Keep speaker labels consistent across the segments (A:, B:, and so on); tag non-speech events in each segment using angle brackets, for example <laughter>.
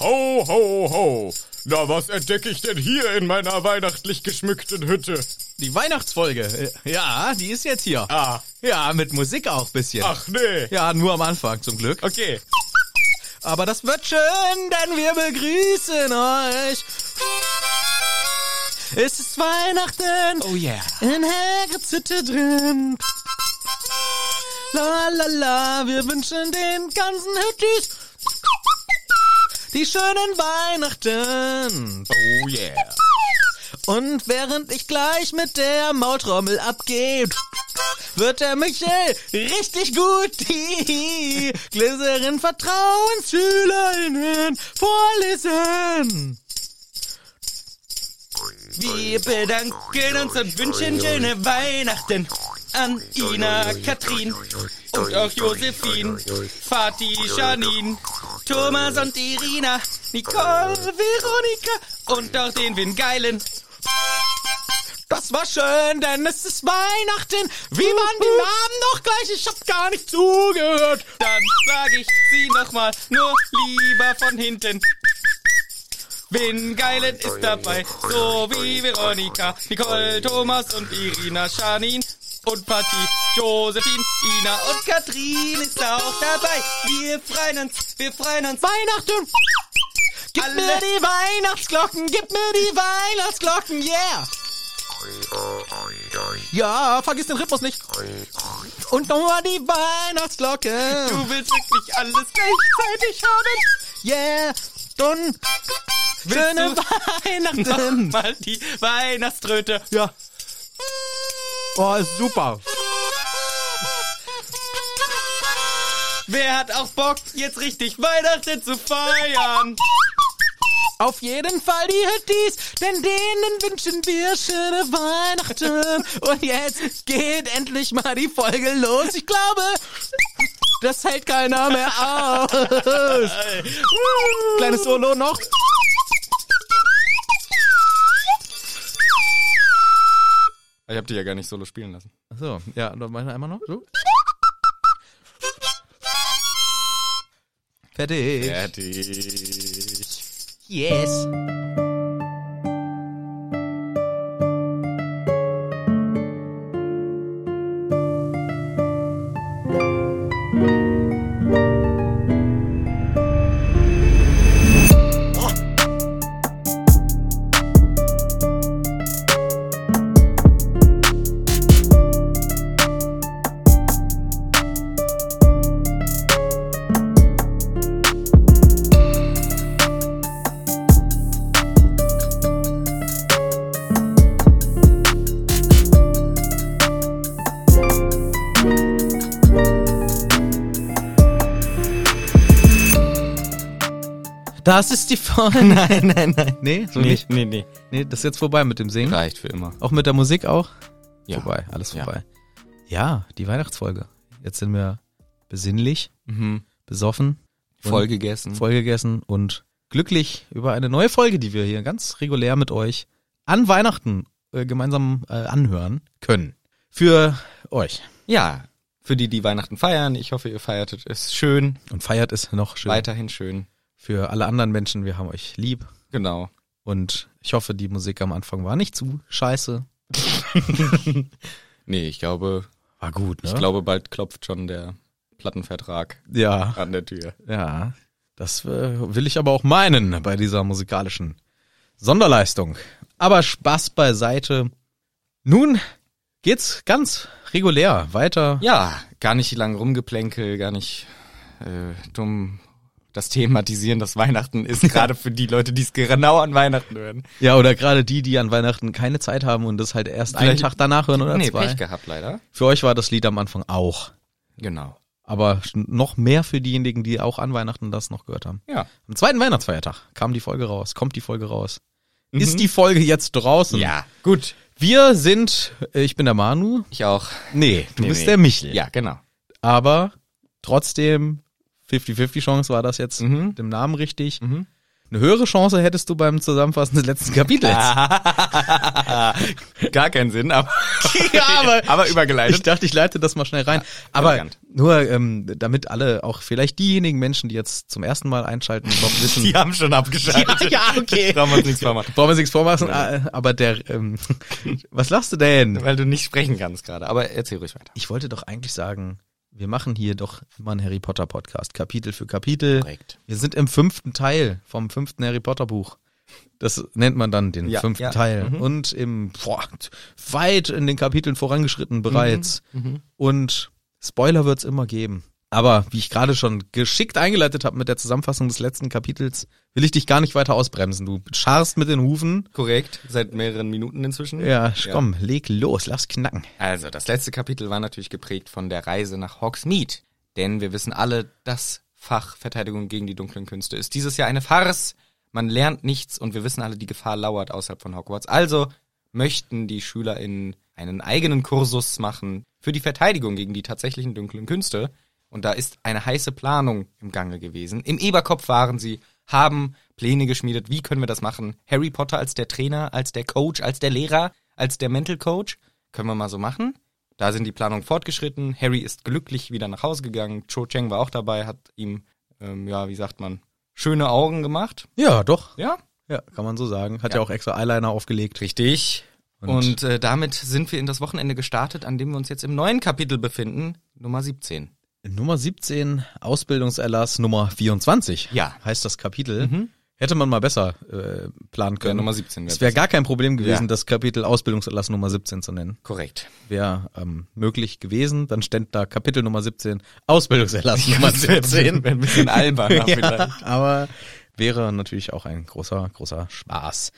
A: Ho, ho, ho! Na, was entdecke ich denn hier in meiner weihnachtlich geschmückten Hütte?
B: Die Weihnachtsfolge. Äh, Ja, die ist jetzt hier.
A: Ah,
B: Ja, mit Musik auch bisschen.
A: ach nee.
B: Ja, nur am Anfang zum Glück.
A: Okay.
B: Aber das wird schön, denn wir begrüßen euch. Es ist Weihnachten.
C: Oh yeah.
B: In Hagrids Hütte drin. La la la, wir wünschen den ganzen Hüttis die schönen Weihnachten.
C: Oh yeah.
B: Und während ich gleich mit der Maultrommel abgebe, wird der Michel richtig gut <laughs> die Gläserin VertrauensschülerInnen vorlesen.
C: Wir bedanken uns und wünschen schöne Weihnachten an Ina, Katrin und auch Josephine, Fatih, Janine, Thomas und Irina, Nicole, Veronika und auch den Wingeilen.
B: Das war schön, denn es ist Weihnachten. Wie waren die Namen noch gleich? Ich hab gar nicht zugehört.
C: Dann frage ich sie nochmal, nur lieber von hinten. Wingeilen ist dabei, so wie Veronika, Nicole, Thomas und Irina, Janine und Patti, Josephine, Ina und Katrin ist auch dabei. Wir freuen uns, wir freuen uns.
B: Weihnachten. Gib
C: Alle-
B: mir die Weihnachtsglocken, gib mir die Weihnachtsglocken, yeah. Ja, vergiss den Rhythmus nicht. Und nochmal die Weihnachtsglocke, Halt
C: Du willst wirklich alles gleichzeitig haben?
B: yeah. Und schöne Weihnachten.
C: Nochmal die Weihnachtsröte.
B: Ja. Oh, ist super.
C: Wer hat auch Bock, jetzt richtig Weihnachten zu feiern?
B: Auf jeden Fall die Hüttis, denn denen wünschen wir schöne Weihnachten. Und jetzt geht endlich mal die Folge los. Ich glaube, das hält keiner mehr aus. Kleines Solo noch.
C: Ich hab die ja gar nicht solo spielen lassen.
B: So, ja, noch mal einmal noch. So. Fertig.
C: Fertig.
B: Yes. Das ist die Folge. <laughs> Nein, nein, nein. Nee, so
C: Nee,
B: nicht.
C: nee, nee.
B: Nee, das ist jetzt vorbei mit dem Singen.
C: Reicht für immer.
B: Auch mit der Musik auch?
C: Ja.
B: Vorbei, alles
C: Ja.
B: vorbei. Ja, die Weihnachtsfolge. Jetzt sind wir besinnlich,
C: Mhm.
B: besoffen, Und-
C: Voll gegessen.
B: vollgegessen und glücklich über eine neue Folge, die wir hier ganz regulär mit euch an Weihnachten äh, gemeinsam äh, anhören können. Für euch.
C: Ja. Für die, die Weihnachten feiern, ich hoffe, ihr feiertet es schön,
B: Und feiert es noch schön.
C: weiterhin schön.
B: Für alle anderen Menschen, wir haben euch lieb.
C: Genau.
B: Und ich hoffe, die Musik am Anfang war nicht zu scheiße.
C: Nee, ich glaube,
B: War gut, ne?
C: ich glaube, bald klopft schon der Plattenvertrag
B: ja.
C: an der <laughs> Tür.
B: Ja, das äh, will ich aber auch meinen bei dieser musikalischen Sonderleistung. Aber Spaß beiseite. Nun geht's ganz regulär weiter.
C: Ja, gar nicht lang rumgeplänkel, gar nicht äh, dumm das thematisieren, dass Weihnachten <laughs> ist, gerade für die Leute, die es genau an Weihnachten hören.
B: Ja, oder gerade die, die an Weihnachten keine Zeit haben und das halt erst einen
C: Vielleicht-
B: Tag danach hören oder
C: nee,
B: zwei.
C: Pech gehabt leider.
B: Für euch war das Lied am Anfang auch.
C: Genau.
B: Aber noch mehr für diejenigen, die auch an Weihnachten das noch gehört haben.
C: Ja.
B: Am zweiten Weihnachtsfeiertag kam die Folge raus, kommt die Folge raus. Ist die Folge jetzt draußen?
C: Mhm. Ja, Ah, gut.
B: Wir sind, äh, ich bin der Manu.
C: Ich auch.
B: Nee, du
C: Nee,
B: bist
C: nee.
B: der Michel.
C: Ja, <laughs> genau.
B: aber trotzdem 50-50 Chance war das jetzt
C: Mhm.
B: mit dem Namen richtig. Eine höhere Chance hättest du beim Zusammenfassen des <laughs> letzten Kapitels.
C: Gar keinen Sinn, aber,
B: Ja, aber-
C: aber übergeleitet.
B: Ich dachte, ich leite das mal schnell rein. Aber
C: elegant.
B: nur, ähm, damit alle, auch vielleicht diejenigen Menschen, die jetzt zum ersten Mal einschalten, noch
C: <laughs>
B: wissen.
C: Die haben schon <laughs> abgeschaltet.
B: Ja, ja, okay.
C: Brauchen wir uns nichts vormachen.
B: Brauchen wir uns nichts vormachen, ah, aber der, ähm, <laughs> was lachst du denn?
C: Weil du nicht sprechen kannst gerade. Aber erzähl ruhig weiter.
B: Ich wollte doch eigentlich sagen, wir machen hier doch immer einen Harry Potter Podcast, Kapitel für Kapitel.
C: Korrekt.
B: Wir sind im fünften Teil vom fünften Harry Potter Buch. Das nennt man dann den
C: Ja,
B: fünften
C: ja,
B: Teil. Und im boah, weit in den Kapiteln vorangeschritten bereits. Und Spoiler wird's immer geben. Aber wie ich gerade schon geschickt eingeleitet habe mit der Zusammenfassung des letzten Kapitels, will ich dich gar nicht weiter ausbremsen. Du scharst mit den Hufen.
C: Korrekt. Seit mehreren Minuten inzwischen.
B: Ja, komm, leg los, lass knacken.
C: Also, das letzte Kapitel war natürlich geprägt von der Reise nach Hogsmeade. Denn wir wissen alle, das Fach Verteidigung gegen die dunklen Künste ist dieses Jahr eine Farce. Man lernt nichts und wir wissen alle, die Gefahr lauert außerhalb von Hogwarts. Also möchten die SchülerInnen einen eigenen Kursus machen für die Verteidigung gegen die tatsächlichen dunklen Künste. Und da ist eine heiße Planung im Gange gewesen. Im Eberkopf waren sie, haben Pläne geschmiedet. Wie können wir das machen? Harry Potter als der Trainer, als der Coach, als der Lehrer, als der Mental Coach. Können wir mal so machen? Da sind die Planungen fortgeschritten. Harry ist glücklich wieder nach Hause gegangen. Cho Chang war auch dabei, hat ihm, ähm, ja, wie sagt man, schöne Augen gemacht.
B: Ja, doch.
C: Ja,
B: Ja, kann man so sagen. Hat ja, auch extra Eyeliner aufgelegt.
C: richtig. Und,
B: Und-
C: äh, damit sind wir in das Wochenende gestartet, an dem wir uns jetzt im neuen Kapitel befinden, Nummer 17.
B: Nummer 17, Ausbildungserlass Nummer 24.
C: Ja.
B: Heißt das Kapitel. Hätte man mal besser äh, planen können.
C: Nummer 17 wär
B: Es wäre
C: besser.
B: gar kein Problem gewesen,
C: Ja.
B: das Kapitel Ausbildungserlass Nummer 17 zu nennen.
C: Korrekt.
B: Wäre ähm, möglich gewesen. Dann ständ da Kapitel Nummer 17, Ausbildungserlass Nummer 17.
C: Ein
B: <laughs>
C: bisschen albern.
B: ja,
C: vielleicht.
B: aber wäre natürlich auch ein großer, großer
C: <laughs>
B: Spaß.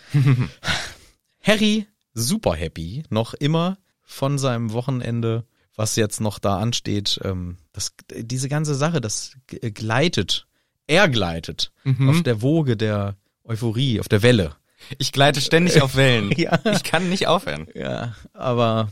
B: Harry, super happy, noch immer von seinem Wochenende, was jetzt noch da ansteht. Ähm, das, diese ganze Sache, das g- gleitet, er gleitet
C: Mhm.
B: auf der Woge der Euphorie, auf der Welle.
C: Ich gleite ständig auf <laughs> Wellen.
B: Ja.
C: Ich kann nicht aufhören.
B: Ja, aber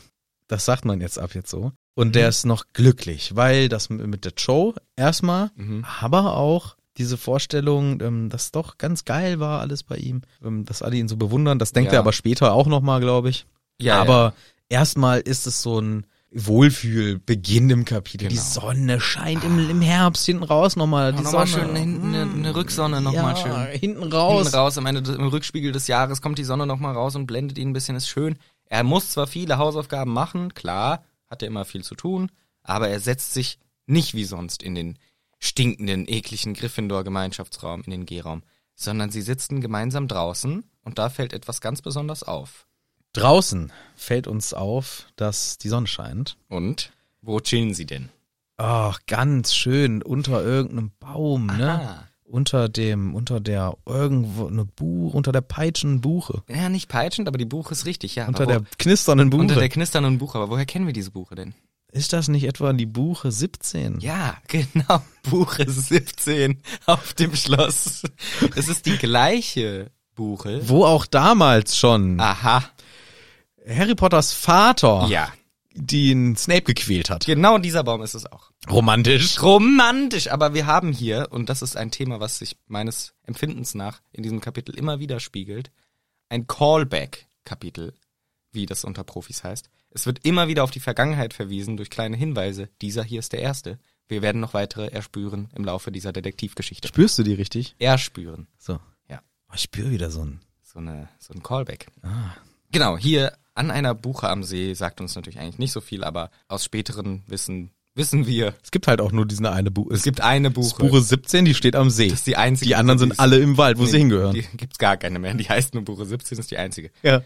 B: das sagt man jetzt ab jetzt so. Und
C: Mhm.
B: der ist noch glücklich, weil das m- mit der Show erstmal,
C: Mhm.
B: aber auch diese Vorstellung, ähm, dass doch ganz geil war alles bei ihm, ähm, dass alle ihn so bewundern. Das denkt
C: Ja.
B: er aber später auch nochmal, glaube ich.
C: Ja,
B: aber erstmal ist es so ein Wohlfühlbeginn im Kapitel. Die
C: Genau.
B: Sonne scheint im, im Herbst hinten raus nochmal. Die
C: Nochmal
B: Sonne. mhm.
C: schön hinten eine, eine Rücksonne
B: ja,
C: nochmal schön.
B: Hinten raus.
C: hinten raus. Am Ende des, im Rückspiegel des Jahres kommt die Sonne nochmal raus und blendet ihn ein bisschen, ist schön. Er muss zwar viele Hausaufgaben machen, klar, hat er immer viel zu tun, aber er setzt sich nicht wie sonst in den stinkenden, ekligen Gryffindor-Gemeinschaftsraum, in den G-Raum, sondern sie sitzen gemeinsam draußen und da fällt etwas ganz besonders auf.
B: Draußen fällt uns auf, dass die Sonne scheint.
C: Und wo chillen sie denn?
B: Ach, ganz schön unter irgendeinem Baum, ne?
C: Aha.
B: Unter dem, unter der irgendwo eine Buche, unter der peitschenden Buche,
C: Ja, nicht peitschend, aber die Buche ist richtig, ja.
B: unter
C: aber wo-
B: der knisternden Buche.
C: unter der knisternden Buche, aber woher kennen wir diese Buche denn?
B: ist das nicht etwa die Buche 17?
C: Ja, genau. Buche 17 auf dem Schloss. Es ist die gleiche Buche.
B: Wo auch damals schon
C: Aha.
B: Harry Potters Vater
C: Ah. Ja.
B: den Snape gequält hat.
C: Genau dieser Baum ist es auch.
B: Romantisch.
C: Romantisch, aber wir haben hier, und das ist ein Thema, was sich meines Empfindens nach in diesem Kapitel immer widerspiegelt, ein Callback-Kapitel, wie das unter Profis heißt. Es wird immer wieder auf die Vergangenheit verwiesen durch kleine Hinweise. Dieser hier ist der erste. Wir werden noch weitere erspüren im Laufe dieser Detektivgeschichte.
B: Spürst du die richtig?
C: Erspüren.
B: So.
C: Ja.
B: Oh, ich spür wieder so ein.
C: so, eine, so ein Callback. Genau, hier an einer Buche am See sagt uns natürlich eigentlich nicht so viel, aber aus späteren Wissen wissen wir,
B: Es gibt halt auch nur diese eine Buche.
C: es gibt eine Buche.
B: Buche 17, die steht am See.
C: ist die einzige,
B: Die anderen
C: die
B: sind
C: ist-
B: alle im Wald, wo sie hingehören.
C: Die gibt's gar keine mehr. Die heißt nur Buche 17, ist die einzige.
B: ja.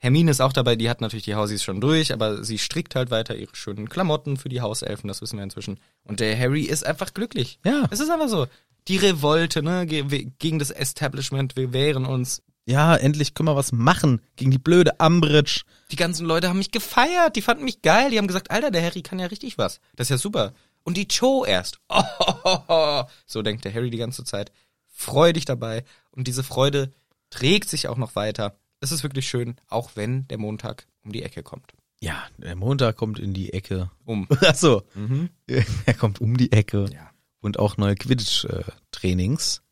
C: Hermine ist auch dabei, die hat natürlich die Hausies schon durch, aber sie strickt halt weiter ihre schönen Klamotten für die Hauselfen, das wissen wir inzwischen. Und der Harry ist einfach glücklich.
B: Ja.
C: Es ist einfach so. Die Revolte, ne, ge we- gegen das Establishment, wir wehren uns.
B: Ja, endlich können wir was machen gegen die blöde Umbridge.
C: Die ganzen Leute haben mich gefeiert, die fanden mich geil, die haben gesagt, Alter, der Harry kann ja richtig was. Das ist ja super. Und die Cho erst. <laughs> Oh, So denkt der Harry die ganze Zeit. Freudig dabei. Und diese Freude trägt sich auch noch weiter. Es ist wirklich schön, auch wenn der Montag um die Ecke kommt.
B: Ja, der Montag kommt in die Ecke. <laughs>
C: Um.
B: Achso. <laughs> Er kommt um die Ecke.
C: Mhm. Ja. Oh,
B: Und auch neue Quidditch-Trainings.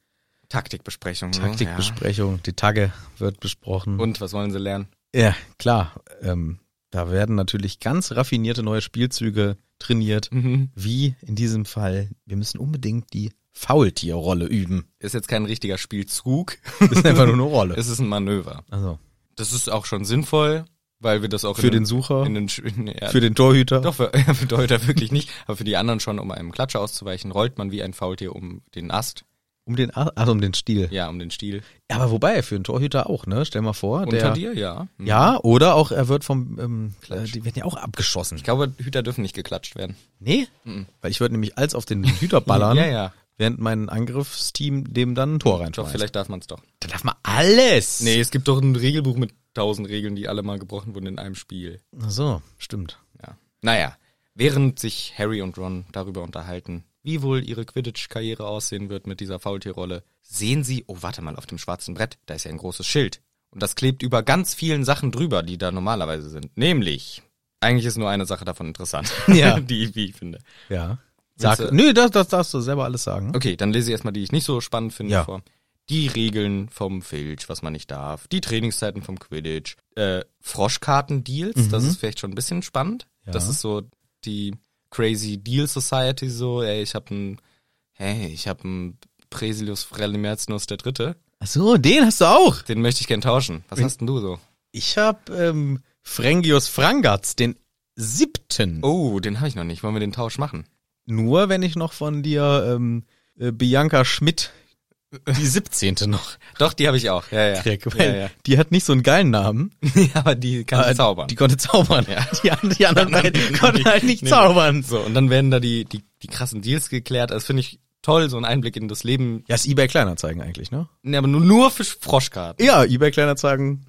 C: Taktikbesprechung. ne?
B: Taktikbesprechung, die Tagge wird besprochen.
C: Ja. Und was wollen sie lernen?
B: ja, klar. Ähm, da werden natürlich ganz raffinierte neue Spielzüge trainiert,
C: Mhm.
B: wie in diesem Fall. Wir müssen unbedingt die Faultierrolle üben. <laughs>
C: Ist jetzt kein richtiger Spielzug.
B: Das ist einfach nur eine
C: <laughs>
B: Rolle.
C: Es ist ein Manöver.
B: Also,
C: Das ist auch schon sinnvoll, weil wir das auch
B: für
C: in
B: den Sucher,
C: in den, Sch- <laughs> in, ja,
B: für den Torhüter.
C: doch für, <laughs> ja, für Deuter wirklich nicht, aber für die anderen schon, um einem Klatscher auszuweichen, rollt man wie ein Faultier um den Ast,
B: Um den, Ar- also um den Stiel.
C: ja, um den Stiel.
B: Aber wobei, für einen Torhüter auch, ne? Stell mal vor,
C: Unter
B: der.
C: dir, ja. Mhm.
B: Ja, oder auch er wird vom, ähm, äh, die werden ja auch abgeschossen.
C: Ich glaube, Hüter dürfen nicht geklatscht werden.
B: Nee? Weil ich würde nämlich als auf den Hüter ballern,
C: <laughs> Ja, ja.
B: während mein Angriffsteam dem dann ein Tor
C: Doch,
B: reinschmeißt.
C: vielleicht darf man es doch.
B: Dann darf man alles.
C: Nee, es gibt doch ein Regelbuch mit tausend Regeln, die alle mal gebrochen wurden in einem Spiel.
B: Ach so, stimmt.
C: Ja. Naja, während sich Harry und Ron darüber unterhalten, wie wohl ihre Quidditch-Karriere aussehen wird mit dieser Faultierrolle, sehen sie, oh warte mal, auf dem schwarzen Brett, da ist ja ein großes Schild. Und das klebt über ganz vielen Sachen drüber, die da normalerweise sind. Nämlich, eigentlich ist nur eine Sache davon interessant,
B: Ja.
C: <laughs> die wie ich finde.
B: Ja. Sag,
C: Willst du-
B: nö, das, das darfst du selber alles sagen.
C: Okay, dann lese ich erstmal die ich nicht so spannend finde
B: Ja.
C: vor. Die Regeln vom Filch, was man nicht darf, die Trainingszeiten vom Quidditch, äh, Froschkarten-Deals, das ist vielleicht schon ein bisschen spannend.
B: Mhm. Ja.
C: Das ist so die crazy Deal Society, so, ey, ich hab ein, hey, ich hab ein Presilius Frelimerzinus der Dritte,
B: Ach so, den hast du auch.
C: den möchte ich gern tauschen. Was
B: Hm.
C: hast denn du so?
B: Ich hab ähm, Frengius Frangatz, den siebten.
C: Oh, den habe ich noch nicht. Wollen wir den Tausch machen?
B: Nur wenn ich noch von dir ähm, äh, Bianca Schmidt, die siebzehnte noch
C: Doch, die habe ich auch. Ja, ja.
B: krieg.
C: ja,
B: Weil
C: ja.
B: die hat nicht so einen geilen Namen.
C: ja <laughs> aber die kann
B: aber
C: zaubern.
B: Die konnte zaubern.
C: Ja.
B: <laughs> Die, an- die anderen beiden konnten halt nicht
C: Nee.
B: zaubern.
C: So, und dann werden da die, die, die krassen Deals geklärt. Also, Das finde ich toll, so ein Einblick in das Leben.
B: Ja, ist eBay Kleinanzeigen eigentlich, ne?
C: Ne, aber nur, nur für Froschkarten.
B: Ja, eBay Kleinanzeigen,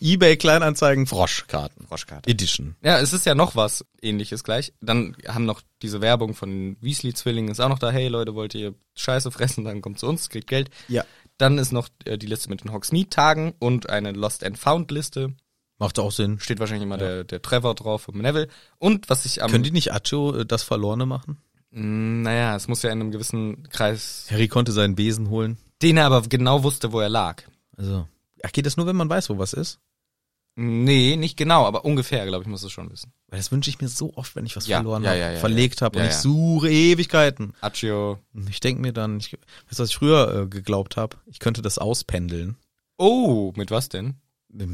B: eBay Kleinanzeigen, Froschkarten.
C: Froschkarte.
B: Edition.
C: Ja, es ist ja noch was ähnliches gleich. Dann haben noch diese Werbung von Weasley-Zwillingen ist auch noch da. Hey Leute, wollt ihr Scheiße fressen, dann kommt zu uns, kriegt Geld.
B: Ja.
C: Dann ist noch äh, die Liste mit den Hogsmeade-Tagen und eine Lost and Found-Liste.
B: Macht auch Sinn.
C: Steht wahrscheinlich immer der, der Trevor drauf vom Neville. Und was ich am...
B: Können die nicht Acho äh, das Verlorene machen?
C: Mm, naja, es muss ja in einem gewissen Kreis...
B: Harry konnte seinen Besen holen.
C: Den er aber genau wusste, wo er lag.
B: Also. Ach, geht das nur, wenn man weiß, wo was ist?
C: Nee, nicht genau, aber ungefähr, glaube ich, muss es schon wissen.
B: Weil das wünsche ich mir so oft, wenn ich was
C: Ja,
B: verloren
C: ja,
B: habe,
C: ja, ja,
B: verlegt
C: ja.
B: habe
C: Ja,
B: und ich
C: ja.
B: suche Ewigkeiten.
C: Accio.
B: Und Ich denke mir dann, ich, weißt du, was ich früher äh, geglaubt habe? Ich könnte das auspendeln.
C: Oh, mit was denn?
B: Mit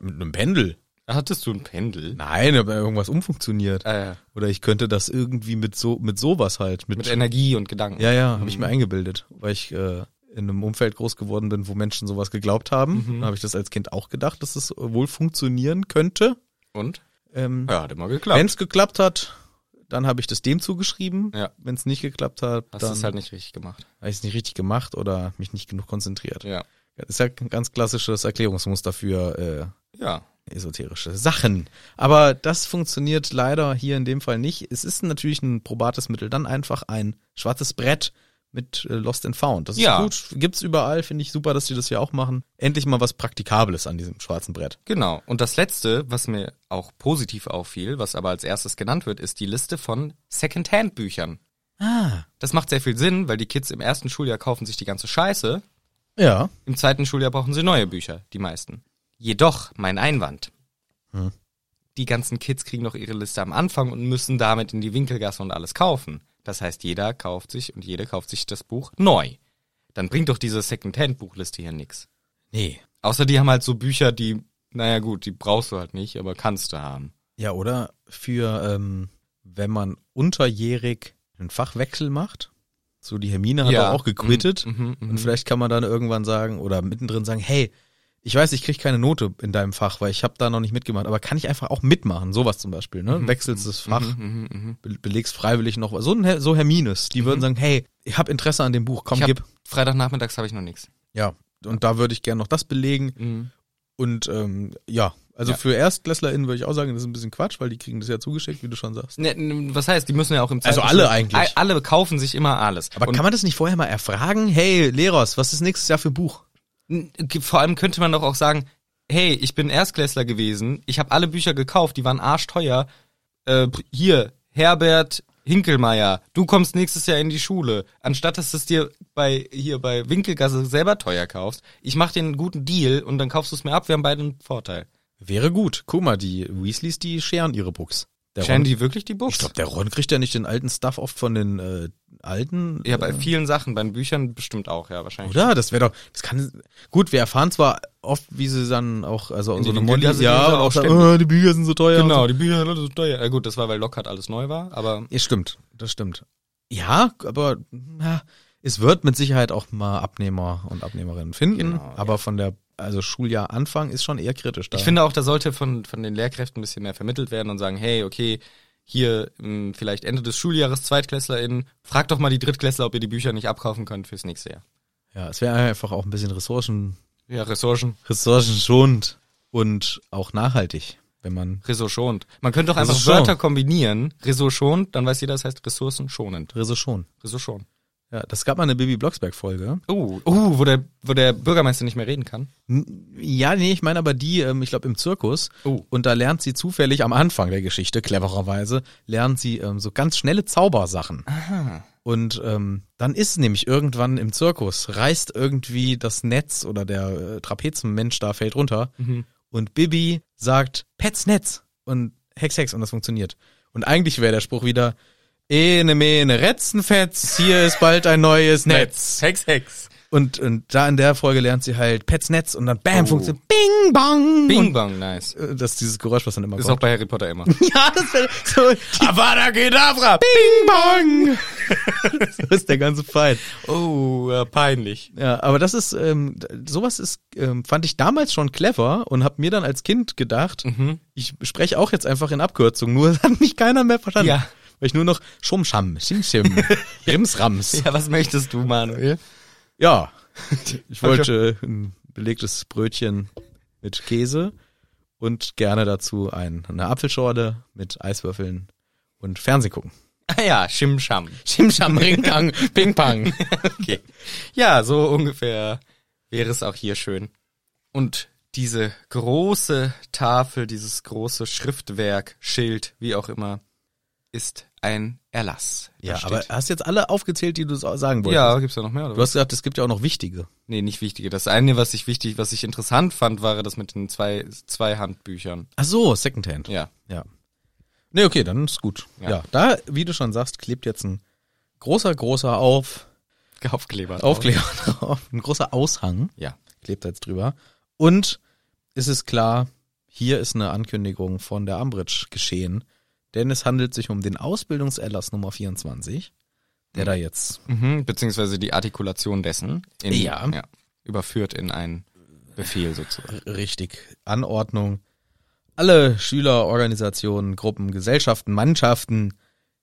B: einem Pendel.
C: Hattest du ein Pendel?
B: Nein, aber irgendwas umfunktioniert.
C: Äh,
B: Oder ich könnte das irgendwie mit so mit sowas halt. Mit,
C: mit Mhm. Energie und Gedanken.
B: ja, ja, habe ich mir eingebildet, weil ich äh, in einem Umfeld groß geworden bin, wo Menschen sowas geglaubt haben.
C: Mhm.
B: Dann habe ich das als Kind auch gedacht, dass es wohl funktionieren könnte.
C: Und?
B: Ähm,
C: Ja, hat immer geklappt.
B: Wenn es geklappt hat, dann habe ich das dem zugeschrieben.
C: Ja.
B: Wenn es nicht geklappt hat,
C: Hast du
B: dann
C: es halt nicht richtig gemacht.
B: habe ich es nicht richtig gemacht oder mich nicht genug konzentriert.
C: Ja.
B: Das ist ja ein ganz klassisches Erklärungsmuster für äh,
C: Ja.
B: esoterische Sachen. Aber das funktioniert leider hier in dem Fall nicht. Es ist natürlich ein probates Mittel. Dann einfach ein schwarzes Brett mit äh, Lost and Found. Das ist
C: Ja.
B: gut. Gibt's überall. Finde ich super, dass die das hier auch machen. Endlich mal was Praktikables an diesem schwarzen Brett.
C: Genau. Und das letzte, was mir auch positiv auffiel, was aber als erstes genannt wird, ist die Liste von Secondhand-Büchern.
B: Ah.
C: Das macht sehr viel Sinn, weil die Kids im ersten Schuljahr kaufen sich die ganze Scheiße
B: Ja.
C: Im zweiten Schuljahr brauchen sie neue Bücher, die meisten. Jedoch, mein Einwand.
B: Hm.
C: Die ganzen Kids kriegen noch ihre Liste am Anfang und müssen damit in die Winkelgasse und alles kaufen. Das heißt, jeder kauft sich und jede kauft sich das Buch neu. Dann bringt doch diese Second-Hand-Buchliste hier nix.
B: Nee.
C: Außer die haben halt so Bücher, die, naja gut, die brauchst du halt nicht, aber kannst du haben.
B: Ja, oder für, ähm, wenn man unterjährig einen Fachwechsel macht. So, die Hermine hat
C: Ja.
B: doch auch gequittet.
C: Mhm, mhm.
B: Und vielleicht kann man dann irgendwann sagen oder mittendrin sagen, hey, ich weiß, ich krieg keine Note in deinem Fach, weil ich habe da noch nicht mitgemacht, aber kann ich einfach auch mitmachen? Sowas zum Beispiel, ne? Wechselst das Fach,
C: Mhm, mhm.
B: be- belegst freiwillig noch was. So, ein, Her- so Hermines, die würden sagen, hey, ich habe Interesse an dem Buch, komm,
C: Ich hab,
B: gib.
C: Freitagnachmittags habe ich noch nichts.
B: Ja, und da würde ich gerne noch das belegen.
C: Mhm.
B: Und ähm, ja, also
C: Ja.
B: für ErstklässlerInnen würde ich auch sagen, das ist ein bisschen Quatsch, weil die kriegen das ja zugeschickt, wie du schon sagst.
C: Ne, ne, was heißt, die müssen ja auch im
B: Also
C: zweiten
B: alle
C: Schuljahr-
B: eigentlich.
C: All- Alle kaufen sich immer alles.
B: Aber
C: Und-
B: kann man das nicht vorher mal erfragen? Hey, Leros, was ist nächstes Jahr für Buch?
C: Vor allem könnte man doch auch sagen, hey, ich bin Erstklässler gewesen, ich habe alle Bücher gekauft, die waren arschteuer. Äh, hier, Herbert, Hinkelmeier, du kommst nächstes Jahr in die Schule. Anstatt dass du es dir bei hier bei Winkelgasse selber teuer kaufst, ich mach dir einen guten Deal und dann kaufst du es mir ab. Wir haben beide einen Vorteil.
B: Wäre gut. Guck mal, die Weasleys, die scheren ihre Buchs. Der
C: Scheren
B: Ron,
C: die wirklich die
B: ich
C: Buchs?
B: glaube, der Ron kriegt ja nicht den alten Stuff oft von den äh, alten.
C: Ja, bei vielen Sachen, bei den Büchern bestimmt auch, ja, wahrscheinlich.
B: äh, Oder? Das wäre doch, das kann, gut, wir erfahren zwar oft, wie sie dann auch, also
C: die
B: so eine Molly,
C: Winkelgasse gehen
B: ja,
C: sie
B: und
C: auch
B: auch sagen,
C: ständig.
B: äh, die Bücher sind so teuer. und
C: Genau, die Bücher sind so teuer. Ja, gut, das war, weil Lockhart alles neu war, aber
B: Ja, stimmt, das stimmt. Ja, aber na, es wird mit Sicherheit auch mal Abnehmer und Abnehmerinnen finden,
C: Genau,
B: aber von der also Schuljahr Anfang ist schon eher kritisch da.
C: Ich finde auch, da sollte von, von den Lehrkräften ein bisschen mehr vermittelt werden und sagen, hey, okay, hier mh, vielleicht Ende des Schuljahres ZweitklässlerInnen, fragt doch mal die Drittklässler, ob ihr die Bücher nicht abkaufen könnt fürs nächste Jahr.
B: ja, es wäre einfach auch ein bisschen Ressourcen
C: Ja, Ressourcen,
B: ressourcenschonend und auch nachhaltig, wenn man
C: ressourcenschonend. Man könnte doch einfach
B: Ressourcenschonend.
C: Wörter kombinieren, ressourcenschonend, dann weiß jeder, es heißt ressourcenschonend.
B: Risse schon.
C: Ressourcenschonend.
B: Ja, das gab mal eine Bibi Blocksberg Folge.
C: Oh, oh, wo der, wo der Bürgermeister nicht mehr reden kann.
B: Ja, nee, ich meine aber die, ähm, ich glaube im Zirkus.
C: Oh.
B: Und da lernt sie zufällig am Anfang der Geschichte, clevererweise, lernt sie ähm, so ganz schnelle Zaubersachen. Aha. Und ähm, dann ist nämlich irgendwann im Zirkus, reißt irgendwie das Netz oder der äh, Trapezmensch da fällt runter. Und Bibi sagt, Pets Netz und Hex Hex und das funktioniert. Und eigentlich wäre der Spruch wieder, Ene mene Retzenfetz, hier ist bald ein neues Netz.
C: Hex, Hex.
B: Und, und da in der Folge lernt sie halt Pets Netz und dann bam,
C: Oh.
B: funktioniert Bing Bang.
C: Bing bang, nice.
B: Und, äh, das ist dieses Geräusch, was dann immer
C: Ist auch
B: kommt.
C: bei Harry Potter <laughs> immer.
B: <laughs> ja, das wäre so.
D: Avada Kedavra!
B: Bing Bang. <laughs> so ist der ganze Fight.
C: Oh, äh, peinlich.
B: Ja, aber das ist, ähm, d- sowas ist, ähm, fand ich damals schon clever und hab mir dann als Kind gedacht,
C: Mhm.
B: ich spreche auch jetzt einfach in Abkürzung, nur <laughs> hat mich keiner mehr verstanden.
C: Ja.
B: Weil ich nur noch Schumscham, Schimschim,
C: <laughs>
B: Rimsrams.
C: Ja, was möchtest du, Manuel?
B: Ja, <laughs> ich wollte äh, ein belegtes Brötchen mit Käse und gerne dazu ein, eine Apfelschorle mit Eiswürfeln und Fernseh <laughs> gucken.
C: Ah ja, Schimscham.
B: Schimscham, Ringgang, Ping Pang.
C: Okay. Ja, so ungefähr wäre es auch hier schön. Und diese große Tafel, dieses große Schriftwerk, Schild, wie auch immer, ist ein Erlass. Da
B: Ja, äh,
C: steht-
B: aber hast jetzt alle aufgezählt, die du sa- sagen wolltest?
C: ja, gibt's da noch mehr? Oder?
B: Du hast gesagt, es gibt ja auch noch wichtige.
C: nee, nicht wichtige. Das eine, was ich wichtig, was ich interessant fand, war das mit den zwei zwei Handbüchern.
B: Ach so, Secondhand.
C: Ja.
B: Ja. Nee, okay, dann ist gut.
C: Ja.
B: Ja. da, wie du schon sagst, klebt jetzt ein großer, großer Auf,
C: Aufkleber.
B: Aufkleber <laughs> drauf, ein großer Aushang.
C: Ja.
B: klebt da jetzt drüber. Und es ist klar, hier ist eine Ankündigung von der Ambridge geschehen, denn es handelt sich um den Ausbildungserlass Nummer 24, der da jetzt
C: Mhm, beziehungsweise die Artikulation dessen in,
B: Ja.
C: überführt in einen Befehl sozusagen.
B: richtig Anordnung. Alle Schüler, Organisationen, Gruppen, Gesellschaften, Mannschaften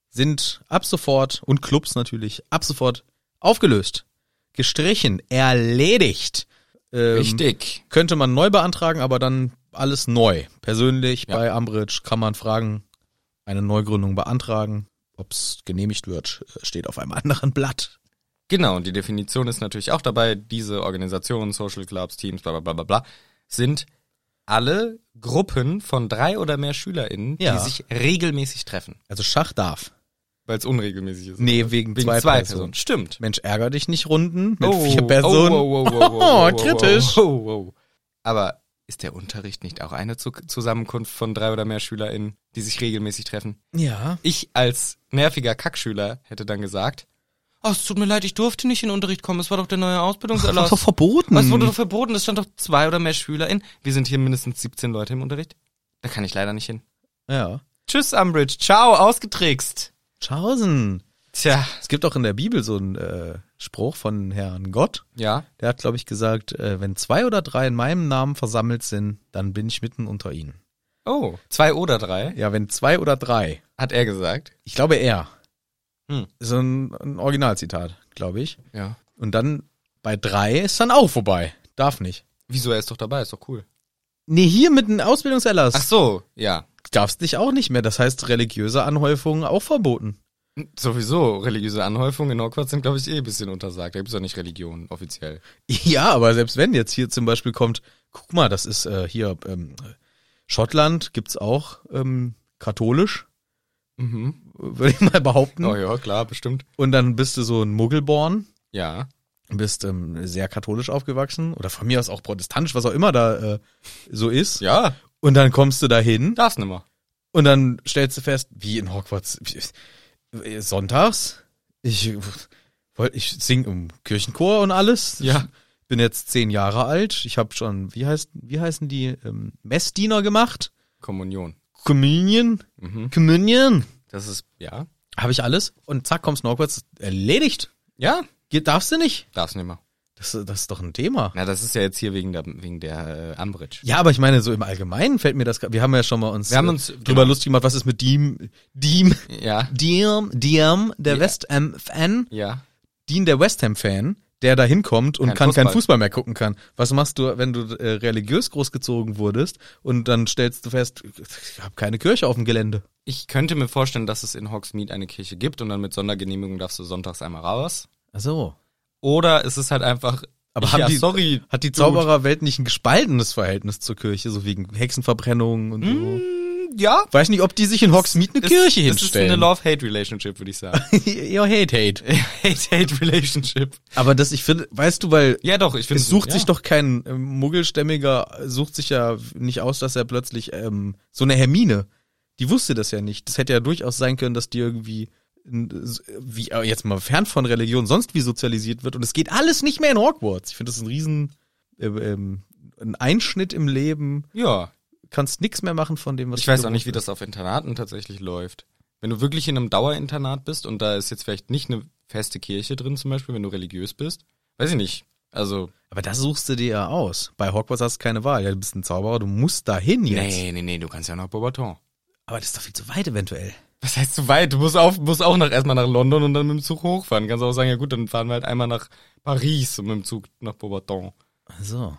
B: sind ab sofort und Clubs natürlich ab sofort aufgelöst, gestrichen, erledigt. Ähm,
C: Richtig.
B: Könnte man neu beantragen, aber dann alles neu. Persönlich
C: Ja.
B: bei Ambridge kann man fragen, eine Neugründung beantragen. Ob es genehmigt wird, steht auf einem <laughs> anderen Blatt.
C: Genau, und die Definition ist natürlich auch dabei, diese Organisationen, Social Clubs, Teams, bla bla bla bla bla, sind alle Gruppen von drei oder mehr SchülerInnen,
B: Ja.
C: die sich regelmäßig treffen.
B: Also Schach darf.
C: Weil es unregelmäßig ist.
B: Nee, wegen,
C: Wegen zwei, Personen. Stimmt.
B: Mensch, ärger dich nicht Runden mit
C: Oh,
B: vier Personen.
C: Oh, oh,
B: <laughs>
C: oh, oh, oh, oh, oh,
B: kritisch.
C: Oh, oh, oh. Aber ist der Unterricht nicht auch eine Zu Zusammenkunft von drei oder mehr SchülerInnen, die sich regelmäßig treffen?
B: Ja.
C: Ich als nerviger Kackschüler hätte dann gesagt, oh, es tut mir leid, ich durfte nicht in den Unterricht kommen, es war doch der neue
B: Das
C: Ausbildungserlass.
B: ist doch verboten.
C: Was wurde doch verboten? Es stand doch zwei oder mehr Schüler in. Wir sind hier mindestens 17 Leute im Unterricht. Da kann ich leider nicht hin.
B: ja.
C: Tschüss, Umbridge. Ciao, ausgetrickst.
B: Schausen.
C: Tja,
B: Es gibt auch in der Bibel so einen äh, Spruch von Herrn Gott.
C: ja.
B: Der hat, glaube ich, gesagt, äh, wenn zwei oder drei in meinem Namen versammelt sind, dann bin ich mitten unter ihnen.
C: Oh, zwei oder drei,
B: Ja, wenn zwei oder drei
C: hat er gesagt.
B: Ich glaube er.
C: Hm.
B: So ein, ein Originalzitat, glaube ich.
C: Ja.
B: Und dann bei drei ist dann auch vorbei. Darf nicht.
C: Wieso, er ist doch dabei, ist doch cool.
B: Nee, hier mit einem Ausbildungserlass
C: Ach so, ja.
B: darfst dich auch nicht mehr. Das heißt, religiöse Anhäufungen auch verboten.
C: Sowieso, religiöse Anhäufungen in Hogwarts sind, glaube ich, eh ein bisschen untersagt. Da gibt's doch nicht Religion, offiziell.
B: <laughs> Ja, aber selbst wenn jetzt hier zum Beispiel kommt, guck mal, das ist äh, hier ähm, Schottland gibt's auch ähm, katholisch.
C: Mhm.
B: würde ich mal behaupten.
C: Oh ja, klar, bestimmt.
B: Und dann bist du so ein Muggelborn,
C: Ja.
B: bist ähm, sehr katholisch aufgewachsen oder von mir aus auch protestantisch, was auch immer da äh, so ist.
C: Ja,
B: Und dann kommst du dahin
C: darf's nimmer.
B: und dann stellst du fest, wie in Hogwarts, wie, äh, sonntags, ich, wollt- ich sing im Kirchenchor und alles.
C: Ja.
B: Ich bin jetzt zehn Jahre alt. Ich habe schon, wie heißt, wie heißen die, ähm, Messdiener gemacht?
C: Kommunion.
B: Communion?
C: Mhm.
B: Communion?
C: Das ist, ja.
B: Habe ich alles und zack, kommst du in Hogwarts, erledigt.
C: Ja,
B: Ge- Darfst du nicht?
C: darf's nimmer.
B: Das, das ist doch ein Thema.
C: Na, das ist ja jetzt hier wegen der, wegen der äh, Ambridge.
B: Ja, aber ich meine, so im Allgemeinen fällt mir das. gra- Wir haben ja schon mal uns,
C: Wir haben
B: äh,
C: uns-
B: drüber lustig gemacht, was ist mit Diem, Diem,
C: Ja.
B: Diem, Diem, der
C: Ja.
B: West Ham Fan,
C: Ja.
B: Dean, der West Ham Fan, der da hinkommt und
C: Kein
B: kann keinen
C: Fußball.
B: Fußball mehr gucken kann. Was machst du, wenn du äh, religiös großgezogen wurdest und dann stellst du fest, ich habe keine Kirche auf dem Gelände?
C: Ich könnte mir vorstellen, dass es in Hogsmeade eine Kirche gibt und dann mit Sondergenehmigung darfst du sonntags einmal raus.
B: Ach so.
C: Oder es ist halt einfach.
B: Aber
C: ja,
B: haben die,
C: sorry.
B: hat die
C: Dude.
B: Zaubererwelt nicht ein gespaltenes Verhältnis zur Kirche, so wegen Hexenverbrennungen und so?
C: Hm, Ja.
B: Weiß nicht, ob die sich in Hogsmeade eine Kirche
C: es, Es ist eine
B: hinstellen.
C: Love-Hate-Relationship, würde ich sagen.
B: <laughs> Your hate, hate.
C: Hate-Hate-Relationship.
B: Aber das, ich finde, weißt du, weil
C: Ja, doch, ich finde.
B: es sucht
C: ja.
B: sich doch kein ähm, Muggelstämmiger, äh, sucht sich ja nicht aus, dass er plötzlich ähm, so eine Hermine, die wusste das ja nicht. Das hätte ja durchaus sein können, dass die irgendwie n- s- wie äh, jetzt mal fern von Religion sonst wie sozialisiert wird und es geht alles nicht mehr in Hogwarts. Ich finde das ist ein riesen äh, ähm, ein Einschnitt im Leben.
C: Ja.
B: Kannst nichts mehr machen von dem, was
C: Ich
B: du
C: weiß auch nicht,
B: gewohnt
C: wie das auf Internaten tatsächlich läuft. Wenn du wirklich in einem Dauerinternat bist und da ist jetzt vielleicht nicht eine feste Kirche drin, zum Beispiel, wenn du religiös bist, weiß ich nicht. Also,
B: bist. Aber das suchst du dir ja aus. Bei Hogwarts hast du keine Wahl. Ja, du bist ein Zauberer, du musst dahin jetzt.
C: nee, nee, nee, du kannst ja nach Bobaton.
B: Aber das ist doch viel zu weit eventuell.
C: Was heißt zu weit? Du musst, auf, musst auch noch erstmal nach London und dann mit dem Zug hochfahren. Kannst auch sagen, ja gut, dann fahren wir halt einmal nach Paris und mit dem Zug nach Bobaton.
B: Ach So.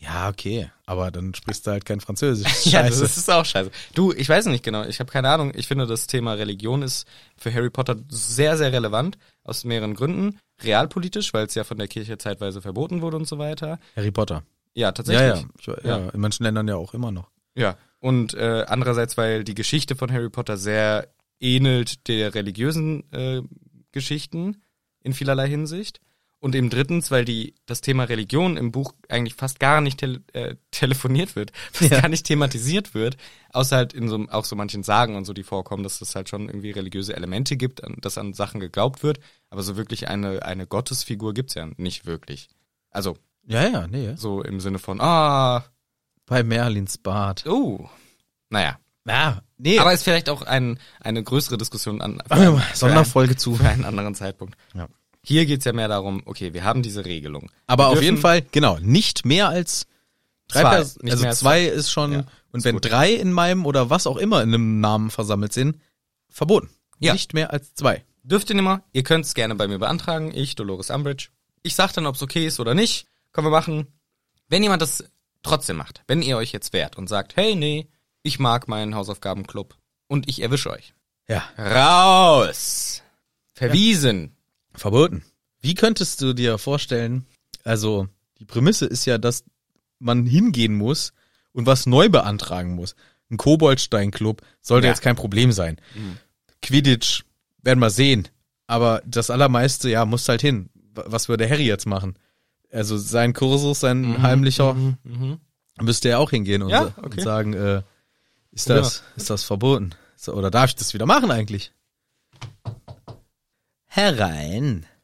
B: Ja, okay. Aber dann sprichst du halt kein <laughs> Französisch.
C: Ja, das ist auch scheiße. Du, ich weiß nicht genau, ich habe keine Ahnung. Ich finde, das Thema Religion ist für Harry Potter sehr, sehr relevant, aus mehreren Gründen. Realpolitisch, weil es ja von der Kirche zeitweise verboten wurde und so weiter.
B: Harry Potter.
C: Ja,
B: Ja, ja.
C: tatsächlich.
B: Ich, ja. In manchen Ländern ja auch immer noch.
C: Ja. Und äh, andererseits, weil die Geschichte von Harry Potter sehr ähnelt der religiösen äh, Geschichten in vielerlei Hinsicht. Und eben drittens, weil die das Thema Religion im Buch eigentlich fast gar nicht tele äh, telefoniert wird, <laughs> fast
B: Ja.
C: gar nicht thematisiert wird, außer halt in so auch so manchen Sagen und so, die vorkommen, dass es halt schon irgendwie religiöse Elemente gibt, an, dass an Sachen geglaubt wird, aber so wirklich eine, eine Gottesfigur gibt's ja nicht wirklich. Also
B: Ja, ja, nee. ja.
C: so im Sinne von, ah,
B: Bei Merlins Bad.
C: oh. Naja.
B: Ja, nee.
C: Aber ist vielleicht auch ein, eine größere Diskussion an für,
B: Aber,
C: einen,
B: Sonderfolge zu.
C: für einen anderen Zeitpunkt.
B: Ja.
C: Hier geht's ja mehr darum, okay, wir haben diese Regelung.
B: Aber
C: Wir
B: auf
C: dürfen-
B: jeden Fall, genau, nicht mehr als drei
C: Zwei,
B: Pers-
C: nicht
B: Also
C: mehr als
B: zwei ist schon,
C: Ja,
B: und
C: ist
B: wenn
C: gut.
B: drei in meinem oder was auch immer in einem Namen versammelt sind, verboten.
C: Ja.
B: Nicht mehr als zwei.
C: Dürft ihr nicht mal, ihr könnt's gerne bei mir beantragen, ich, Dolores Umbridge. Ich sag dann, ob's okay ist oder nicht. Können wir machen. Wenn jemand das trotzdem macht, wenn ihr euch jetzt wehrt und sagt, hey, nee, ich mag meinen Hausaufgabenclub und ich erwische euch.
B: Ja.
C: Raus! Verwiesen!
B: Verboten. Wie könntest du dir vorstellen, also die Prämisse ist ja, dass man hingehen muss und was neu beantragen muss. Ein Koboldstein-Club sollte
C: Ja. Mhm.
B: jetzt kein Problem sein. Quidditch, werden wir sehen. Aber das Allermeiste, ja, muss halt hin. W- Was würde Harry jetzt machen? Also sein Kursus, sein heimlicher, müsste er auch hingehen und,
C: Mhm, Ja,
B: sa- und
C: okay.
B: sagen, äh, ist das, ist das verboten? So, oder darf ich das wieder machen eigentlich? Herein. <laughs>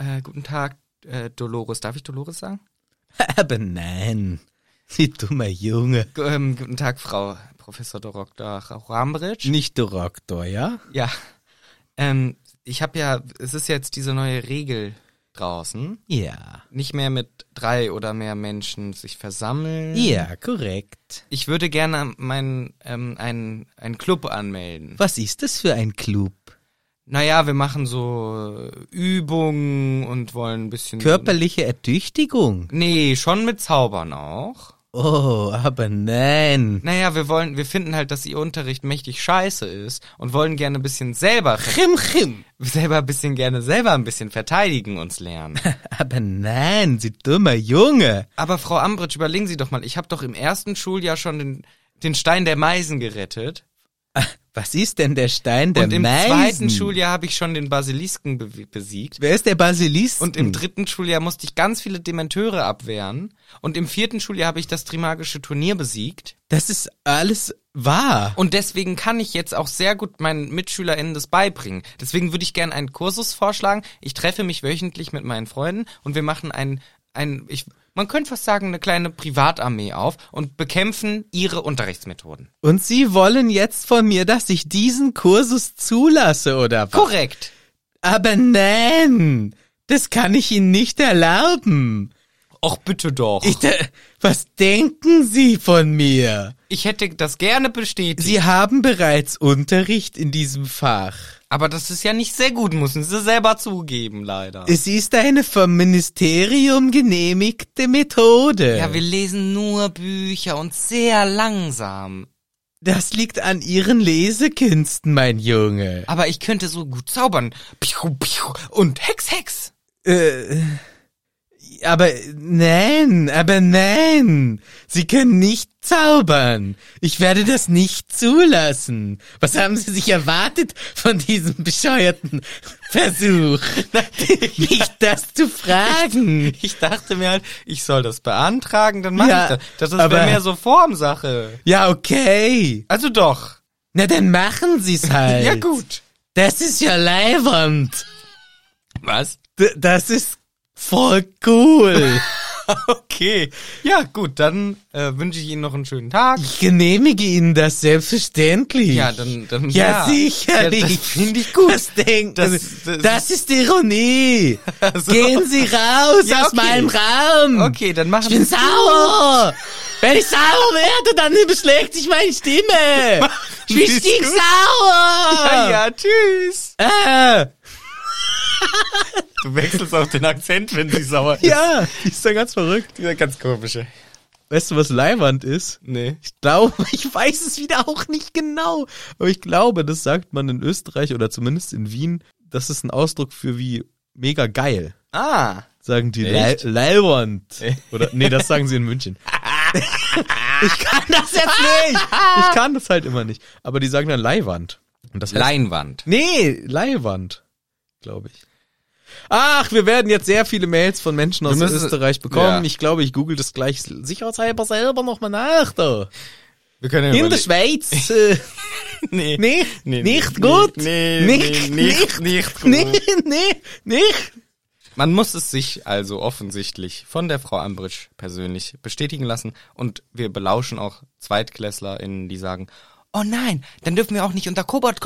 C: Äh, guten Tag, äh, Dolores. Darf ich Dolores sagen?
B: Aber nein, sie dummer Junge.
C: G- Ähm, guten Tag, Frau Professor Dr. Rambridge.
B: Nicht der Doktor, ja?
C: Ja. Ähm, ich habe ja, es ist jetzt diese neue Regel draußen.
B: Ja.
C: Nicht mehr mit drei oder mehr Menschen sich versammeln.
B: Ja, korrekt.
C: Ich würde gerne meinen, ähm, einen, einen Club anmelden.
B: Was ist das für ein Club?
C: Naja, wir machen so Übungen und wollen ein bisschen.
B: Körperliche Ertüchtigung?
C: Nee, schon mit Zaubern auch.
B: Oh, aber nein.
C: Naja, wir wollen, wir finden halt, dass ihr Unterricht mächtig scheiße ist und wollen gerne ein bisschen selber
B: Chim, chim.
C: selber ein bisschen gerne selber ein bisschen verteidigen
B: <laughs>
C: uns lernen.
B: Aber nein, sie dummer Junge.
C: Aber Frau Ambridge, überlegen Sie doch mal, ich habe doch im ersten Schuljahr schon den, den Stein der Meisen gerettet.
B: Was ist denn der Stein der
C: und im
B: Meisen?
C: zweiten Schuljahr habe ich schon den Basilisken be besiegt.
B: Wer ist der Basilisk?
C: Und im dritten Schuljahr musste ich ganz viele Dementeure abwehren. Und im vierten Schuljahr habe ich das Trimagische Turnier besiegt.
B: das ist alles wahr.
C: Und deswegen kann ich jetzt auch sehr gut meinen MitschülerInnen das beibringen. Deswegen würde ich gerne einen Kursus vorschlagen. Ich treffe mich wöchentlich mit meinen Freunden und wir machen ein, ein ich, man könnte fast sagen, eine kleine Privatarmee auf und bekämpfen ihre Unterrichtsmethoden.
B: Und Sie wollen jetzt von mir, dass ich diesen Kursus zulasse, oder was?
C: Korrekt.
B: Aber nein, das kann ich Ihnen nicht erlauben.
C: Och, bitte doch.
B: Ich,
C: Ich,
B: da, was denken Sie von mir?
C: hätte das gerne bestätigt.
B: Sie haben bereits Unterricht in diesem Fach.
C: aber das ist ja nicht sehr gut, müssen Sie selber zugeben, leider.
B: Es ist eine vom Ministerium genehmigte Methode.
C: ja, wir lesen nur Bücher und sehr langsam.
B: das liegt an Ihren Lesekünsten, mein Junge.
C: Aber ich könnte so gut zaubern. Piu, piu, und Hex, Hex.
B: Äh, aber nein, aber nein. Sie können nicht zaubern. Ich werde das nicht zulassen. Was haben Sie sich erwartet von diesem bescheuerten
C: <laughs>
B: Versuch, mich das zu fragen?
C: Ich dachte mir halt, ich soll das beantragen, dann mache
B: Ja,
C: ich das. Das ist
B: aber-
C: bei mir so Formsache.
B: Ja, okay.
C: Also doch.
B: Na, dann machen <laughs> Sie's halt.
C: Ja gut.
B: Das ist ja leiwand.
C: Was? <laughs>
B: D das ist voll cool.
C: Okay. Ja gut, dann äh, wünsche ich Ihnen noch einen schönen Tag.
B: Ich genehmige Ihnen das selbstverständlich.
C: Ja, dann, dann
B: Ja, sicherlich.
C: Ja, das finde ich gut.
B: Das, denken, das,
C: Das-
B: das,
C: das-
B: ist <laughs> Ironie.
C: Also-
B: Gehen Sie raus
C: Ja,
B: aus
C: okay.
B: meinem Raum.
C: Okay, dann machen
B: Ich bin sauer. Wenn ich sauer werde, dann überschlägt sich meine <laughs> Stimme. Ich bin
C: Sie es gut. Ja,
B: stinksauer.
C: Ah, ja, tschüss.
B: Ja, äh,
C: Du wechselst auch den Akzent, wenn sie sauer ist.
B: ja. ist ja ganz verrückt.
C: Dieser ganz komische.
B: Weißt du, was Leiwand ist?
C: Nee.
B: Ich glaube, <laughs> ich weiß es wieder auch nicht genau, aber ich glaube, das sagt man in Österreich oder zumindest in Wien, das ist ein Ausdruck für wie mega geil.
C: Ah.
B: Sagen die
C: Echt? <laughs>
B: Leiwand. Oder nee, das sagen sie in München. Ich kann das jetzt nicht. Ich kann das halt immer nicht, aber die sagen dann Leiwand. Und das heißt,
C: Leinwand.
B: Nee, Leiwand, glaube ich. Ach, wir werden jetzt sehr viele Mails von Menschen aus
C: müssen-
B: Österreich bekommen.
C: Ja.
B: Ich glaube, ich google das gleich sicherheitshalber selber nochmal nach da.
C: Wir können
B: In der Schweiz.
C: <laughs>
B: Äh,
C: Nee.
B: nee,
C: Nee, nee,
B: nicht gut.
C: nee,
B: nicht,
C: nee,
B: nicht,
C: nicht,
B: nicht,
C: nicht
B: nicht, nee, nicht.
C: Man muss es sich also offensichtlich von der Frau Ambridge persönlich bestätigen lassen und wir belauschen auch ZweitklässlerInnen, die sagen, oh nein, dann dürfen wir auch nicht unter Kobold,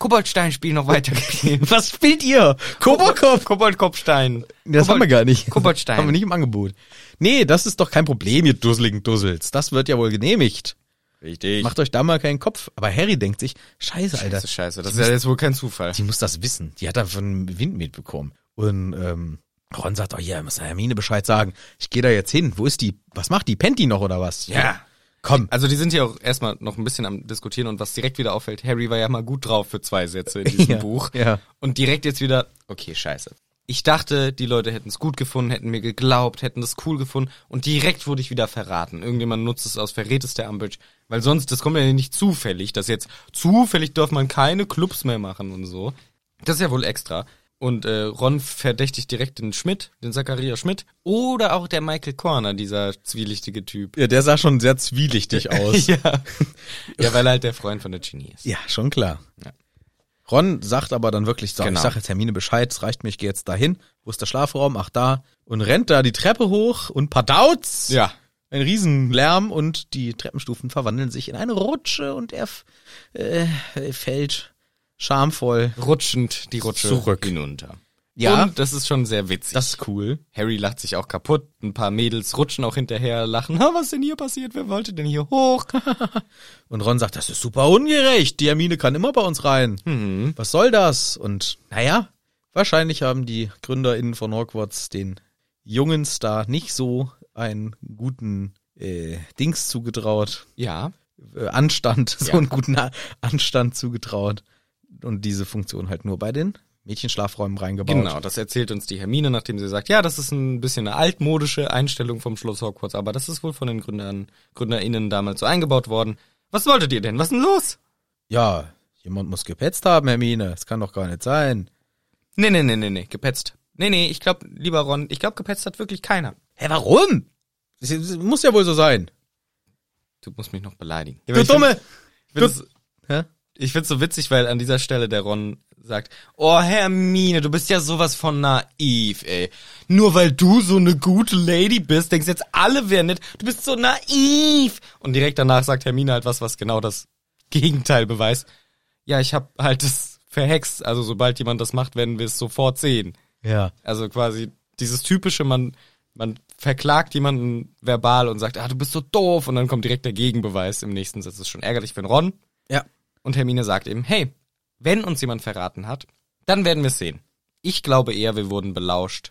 C: Koboldstein-Spiel
B: <laughs>
C: noch weiterspielen.
B: Was spielt ihr? Kobokob.
C: Koboldkopfstein.
B: Das haben wir gar nicht.
C: Koboldstein.
B: Haben wir nicht im Angebot. Nee, das ist doch kein Problem, ihr dusseligen Dussels. Das wird ja wohl genehmigt.
C: Richtig.
B: Macht euch da mal keinen Kopf. Aber Harry denkt sich, scheiße, Alter.
C: das ist scheiße. Das ist ja jetzt wohl kein Zufall.
B: die muss das wissen. Die hat davon Wind mitbekommen. Und ähm, Ron sagt, oh ja, muss der Hermine Bescheid sagen. Ich gehe da jetzt hin. Wo ist die? Was macht die? Penty noch oder was?
C: Ja.
B: Komm.
C: Also die sind ja auch erstmal noch ein bisschen am diskutieren und was direkt wieder auffällt, Harry war ja mal gut drauf für zwei Sätze in diesem
B: <laughs> Ja,
C: Buch.
B: ja.
C: Und direkt jetzt wieder, okay, scheiße. Ich dachte, die Leute hätten es gut gefunden, hätten mir geglaubt, hätten das cool gefunden und direkt wurde ich wieder verraten. Irgendjemand nutzt es aus, verrät es der Umbridge, weil sonst, das kommt ja nicht zufällig, dass jetzt zufällig darf man keine Clubs mehr machen und so. Das ist ja wohl extra. Und äh, Ron verdächtigt direkt den Schmidt, den Zachariah Schmidt oder auch der Michael Corner, dieser zwielichtige Typ.
B: Ja, der sah schon sehr <laughs> zwielichtig aus.
C: <laughs> Ja. ja, weil er halt der Freund von der Genie ist.
B: ja, schon klar. Ron sagt aber dann wirklich so,
C: Genau.
B: ich sag jetzt Hermine Bescheid, es reicht mir, ich gehe jetzt dahin. Wo ist der Schlafraum? Ach, da. Und rennt da die Treppe hoch und padauz.
C: Ja.
B: Ein Riesenlärm und die Treppenstufen verwandeln sich in eine Rutsche und er f- äh, fällt schamvoll.
C: Rutschend die Rutsche
B: Zurück.
C: hinunter.
B: Ja.
C: Und das ist schon sehr witzig.
B: Das ist cool.
C: Harry lacht sich auch kaputt. Ein paar Mädels rutschen auch hinterher, lachen. Ha, was denn hier passiert? Wer wollte denn hier hoch? <laughs>
B: Und Ron sagt, das ist super ungerecht. Die Hermine kann immer bei uns rein.
C: Mhm.
B: Was soll das? Und naja, wahrscheinlich haben die GründerInnen von Hogwarts den jungen Star nicht so einen guten äh, Dings zugetraut,
C: Ja.
B: äh, Anstand, <laughs> so
C: Ja.
B: einen guten A Anstand zugetraut. Und diese Funktion halt nur bei den Mädchenschlafräumen reingebaut.
C: Genau, das erzählt uns die Hermine, nachdem sie sagt, ja, das ist ein bisschen eine altmodische Einstellung vom Schloss Hogwarts, aber das ist wohl von den Gründern, GründerInnen damals so eingebaut worden. Was wolltet ihr denn? Was ist denn los?
B: Ja, jemand muss gepetzt haben, Hermine. Das kann doch gar nicht sein.
C: Nee, nee, nee, nee, nee, gepetzt. Nee, nee, ich glaube, lieber Ron, ich glaube, gepetzt hat wirklich keiner.
B: Hä, warum? Das ist- muss ja wohl so sein.
C: Du musst mich noch beleidigen.
B: Du Dumme!
C: Ich find's,
B: Hä?
C: ich find's so witzig, weil an dieser Stelle der Ron sagt, oh Hermine, du bist ja sowas von naiv, ey. Nur weil du so eine gute Lady bist, denkst jetzt alle wären nett, du bist so naiv. Und direkt danach sagt Hermine halt was, was genau das Gegenteil beweist. Ja, ich hab halt das verhext, also sobald jemand das macht, werden wir es sofort sehen.
B: Ja.
C: Also quasi dieses typische, man, man verklagt jemanden verbal und sagt, ah, du bist so doof und dann kommt direkt der Gegenbeweis im nächsten Satz. Das ist schon ärgerlich für den Ron.
B: Ja.
C: Und Hermine sagt eben, hey, wenn uns jemand verraten hat, dann werden wir es sehen. Ich glaube eher, wir wurden belauscht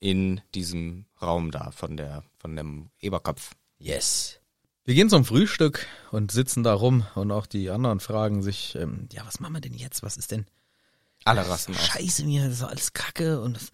C: in diesem Raum da von der, von dem Eberkopf.
B: Yes. Wir gehen zum Frühstück und sitzen da rum und auch die anderen fragen sich, ähm, ja, was machen wir denn jetzt? Was ist denn?
C: Alle Rassen aus.
B: Scheiße mir, das ist doch alles Kacke und das,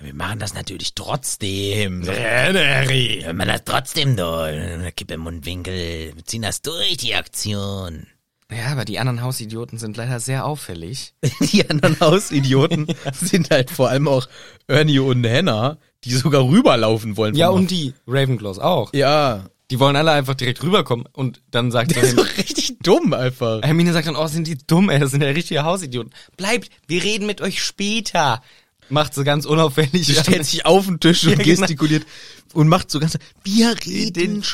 B: ja, wir machen das natürlich trotzdem. So,
C: Henry.
B: Wir machen das trotzdem doch. Kippe im Mundwinkel. Wir ziehen das durch, die Aktion.
C: Ja, aber die anderen Hausidioten sind leider sehr auffällig.
B: <laughs> Die anderen <laughs> Hausidioten sind halt vor allem auch Ernie und Hannah, die sogar rüberlaufen wollen.
C: Ja,
B: vom-
C: und die Ravenclaws auch.
B: <laughs> Ja.
C: Die wollen alle einfach direkt rüberkommen und dann sagt <laughs>
B: Das ist
C: Hermine-
B: doch richtig dumm einfach.
C: Hermine sagt dann, oh, sind die dumm, ey, das sind ja richtige Hausidioten. Bleibt, wir reden mit euch später. Macht so ganz
B: <laughs>
C: unauffällig.
B: Die stellt sich auf den Tisch und
C: Ja, genau.
B: gestikuliert und macht so ganz, wir reden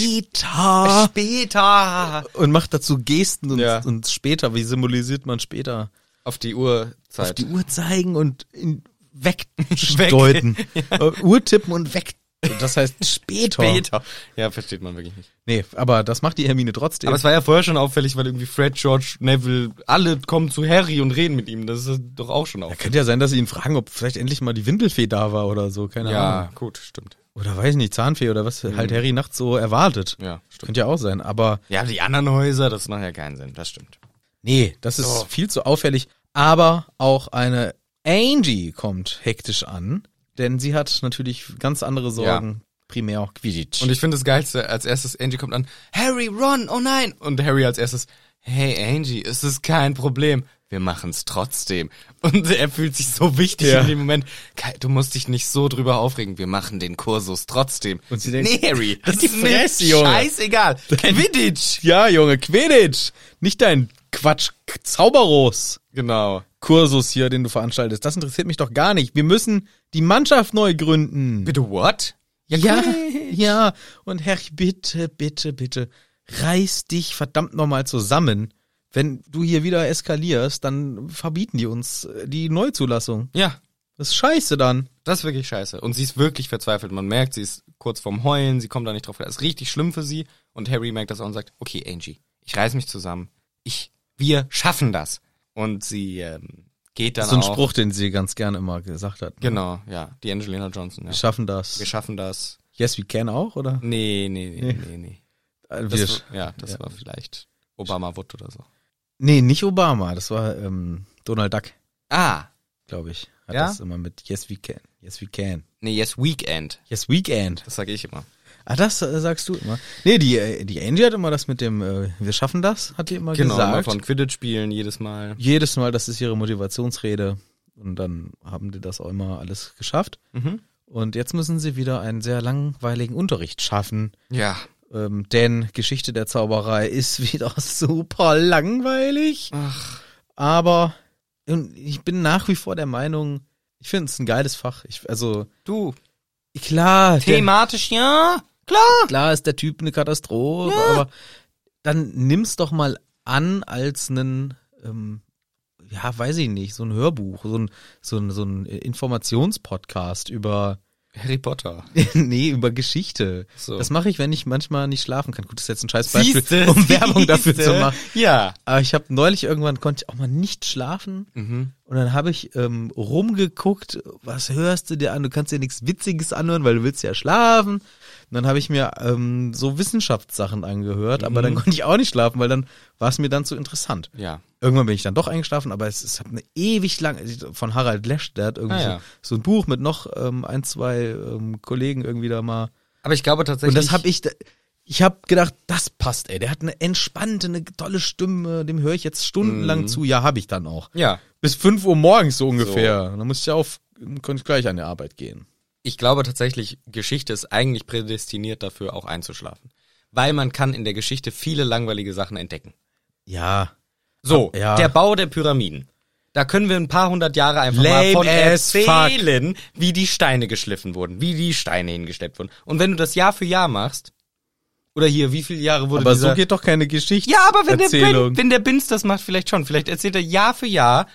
B: später.
C: später.
B: Und macht dazu Gesten und,
C: Ja.
B: und später, wie symbolisiert man später? Halt.
C: Auf die Uhrzeit.
B: Auf die Uhr zeigen und in, <laughs> wegdeuten. Äh, Uhr tippen und weg. Das <laughs> heißt später.
C: später. Genau. Ja, versteht man wirklich nicht.
B: Nee, aber das macht die Hermine trotzdem.
C: Aber es war ja vorher schon auffällig, weil irgendwie Fred, George, Neville, alle kommen zu Harry und reden mit ihm. Das ist doch auch schon
B: ja,
C: auf.
B: könnte ja sein, dass sie ihn fragen, ob vielleicht endlich mal die Windelfee da war oder so, keine Ahnung.
C: gut, stimmt.
B: Oder weiß nicht, Zahnfee oder was halt Harry nachts so erwartet.
C: Ja, stimmt.
B: Könnte ja auch sein, aber
C: Ja, die anderen Häuser, das macht ja keinen Sinn, das stimmt.
B: Nee, das ist viel zu auffällig. Aber auch eine Angie kommt hektisch an, denn sie hat natürlich ganz andere Sorgen. Primär auch Quidditch. <laughs>
C: Und ich finde das Geilste, als erstes Angie kommt an, Harry, Ron, oh nein! Und Harry als erstes, hey Angie, es ist kein Problem, wir machen's trotzdem. Und er fühlt sich so wichtig
B: Ja.
C: in dem Moment, Kai, du musst dich nicht so drüber aufregen, wir machen den Kursus trotzdem.
B: Und sie denkt,
C: nee, Harry, das
B: <laughs> die
C: ist mir
B: Fresse, Junge.
C: scheißegal. Quidditch!
B: ja, Junge, Quidditch! Nicht dein Quatsch, K- Zauberros.
C: Genau.
B: Kursus hier, den du veranstaltest. Das interessiert mich doch gar nicht. Wir müssen die Mannschaft neu gründen.
C: Bitte what?
B: Ja,
C: cool.
B: ja. Und Harry, bitte, bitte, bitte, reiß dich verdammt nochmal zusammen. Wenn du hier wieder eskalierst, dann verbieten die uns äh, die Neuzulassung.
C: Ja,
B: Das ist scheiße dann.
C: das ist wirklich scheiße. Und sie ist wirklich verzweifelt. Man merkt, sie ist kurz vorm Heulen, sie kommt da nicht drauf klar. Ist richtig schlimm für sie. Und Harry merkt das auch und sagt, okay, Angie, ich reiß mich zusammen. Ich, wir schaffen das. Und sie ähm, geht dann
B: So ein
C: auch.
B: Spruch, den sie ganz gerne immer gesagt hat.
C: Genau, ja. Die Angelina Johnson, ja.
B: Wir schaffen das.
C: Wir schaffen das.
B: yes, we can auch, oder?
C: Nee, nee, nee, nee, nee.
B: Äh, wir
C: Das,
B: sch-
C: war- ja, das war vielleicht Obama Wood oder so.
B: nee, nicht Obama. Das war ähm, Donald Duck,
C: Ah,
B: glaube ich. Hat
C: Ja?
B: das immer mit Yes, we can. Yes, we can.
C: nee, yes, Weekend.
B: Yes, weekend.
C: Das sage ich immer.
B: Ah, das äh, sagst du immer. Nee, die, äh, die Angie hat immer das mit dem äh, Wir schaffen das, hat die immer
C: Genau, mal
B: gesagt.
C: von Quidditch spielen jedes Mal.
B: Jedes Mal, das ist ihre Motivationsrede. Und dann haben die das auch immer alles geschafft. Und jetzt müssen sie wieder einen sehr langweiligen Unterricht schaffen.
C: Ja.
B: Ähm, denn Geschichte der Zauberei <laughs> ist wieder super langweilig. Aber und ich bin nach wie vor der Meinung, ich finde es ein geiles Fach. Ich, also
C: Du,
B: klar,
C: thematisch, ja, klar.
B: Der, klar ist der Typ eine Katastrophe, aber dann nimm's doch mal an als einen, ähm, ja, weiß ich nicht, so ein Hörbuch, so ein, so ein, so ein äh, Informationspodcast über
C: Harry Potter.
B: <laughs> nee, über Geschichte.
C: So.
B: Das mache ich, wenn ich manchmal nicht schlafen kann. Gut, das ist jetzt ein scheiß Beispiel,
C: Siehste,
B: um Werbung dafür
C: siehste.
B: zu machen.
C: Ja.
B: Aber ich habe neulich irgendwann konnte ich auch mal nicht schlafen
C: Mhm.
B: und dann habe ich ähm, rumgeguckt, was hörst du dir an? Du kannst dir nichts Witziges anhören, weil du willst ja schlafen. Und dann habe ich mir ähm, so Wissenschaftssachen angehört, aber dann konnte ich auch nicht schlafen, weil dann war es mir dann zu interessant.
C: Mhm. Ja.
B: Irgendwann bin ich dann doch eingeschlafen, aber es, es hat eine ewig lange, von Harald Lesch, der hat irgendwie
C: Ah, ja.
B: so, so ein Buch mit noch ähm, ein, zwei ähm, Kollegen irgendwie da mal.
C: Aber ich glaube tatsächlich.
B: Und das habe ich, da- ich habe gedacht, das passt, ey. Der hat eine entspannte, eine tolle Stimme, dem höre ich jetzt stundenlang zu. Mhm. Ja, habe ich dann auch.
C: Ja.
B: Bis 5 Uhr morgens so ungefähr. Dann musste ich auf, konnte ich gleich an die Arbeit gehen.
C: Ich glaube tatsächlich, Geschichte ist eigentlich prädestiniert dafür, auch einzuschlafen. Weil man kann in der Geschichte viele langweilige Sachen entdecken.
B: Ja.
C: So,
B: Ah, Ja.
C: der Bau der Pyramiden. Da können wir ein paar hundert Jahre einfach
B: Lame
C: mal von
B: as fuck.
C: erzählen, wie die Steine geschliffen wurden, wie die Steine hingeschleppt wurden. Und wenn du das Jahr für Jahr machst, oder hier, wie viele Jahre wurde
B: Aber
C: dieser...
B: so geht doch keine Geschichte.
C: ja, aber wenn der,
B: Erzählung.
C: Bin, wenn der Binz das macht, vielleicht schon. Vielleicht erzählt er Jahr für Jahr.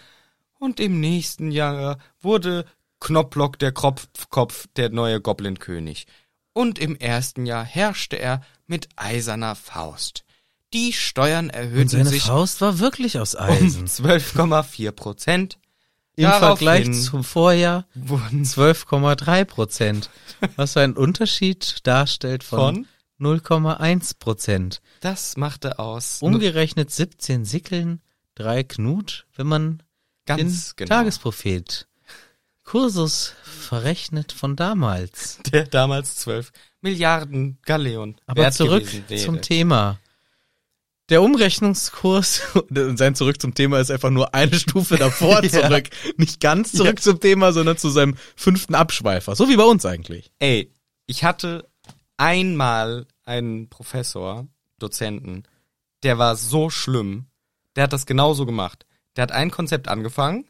C: Und im nächsten Jahr wurde Knopflock der Kropfkopf der neue Goblin-König. Und im ersten Jahr herrschte er mit eiserner Faust. Die Steuern erhöhten sich
B: Faust war wirklich aus
C: um 12,4 Prozent.
B: Im Vergleich
C: Daraufhin
B: zum Vorjahr
C: wurden
B: 12,3 Prozent, was einen Unterschied darstellt von, 0,1 Prozent.
C: das machte aus
B: Um Umgerechnet 17 Sickeln, drei Knut, wenn man
C: ganz
B: den
C: genau
B: Tagesprophet Kursus verrechnet von damals.
C: der damals 12 Milliarden Galeon.
B: Aber
C: wert
B: zurück
C: gewesen wäre.
B: zum Thema. Der Umrechnungskurs <laughs> und sein Zurück zum Thema ist einfach nur eine Stufe <laughs> davor zurück. Nicht ganz zurück zum Thema, sondern zu seinem fünften Abschweifer. So wie bei uns eigentlich.
C: Ey, ich hatte einmal einen Professor, Dozenten, der war so schlimm. Der hat das genauso gemacht. Der hat ein Konzept angefangen.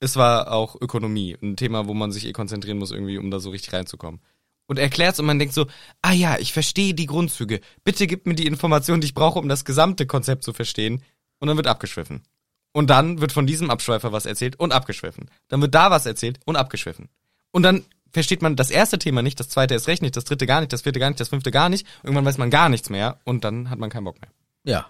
C: Es war auch Ökonomie, ein Thema, wo man sich eh konzentrieren muss, irgendwie, um da so richtig reinzukommen. Und erklärt's und man denkt so, ah ja, ich verstehe die Grundzüge. Bitte gib mir die Informationen, die ich brauche, um das gesamte Konzept zu verstehen. Und dann wird abgeschwiffen. Und dann wird von diesem Abschweifer was erzählt und abgeschwiffen. Dann wird da was erzählt und abgeschwiffen. Und dann versteht man das erste Thema nicht, das zweite erst recht nicht, das dritte gar nicht, das vierte gar nicht, das fünfte gar nicht. Irgendwann weiß man gar nichts mehr und dann hat man keinen Bock mehr.
B: Ja.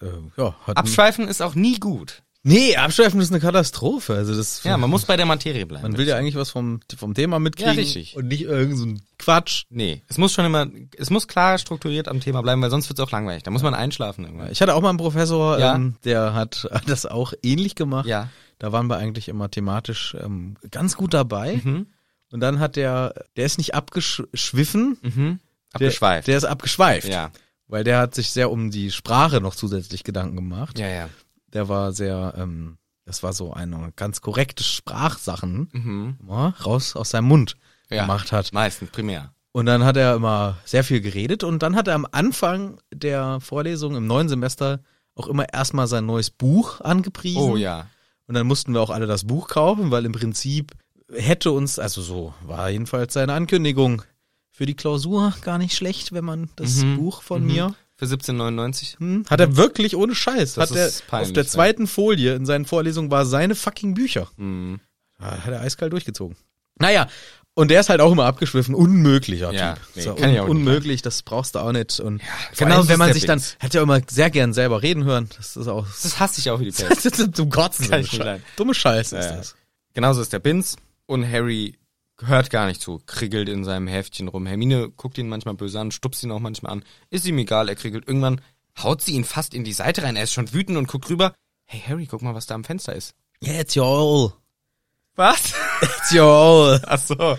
B: Äh, ja hat
C: Abschweifen ist auch nie gut.
B: nee, Abschweifen ist eine Katastrophe. Also das,
C: Ja, man muss bei der Materie bleiben.
B: man will ja eigentlich was vom, vom Thema mitkriegen.
C: Ja, richtig.
B: Und nicht irgendeinen so einen Quatsch.
C: Nee, es muss schon immer, es muss klar strukturiert am Thema bleiben, weil sonst wird's auch langweilig. Da muss man einschlafen irgendwann.
B: Ich hatte auch mal einen Professor,
C: Ja.
B: ähm, der hat <laughs> das auch ähnlich gemacht.
C: Ja.
B: Da waren wir eigentlich immer thematisch ähm, ganz gut dabei.
C: Mhm.
B: Und dann hat der, der ist nicht abgeschwiffen.
C: Mhm. Abgeschweift.
B: Der, der ist abgeschweift.
C: Ja.
B: Weil der hat sich sehr um die Sprache noch zusätzlich Gedanken gemacht.
C: ja, ja.
B: Der war sehr, ähm, das war so eine ganz korrekte Sprachsachen
C: Mhm.
B: immer raus aus seinem Mund
C: Ja.
B: gemacht hat.
C: Meistens, primär.
B: Und dann hat er immer sehr viel geredet und dann hat er am Anfang der Vorlesung im neuen Semester auch immer erstmal sein neues Buch angepriesen.
C: Oh ja.
B: Und dann mussten wir auch alle das Buch kaufen, weil im Prinzip hätte uns, also so war jedenfalls seine Ankündigung, für die Klausur gar nicht schlecht, wenn man das
C: Mhm.
B: Buch von mir.
C: Für 1799.
B: Hm, hat er wirklich ohne Scheiß.
C: Das
B: hat er
C: ist peinlich,
B: auf der
C: ne?
B: zweiten Folie in seinen Vorlesungen war seine fucking Bücher.
C: Mhm.
B: Ah, Hat er eiskalt durchgezogen. Naja, und der ist halt auch immer abgeschwiffen. Unmöglicher
C: Ja,
B: Typ.
C: nee,
B: Ist
C: kann ich auch nicht
B: unmöglich, das brauchst du auch nicht. Und
C: vor
B: genau,
C: allem
B: wenn
C: ist
B: man
C: der
B: sich dann,
C: Witz.
B: hat ja immer sehr gern selber reden hören. Das ist auch
C: Das hasse ich auch wie
B: <laughs>
C: die Pest.
B: das ist zum Kotzen.
C: Kann
B: Dumme
C: ich nicht
B: Scheiße
C: leiden.
B: dumme Scheiße ist
C: Ja.
B: das.
C: Genauso ist der Binz und Harry hört gar nicht zu, kriegelt in seinem Heftchen rum. Hermine guckt ihn manchmal böse an, stupst ihn auch manchmal an. Ist ihm egal, er kriegelt. Irgendwann haut sie ihn fast in die Seite rein. Er ist schon wütend und guckt rüber. Hey Harry, guck mal, was da am Fenster ist.
B: Yeah, it's your all.
C: Was?
B: It's your all.
C: <laughs> Ach so.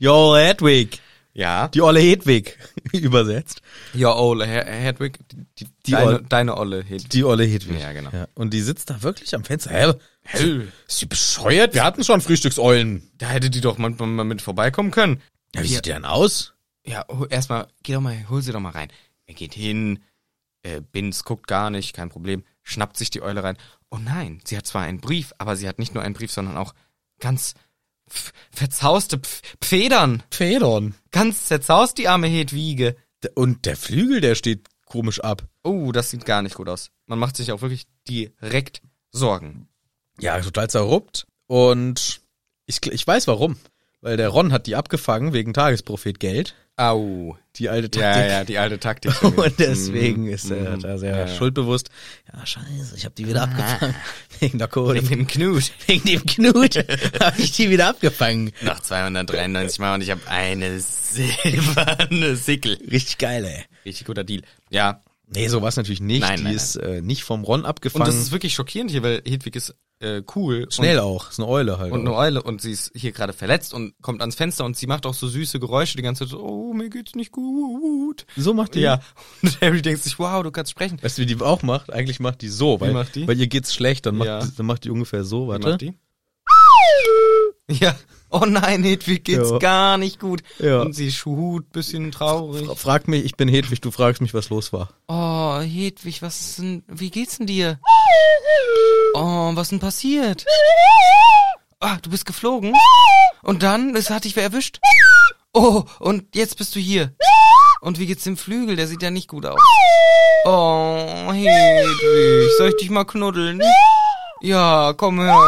B: Your old Hedwig.
C: Ja.
B: Die olle Hedwig. <laughs> Übersetzt.
C: Your Ole Her- Hedwig, die,
B: Die
C: deine,
B: Ole.
C: deine Olle Hedwig.
B: Die olle Hedwig.
C: Ja, genau.
B: Und die sitzt da wirklich am Fenster. Hä?
C: Hell,
B: Ist sie bescheuert? Wir hatten schon Frühstücksäulen.
C: da hätte die doch manchmal mal mit vorbeikommen können.
B: Ja, wie sieht die denn aus?
C: Ja, hol- erstmal, geh doch mal, hol sie doch mal rein. Er geht hin, äh, Binz guckt gar nicht, kein Problem, schnappt sich die Eule rein. Oh nein, sie hat zwar einen Brief, aber sie hat nicht nur einen Brief, sondern auch ganz f- verzauste Pf Federn.
B: Federn.
C: Ganz zerzaust die arme Hedwige.
B: Und der Flügel, der steht komisch ab.
C: Oh, das sieht gar nicht gut aus. Man macht sich auch wirklich direkt Sorgen.
B: Ja, total zerruppt. Und ich, gl- ich weiß warum. Weil der Ron hat die abgefangen wegen Tagesprophet Geld.
C: Au.
B: Die alte Taktik.
C: Ja, ja, die alte <laughs> Taktik.
B: <laughs> Und
C: Mhm.
B: deswegen ist er da sehr
C: Ja, ja.
B: schuldbewusst. Ja, scheiße, ich habe die wieder abgefangen. <laughs> Wegen der Kohle.
C: Mit dem Knut.
B: Wegen dem
C: <laughs>
B: Knut habe ich die wieder abgefangen.
C: Noch 293 Mal und ich habe eine silberne Sickel.
B: Richtig geil, ey.
C: Richtig guter Deal. Ja,
B: Nee, so war es natürlich nicht.
C: Nein,
B: die
C: nein,
B: ist Äh, nicht vom Ron
C: Und
B: abgefangen.
C: das ist wirklich schockierend hier, weil Hedwig ist äh, cool.
B: Schnell auch. Ist eine Eule halt.
C: Und, und
B: auch.
C: eine Eule und sie ist hier gerade verletzt und kommt ans Fenster und sie macht auch so süße Geräusche die ganze Zeit. So, oh, mir geht's nicht gut.
B: so macht die.
C: Ja. Und <laughs> Harry denkt sich, wow, du kannst sprechen.
B: Weißt du, wie die auch macht? Eigentlich macht die so, weil,
C: macht die?
B: weil ihr geht's schlecht, dann macht,
C: Ja.
B: dann macht die ungefähr so,
C: Wie
B: warte.
C: macht die? Ja. Oh nein, Hedwig geht's
B: Ja.
C: gar nicht gut.
B: Ja.
C: Und sie schuhut, bisschen traurig.
B: Frag mich, ich bin Hedwig, du fragst mich, was los war.
C: Oh, Hedwig, was ist denn, wie geht's denn dir? Oh, was ist denn passiert? Ah, du bist geflogen? Und dann, es hat dich wer erwischt? Oh, und jetzt bist du hier. Und wie geht's dem Flügel? Der sieht ja nicht gut aus. Oh, Hedwig, soll ich dich mal knuddeln? Ja, komm her.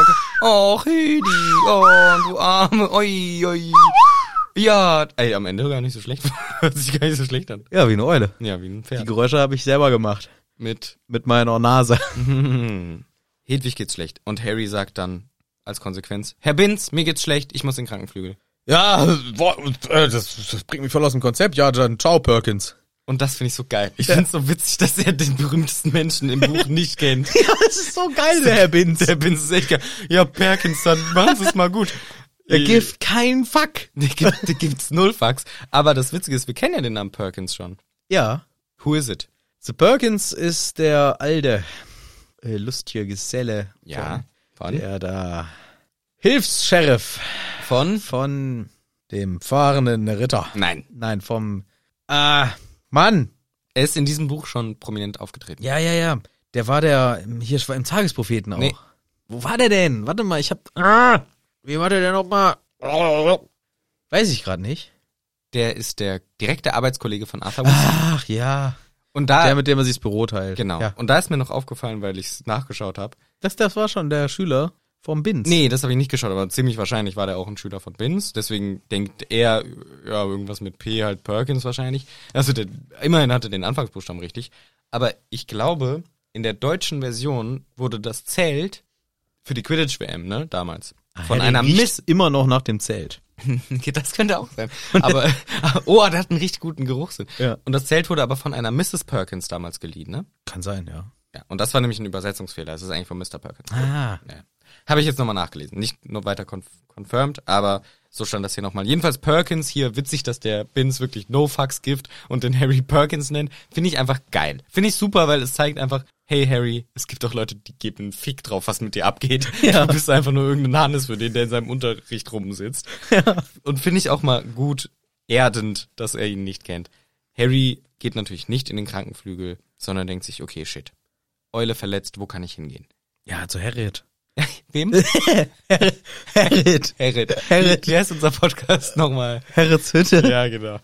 C: Oh, Hedi, oh, du Arme, oi, oi. Ja, ey, am Ende gar nicht so schlecht. <laughs> Hört sich gar nicht so schlecht an.
B: Ja, wie eine Eule.
C: Ja, wie ein
B: Die
C: Pferd.
B: Geräusche habe ich selber gemacht.
C: Mit
B: Mit meiner Nase.
C: Mhm. Hedwig geht's schlecht. Und Harry sagt dann als Konsequenz, Herr Binz, mir geht's schlecht, ich muss in den Krankenflügel.
B: <laughs> Ja, boah, äh, das, das bringt mich voll aus dem Konzept. Ja, dann ciao, Perkins.
C: Und das finde ich so geil. Ich finde es so witzig, dass er den berühmtesten Menschen im Buch nicht kennt.
B: <laughs> Ja, das ist so geil, <laughs> der Herr Binz.
C: Der Binz ist echt geil. Ja, Perkins, dann machen Sie es mal gut.
B: Der
C: <laughs>
B: gibt kein Fuck.
C: Der gibt, der gibt's null Fax. Aber das Witzige ist, wir kennen ja den Namen Perkins schon.
B: Ja.
C: Who is it?
B: The Perkins ist der alte, äh, lustige Geselle. Von,
C: Von?
B: der da Hilfs-Sheriff
C: Von?
B: von dem fahrenden Ritter.
C: Nein.
B: Nein, vom, ah, Mann.
C: Er ist in diesem Buch schon prominent aufgetreten.
B: Ja, ja, ja. Der war der, ähm, hier war im Tagespropheten auch.
C: Nee.
B: Wo war der denn? Warte mal, ich hab, ah, wie war der denn nochmal? Weiß ich gerade nicht.
C: Der ist der direkte Arbeitskollege von Arthur Wilson.
B: Ach ja.
C: Und da,
B: Ah, Der, mit dem man sich das Büro teilt.
C: genau.
B: Ja.
C: Und da ist mir noch aufgefallen, weil ich es nachgeschaut habe,
B: Das, das war schon der Schüler vom Binz.
C: Nee, das habe ich nicht geschaut, aber ziemlich wahrscheinlich war der auch ein Schüler von Binz. Deswegen denkt er, ja, irgendwas mit P halt Perkins wahrscheinlich. Also der, immerhin hatte den Anfangsbuchstaben richtig. Aber ich glaube, in der deutschen Version wurde das Zelt für die Quidditch-WM, ne, damals.
B: Ah,
C: Von
B: der
C: einer
B: riecht
C: Miss.
B: immer noch nach dem Zelt.
C: Das könnte auch <laughs> sein. Aber, oh, der hat einen richtig guten Geruchssinn.
B: Ja.
C: Und das Zelt wurde aber von einer Mrs. Perkins damals geliehen, ne?
B: Kann sein, ja.
C: Ja. Und das war nämlich ein Übersetzungsfehler. Das ist eigentlich von Mr. Perkins.
B: Ah.
C: Ja. Habe ich jetzt nochmal nachgelesen. Nicht nur weiter conf confirmed, aber so stand das hier nochmal. Jedenfalls Perkins hier, witzig, dass der Bins wirklich No Fucks gibt und den Harry Perkins nennt. Finde ich einfach geil. Finde ich super, weil es zeigt einfach, hey Harry, es gibt auch Leute, die geben einen Fick drauf, was mit dir abgeht. Du bist einfach nur irgendein Hannes für den, der in seinem Unterricht rumsitzt. Und finde ich auch mal gut erdend, dass er ihn nicht kennt. Harry geht natürlich nicht in den Krankenflügel, sondern denkt sich, okay, shit. Eule verletzt, wo kann ich hingehen?
B: Ja, zu <laughs> Harriet.
C: Wem?
B: Harriet.
C: Herod.
B: Herod.
C: Wie heißt unser Podcast nochmal?
B: Harriets Hütte.
C: Ja, genau.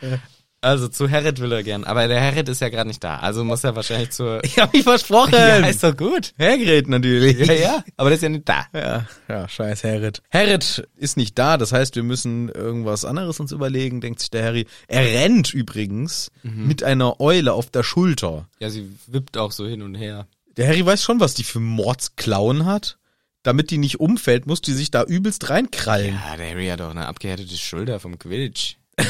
C: Also zu Herod will er gern, aber der Herod ist ja gerade nicht da, also muss er wahrscheinlich <laughs> zur...
B: Ich hab mich versprochen.
C: Ja, ist doch gut.
B: Harriet natürlich.
C: Ja, ja, aber der ist ja nicht da.
B: Ja, ja, scheiß Herrit. Herrit ist nicht da, das heißt, wir müssen irgendwas anderes uns überlegen, denkt sich der Harry. Er rennt übrigens
C: Mhm.
B: mit einer Eule auf der Schulter.
C: Ja, sie wippt auch so hin und her.
B: Der Harry weiß schon, was die für Mordsklauen hat. Damit die nicht umfällt, muss die sich da übelst reinkrallen.
C: Ja, der Harry hat doch eine abgehärtete Schulter vom Quidditch.
B: <laughs>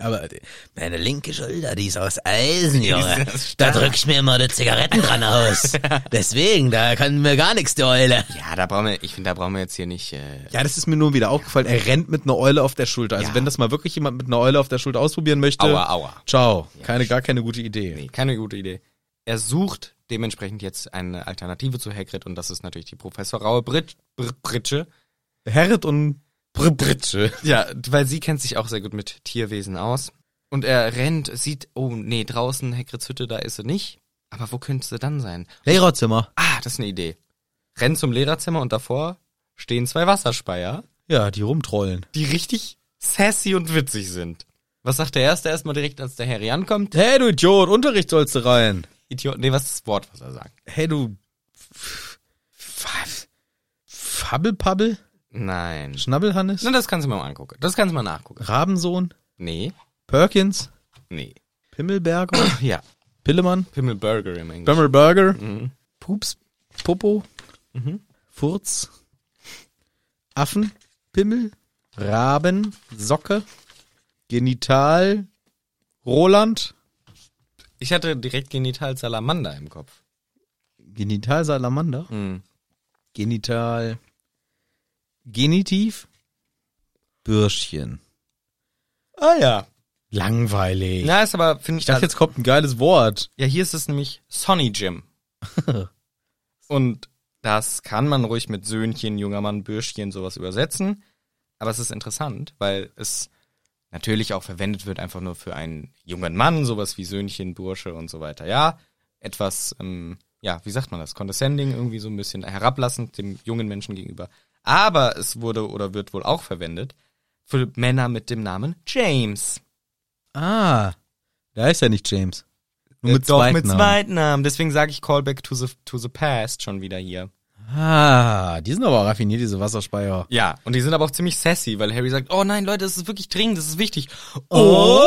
B: Aber meine linke Schulter, die ist aus Eisen,
C: Die
B: Junge.
C: ist aus
B: Da drück ich mir immer die Zigaretten dran
C: <laughs>
B: aus. Deswegen, da kann mir gar nichts, die Eule.
C: Ja, da brauchen wir, ich finde, da brauchen wir jetzt hier nicht... Äh,
B: Ja, das ist mir nur wieder aufgefallen. Er rennt mit einer Eule auf der Schulter. Also
C: Ja.
B: wenn das mal wirklich jemand mit einer Eule auf der Schulter ausprobieren möchte.
C: aua, aua.
B: Ciao. Keine, gar keine gute Idee.
C: Nee, keine gute Idee. Er sucht dementsprechend jetzt eine Alternative zu Hagrid und das ist natürlich die Professor Raue Brit Br Britsche.
B: Herrit und Br Britsche.
C: Ja, weil sie kennt sich auch sehr gut mit Tierwesen aus. Und er rennt, sieht, oh nee, draußen Hagrids Hütte, da ist sie nicht. Aber wo könnte sie dann sein?
B: Lehrerzimmer.
C: Ah, das ist eine Idee. Rennt zum Lehrerzimmer und davor stehen zwei Wasserspeier,
B: Ja, die rumtrollen.
C: die richtig sassy und witzig sind. Was sagt der Erste erstmal direkt, als der Harry ankommt?
B: Hey, du Idiot, Unterricht sollst du rein.
C: Idiot, nee, was ist das Wort, was er sagt?
B: Hey, du... F- Fabbelpabbel?
C: Nein.
B: Schnabbelhannes?
C: Na, das kannst du mir mal angucken. Das kannst du mal nachgucken.
B: Rabensohn?
C: Nee,
B: Perkins?
C: nee.
B: Pimmelberger?
C: <coughs> Ja,
B: Pillemann?
C: Pimmelburger im Englischen.
B: Pimmelberger? Pups? Popo? Furz? Affen? Pimmel? Raben? Socke? Genital? Roland?
C: Ich hatte direkt Genital Salamander im Kopf.
B: Hm. Genital Salamander? Genital. Genitiv. Bürschchen.
C: Ah ja.
B: Langweilig.
C: Na, ist aber, finde
B: ich dachte, jetzt kommt ein geiles Wort.
C: Ja, hier ist es nämlich Sonny Jim. Und das kann man ruhig mit Söhnchen, junger Mann, Bürschchen sowas übersetzen. Aber es ist interessant, weil es natürlich auch verwendet wird einfach nur für einen jungen Mann, sowas wie Söhnchen, Bursche und so weiter. Ja, etwas, ähm, ja, wie sagt man das? Condescending, irgendwie so ein bisschen herablassend dem jungen Menschen gegenüber. Aber es wurde oder wird wohl auch verwendet für Männer mit dem Namen James.
B: Ah. Da ist ja nicht James. Nur
C: Äh,
B: mit
C: Doch,
B: zweiten
C: mit
B: Namen.
C: zweiten Namen. Deswegen sage ich Callback to the, to the Past schon wieder hier.
B: Ah, die sind aber raffiniert, diese Wasserspeier.
C: Ja, und die sind aber auch ziemlich sassy, weil Harry sagt, oh nein, Leute, das ist wirklich dringend, das ist wichtig.
B: Oh!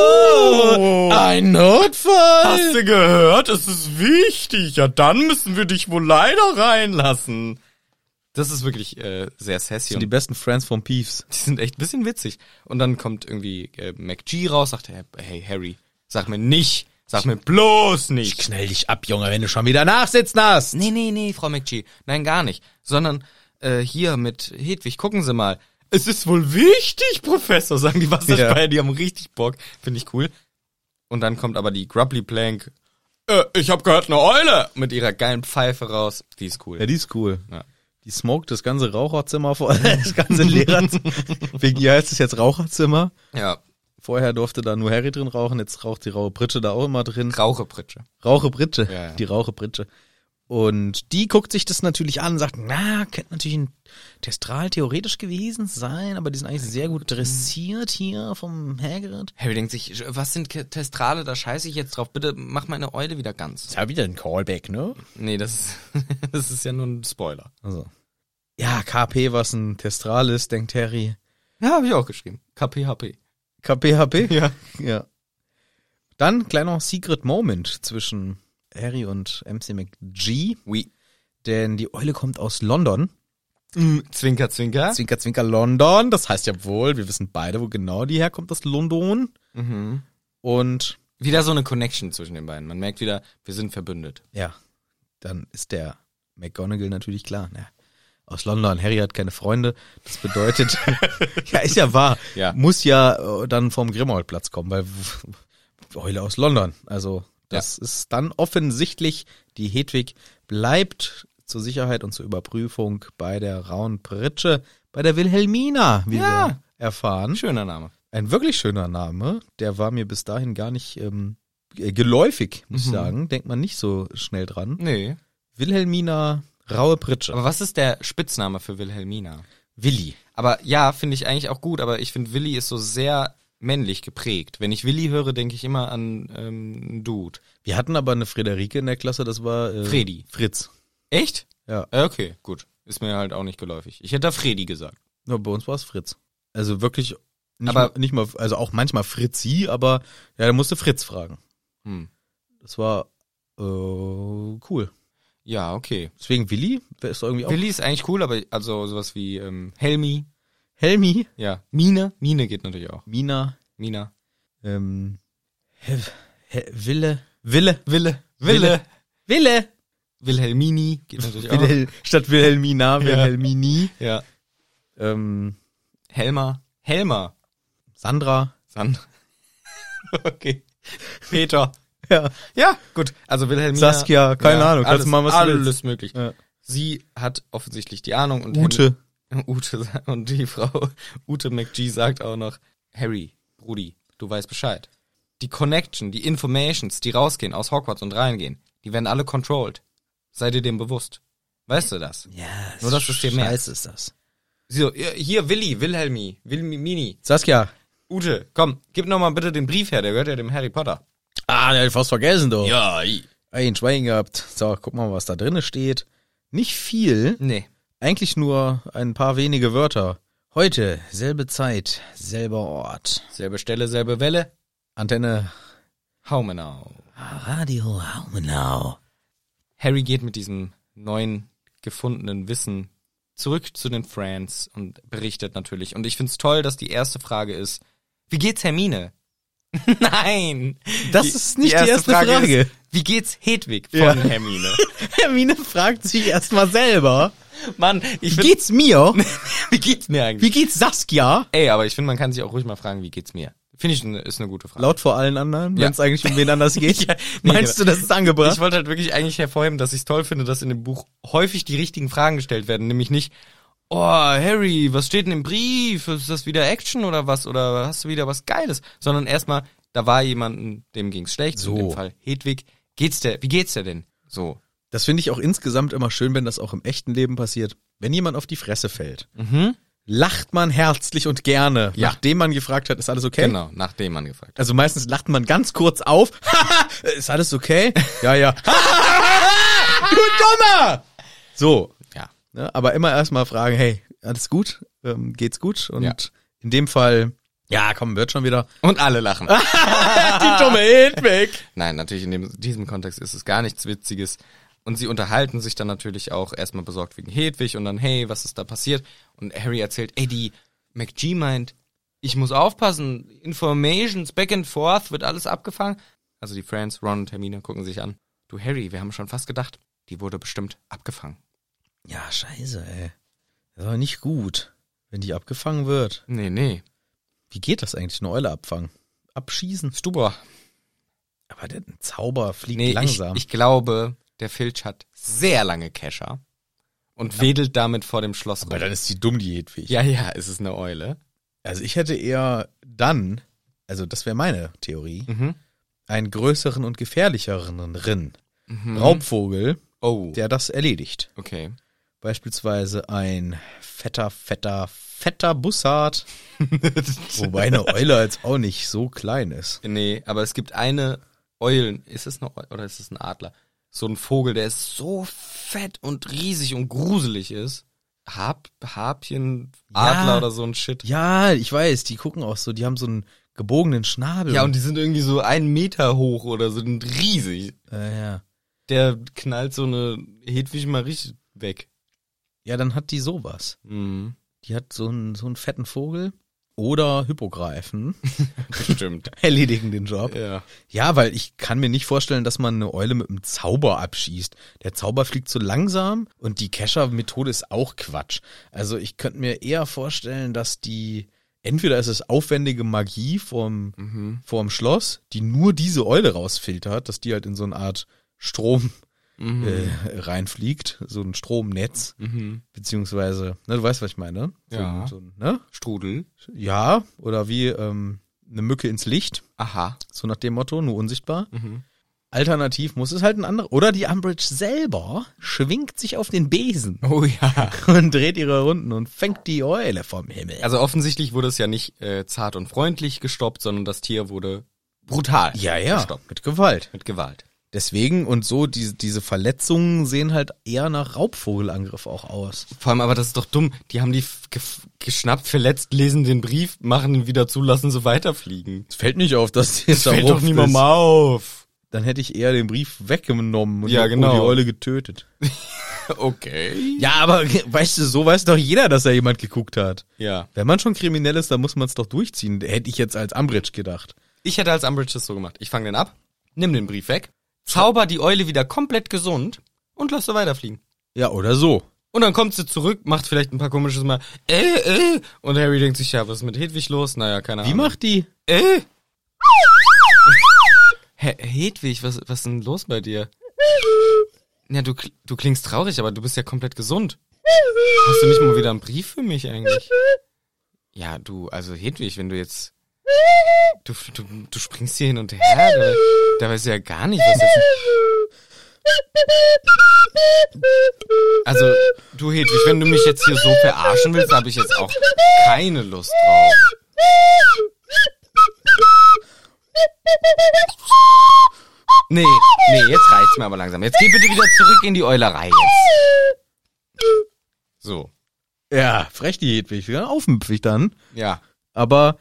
B: ein Notfall!
C: Oh, Hast du gehört? Es ist wichtig. Ja, dann müssen wir dich wohl leider reinlassen. Das ist wirklich äh, sehr sassy.
B: Das sind
C: Und
B: die
C: die
B: besten Friends von Peeves.
C: sind echt ein bisschen witzig. Und dann kommt irgendwie äh, MacG raus, sagt, hey, hey Harry, sag mir nicht, sag mir bloß nicht.
B: Knell dich ab, Junge, wenn du schon wieder nachsitzen hast.
C: Nee, nee, nee, Frau McGee. Nein, gar nicht. Sondern äh, hier mit Hedwig, gucken Sie mal. Es ist wohl wichtig, Professor, sagen die Wasserspeier, die haben richtig Bock. Finde ich cool. Und dann kommt aber die Grubbly Plank. Äh, ich habe gehört, eine Eule. Mit ihrer geilen Pfeife raus. Die ist cool.
B: Ja, die ist cool.
C: Ja.
B: Die smoked das ganze Raucherzimmer voll, <laughs> das ganze <laughs> Lehrerzimmer. Wegen ihr heißt es jetzt Raucherzimmer.
C: Ja,
B: Vorher durfte da nur Harry drin rauchen, jetzt raucht die raue Pritsche da auch immer drin.
C: rauche Pritsche.
B: Rauche Britsche,
C: Ja, ja.
B: die Rauche Britsche. Und die guckt sich das natürlich an und sagt, na, könnte natürlich ein Testral theoretisch gewesen sein, aber die sind eigentlich sehr gut dressiert hier vom Hagrid.
C: Harry denkt sich, was sind Ke- Testrale, da scheiße ich jetzt drauf. Bitte mach meine Eule wieder ganz.
B: Ist ja wieder ein Callback, ne?
C: Nee, das ist, <laughs> das ist ja nur ein Spoiler.
B: Also. Ja, KP, was ein Testral ist, denkt Harry.
C: Ja, habe ich auch geschrieben. KPHP.
B: KPHP?
C: Ja.
B: <laughs> Ja. Dann kleiner Secret Moment zwischen Harry und MC McG,
C: Oui.
B: denn die Eule kommt aus London.
C: Mm, zwinker, zwinker.
B: Zwinker, zwinker, London. Das heißt ja wohl, wir wissen beide, wo genau die herkommt, das London.
C: mhm.
B: Und
C: Wieder so eine Connection zwischen den beiden. Man merkt wieder, wir sind verbündet.
B: ja, dann ist der McGonagall natürlich klar. Na, aus London, Harry hat keine Freunde. Das
C: <laughs>
B: bedeutet, <laughs> ja, ist ja wahr,
C: Ja.
B: muss ja äh, dann vom Grimmauld-Platz kommen, weil Eule aus London. Also das ist dann offensichtlich, die Hedwig bleibt zur Sicherheit und zur Überprüfung bei der rauen Pritsche, bei der Wilhelmina, wie
C: Ja.
B: wir erfahren.
C: Ein schöner Name.
B: Ein wirklich schöner Name. Der war mir bis dahin gar nicht ähm, äh, geläufig, muss
C: Mhm.
B: ich sagen. Denkt man nicht so schnell dran.
C: Nee.
B: Wilhelmina Raue Pritsche.
C: Aber was ist der Spitzname für Wilhelmina?
B: Willi.
C: Aber ja, finde ich eigentlich auch gut, aber ich finde, Willi ist so sehr männlich geprägt. Wenn ich Willi höre, denke ich immer an ähm, einen Dude.
B: Wir hatten aber eine Friederike in der Klasse, das war äh,
C: Fredi.
B: Fritz.
C: Echt?
B: Ja.
C: Äh, Okay, gut. Ist mir halt auch nicht geläufig. Ich hätte da Fredi gesagt.
B: Nur bei uns war es Fritz. Also wirklich nicht,
C: Aber-
B: mal, nicht mal, also auch manchmal Fritzi, aber ja, da musste Fritz fragen.
C: Hm.
B: Das war äh, cool.
C: Ja, okay.
B: Deswegen Willi wer ist doch irgendwie auch.
C: Willi ist eigentlich cool, aber also sowas wie ähm, Helmi.
B: Helmi,
C: Ja. Mine. Mine geht natürlich auch.
B: Mina,
C: Mina.
B: ähm, He He Wille, Wille,
C: Wille.
B: Wille.
C: Wille.
B: Wille.
C: Wilhelmini geht <laughs> natürlich auch.
B: Wilhel Statt Wilhelmina, Wilhelmini.
C: Ja.
B: Ähm,
C: Helma. Helma.
B: Sandra. <laughs>
C: Sand. okay. Peter.
B: Ja.
C: Ja, gut. Also Wilhelmina.
B: Saskia, keine Ahnung, kannst
C: Alles,
B: du machen, was du
C: alles
B: willst.
C: möglich.
B: Ja.
C: Sie hat offensichtlich die Ahnung und
B: Ute.
C: Henry- <laughs> Ute sa- und die Frau Ute McGee sagt auch noch Harry, Rudi, du weißt Bescheid. Die Connection, die Informations, die rausgehen aus Hogwarts und reingehen, die werden alle controlled. Sei dir dem bewusst. Weißt du das?
B: Ja,
C: Nur, dass du es dir merkst.
B: ist das.
C: So, hier Willi, Wilhelmi, Wilhelmini,
B: Saskia.
C: Ute, komm, gib noch mal bitte den Brief her, der gehört ja dem Harry Potter.
B: Ah, der hat fast vergessen, du. Ja.
C: i.
B: Ein Schwein gehabt. So, guck mal, was da drinne steht. Nicht viel,
C: Nee.
B: eigentlich nur ein paar wenige Wörter. Heute, selbe Zeit, selber Ort.
C: Selbe Stelle, selbe Welle.
B: Antenne
C: Haumenau.
B: Radio <laughs> Haumenau.
C: Harry geht mit diesem neuen gefundenen Wissen zurück zu den Friends und berichtet natürlich. Und ich find's toll, dass die erste Frage ist, wie geht's Hermine? <laughs> Nein!
B: Das ist nicht die erste Frage.
C: ist, wie geht's Hedwig von
B: Ja.
C: Hermine?
B: <laughs> Hermine fragt sich erstmal selber.
C: Mann,
B: Wie
C: ich find,
B: geht's mir?
C: <laughs> wie geht's mir eigentlich?
B: Wie geht's Saskia?
C: Ey, aber ich finde, man kann sich auch ruhig mal fragen, wie geht's mir? Finde ich, ne- ist eine gute Frage.
B: Laut vor allen anderen, wenn es eigentlich um wen <laughs> anders geht.
C: Ja, nee,
B: Meinst du,
C: genau.
B: das ist angebracht?
C: Ich wollte halt wirklich eigentlich hervorheben, dass ich es toll finde, dass in dem Buch häufig die richtigen Fragen gestellt werden, nämlich nicht, oh, Harry, was steht denn im Brief? Ist das wieder Action oder was? Oder hast du wieder was Geiles? Sondern erstmal, da war jemanden, dem ging's schlecht,
B: So.
C: in dem Fall Hedwig. Geht's der, wie geht's der denn? So.
B: Das finde ich auch insgesamt immer schön, wenn das auch im echten Leben passiert. Wenn jemand auf die Fresse fällt, lacht man herzlich und gerne,
C: Ja.
B: nachdem man gefragt hat, ist alles okay?
C: Genau, nachdem man gefragt
B: Also meistens lacht man ganz kurz auf. <laughs> ist alles <laughs> okay? Ja, ja. du Dummer! So.
C: hat. Ja.
B: Ne? Aber immer erstmal fragen, hey, alles gut? Ähm, geht's gut? Und
C: Ja.
B: in dem Fall, ja, komm, wird schon wieder.
C: Und alle
B: <laughs>
C: lachen.
B: Die dumme Hedwig!
C: Nein, natürlich in dem, diesem Kontext ist es gar nichts Witziges. Und sie unterhalten sich dann natürlich auch erstmal besorgt wegen Hedwig und dann, hey, was ist da passiert? Und Harry erzählt, ey, die McG meint, ich muss aufpassen, Informations back and forth wird alles abgefangen. Also die Friends, Ron und Hermine gucken sich an. Du Harry, wir haben schon fast gedacht, die wurde bestimmt abgefangen.
B: Ja, scheiße, ey. Das ist aber nicht gut, wenn die abgefangen wird.
C: Nee, nee,
B: Wie geht das eigentlich, eine Eule abfangen? Abschießen.
C: Stubor.
B: Aber der Zauber fliegt
C: Nee,
B: langsam.
C: Ich, ich glaube, der Filch hat sehr lange Kescher und wedelt damit vor dem Schloss
B: aber
C: rum.
B: dann ist die dumm, die Hedwig.
C: Ja, ja, es ist eine Eule.
B: Also ich hätte eher dann, also das wäre meine Theorie,
C: Mhm.
B: einen größeren und gefährlicheren Rinn.
C: Mhm.
B: Raubvogel,
C: Oh,
B: der das erledigt.
C: okay.
B: Beispielsweise ein fetter, fetter, fetter
C: <laughs>
B: Bussard. Wobei eine Eule jetzt auch nicht so klein ist.
C: Nee, aber es gibt eine Eulen. Ist es eine Eule oder ist es ein Adler? So ein Vogel, der ist so fett und riesig und gruselig ist. Hab, Harpien, Adler oder so ein Shit.
B: Ja, ich weiß, die gucken auch so, die haben so einen gebogenen Schnabel.
C: Ja, und die sind irgendwie so einen Meter hoch oder so sind riesig.
B: äh, ja.
C: Der knallt so eine Hedwig mal richtig weg.
B: ja, dann hat die sowas.
C: Mhm.
B: Die hat so einen, so einen fetten Vogel oder
C: <laughs>
B: Hippogreifen.
C: Bestimmt.
B: <laughs> Erledigen den Job.
C: ja.
B: Ja, weil ich kann mir nicht vorstellen, dass man eine Eule mit einem Zauber abschießt. Der Zauber fliegt so langsam und die Kescher-Methode ist auch Quatsch. Also ich könnte mir eher vorstellen, dass die entweder ist es aufwendige Magie vom, vom Schloss, die nur diese Eule rausfiltert, dass die halt in so eine Art Strom äh, reinfliegt, so ein Stromnetz, beziehungsweise, ne, du weißt, was ich meine? So,
C: Ja.
B: ein- So, ein, ne?
C: Strudel.
B: Ja, oder wie ähm, eine Mücke ins Licht.
C: Aha.
B: So nach dem Motto, nur unsichtbar. Alternativ muss es halt ein anderer. Oder die Umbridge selber schwingt sich auf den Besen
C: Oh ja.
B: und dreht ihre Runden und fängt die Eule vom Himmel.
C: Also offensichtlich wurde es ja nicht äh, zart und freundlich gestoppt, sondern das Tier wurde brutal gestoppt.
B: mit Gewalt.
C: Mit Gewalt.
B: Deswegen und so, diese, diese Verletzungen sehen halt eher nach Raubvogelangriff auch aus.
C: Vor allem, aber das ist doch dumm. Die haben die f- gef- geschnappt, verletzt, lesen den Brief, machen ihn wieder zu, lassen sie weiterfliegen.
B: Es fällt nicht auf, dass die jetzt
C: Fällt doch niemand mal auf.
B: Dann hätte ich eher den Brief weggenommen und
C: Ja,
B: die-
C: genau.
B: die Eule getötet.
C: <laughs> Okay.
B: Ja, aber <laughs> weißt du, so weiß doch jeder, dass da jemand geguckt hat.
C: Ja.
B: Wenn man schon kriminell ist, dann muss man es doch durchziehen. Hätte ich jetzt als Ambridge gedacht.
C: Ich hätte als Umbridge das so gemacht. Ich fange den ab, nimm den Brief weg, zauber die Eule wieder komplett gesund und lass sie weiterfliegen.
B: Ja, oder so.
C: Und dann kommt sie zurück, macht vielleicht ein paar komisches Mal, äh, äh, und Harry denkt sich, ja, was ist mit Hedwig los? Naja, keine
B: Wie
C: Ahnung.
B: macht die?
C: Äh. Hä, Hedwig, was, was ist denn los bei dir? Ja, du, kl- du klingst traurig, aber du bist ja komplett gesund. Hast du nicht mal wieder einen Brief für mich eigentlich? Ja, du, also Hedwig, wenn du jetzt. Du, du, du springst hier hin und her, da, da weißt du ja gar nicht, was jetzt. Also, du Hedwig, wenn du mich jetzt hier so verarschen willst, habe ich jetzt auch keine Lust drauf. Nee, nee, jetzt reicht's mir aber langsam. Jetzt geh bitte wieder zurück in die Eulerei jetzt. So,
B: Ja, frech die Hedwig. Ja, aufmüpfig dann.
C: ja.
B: Aber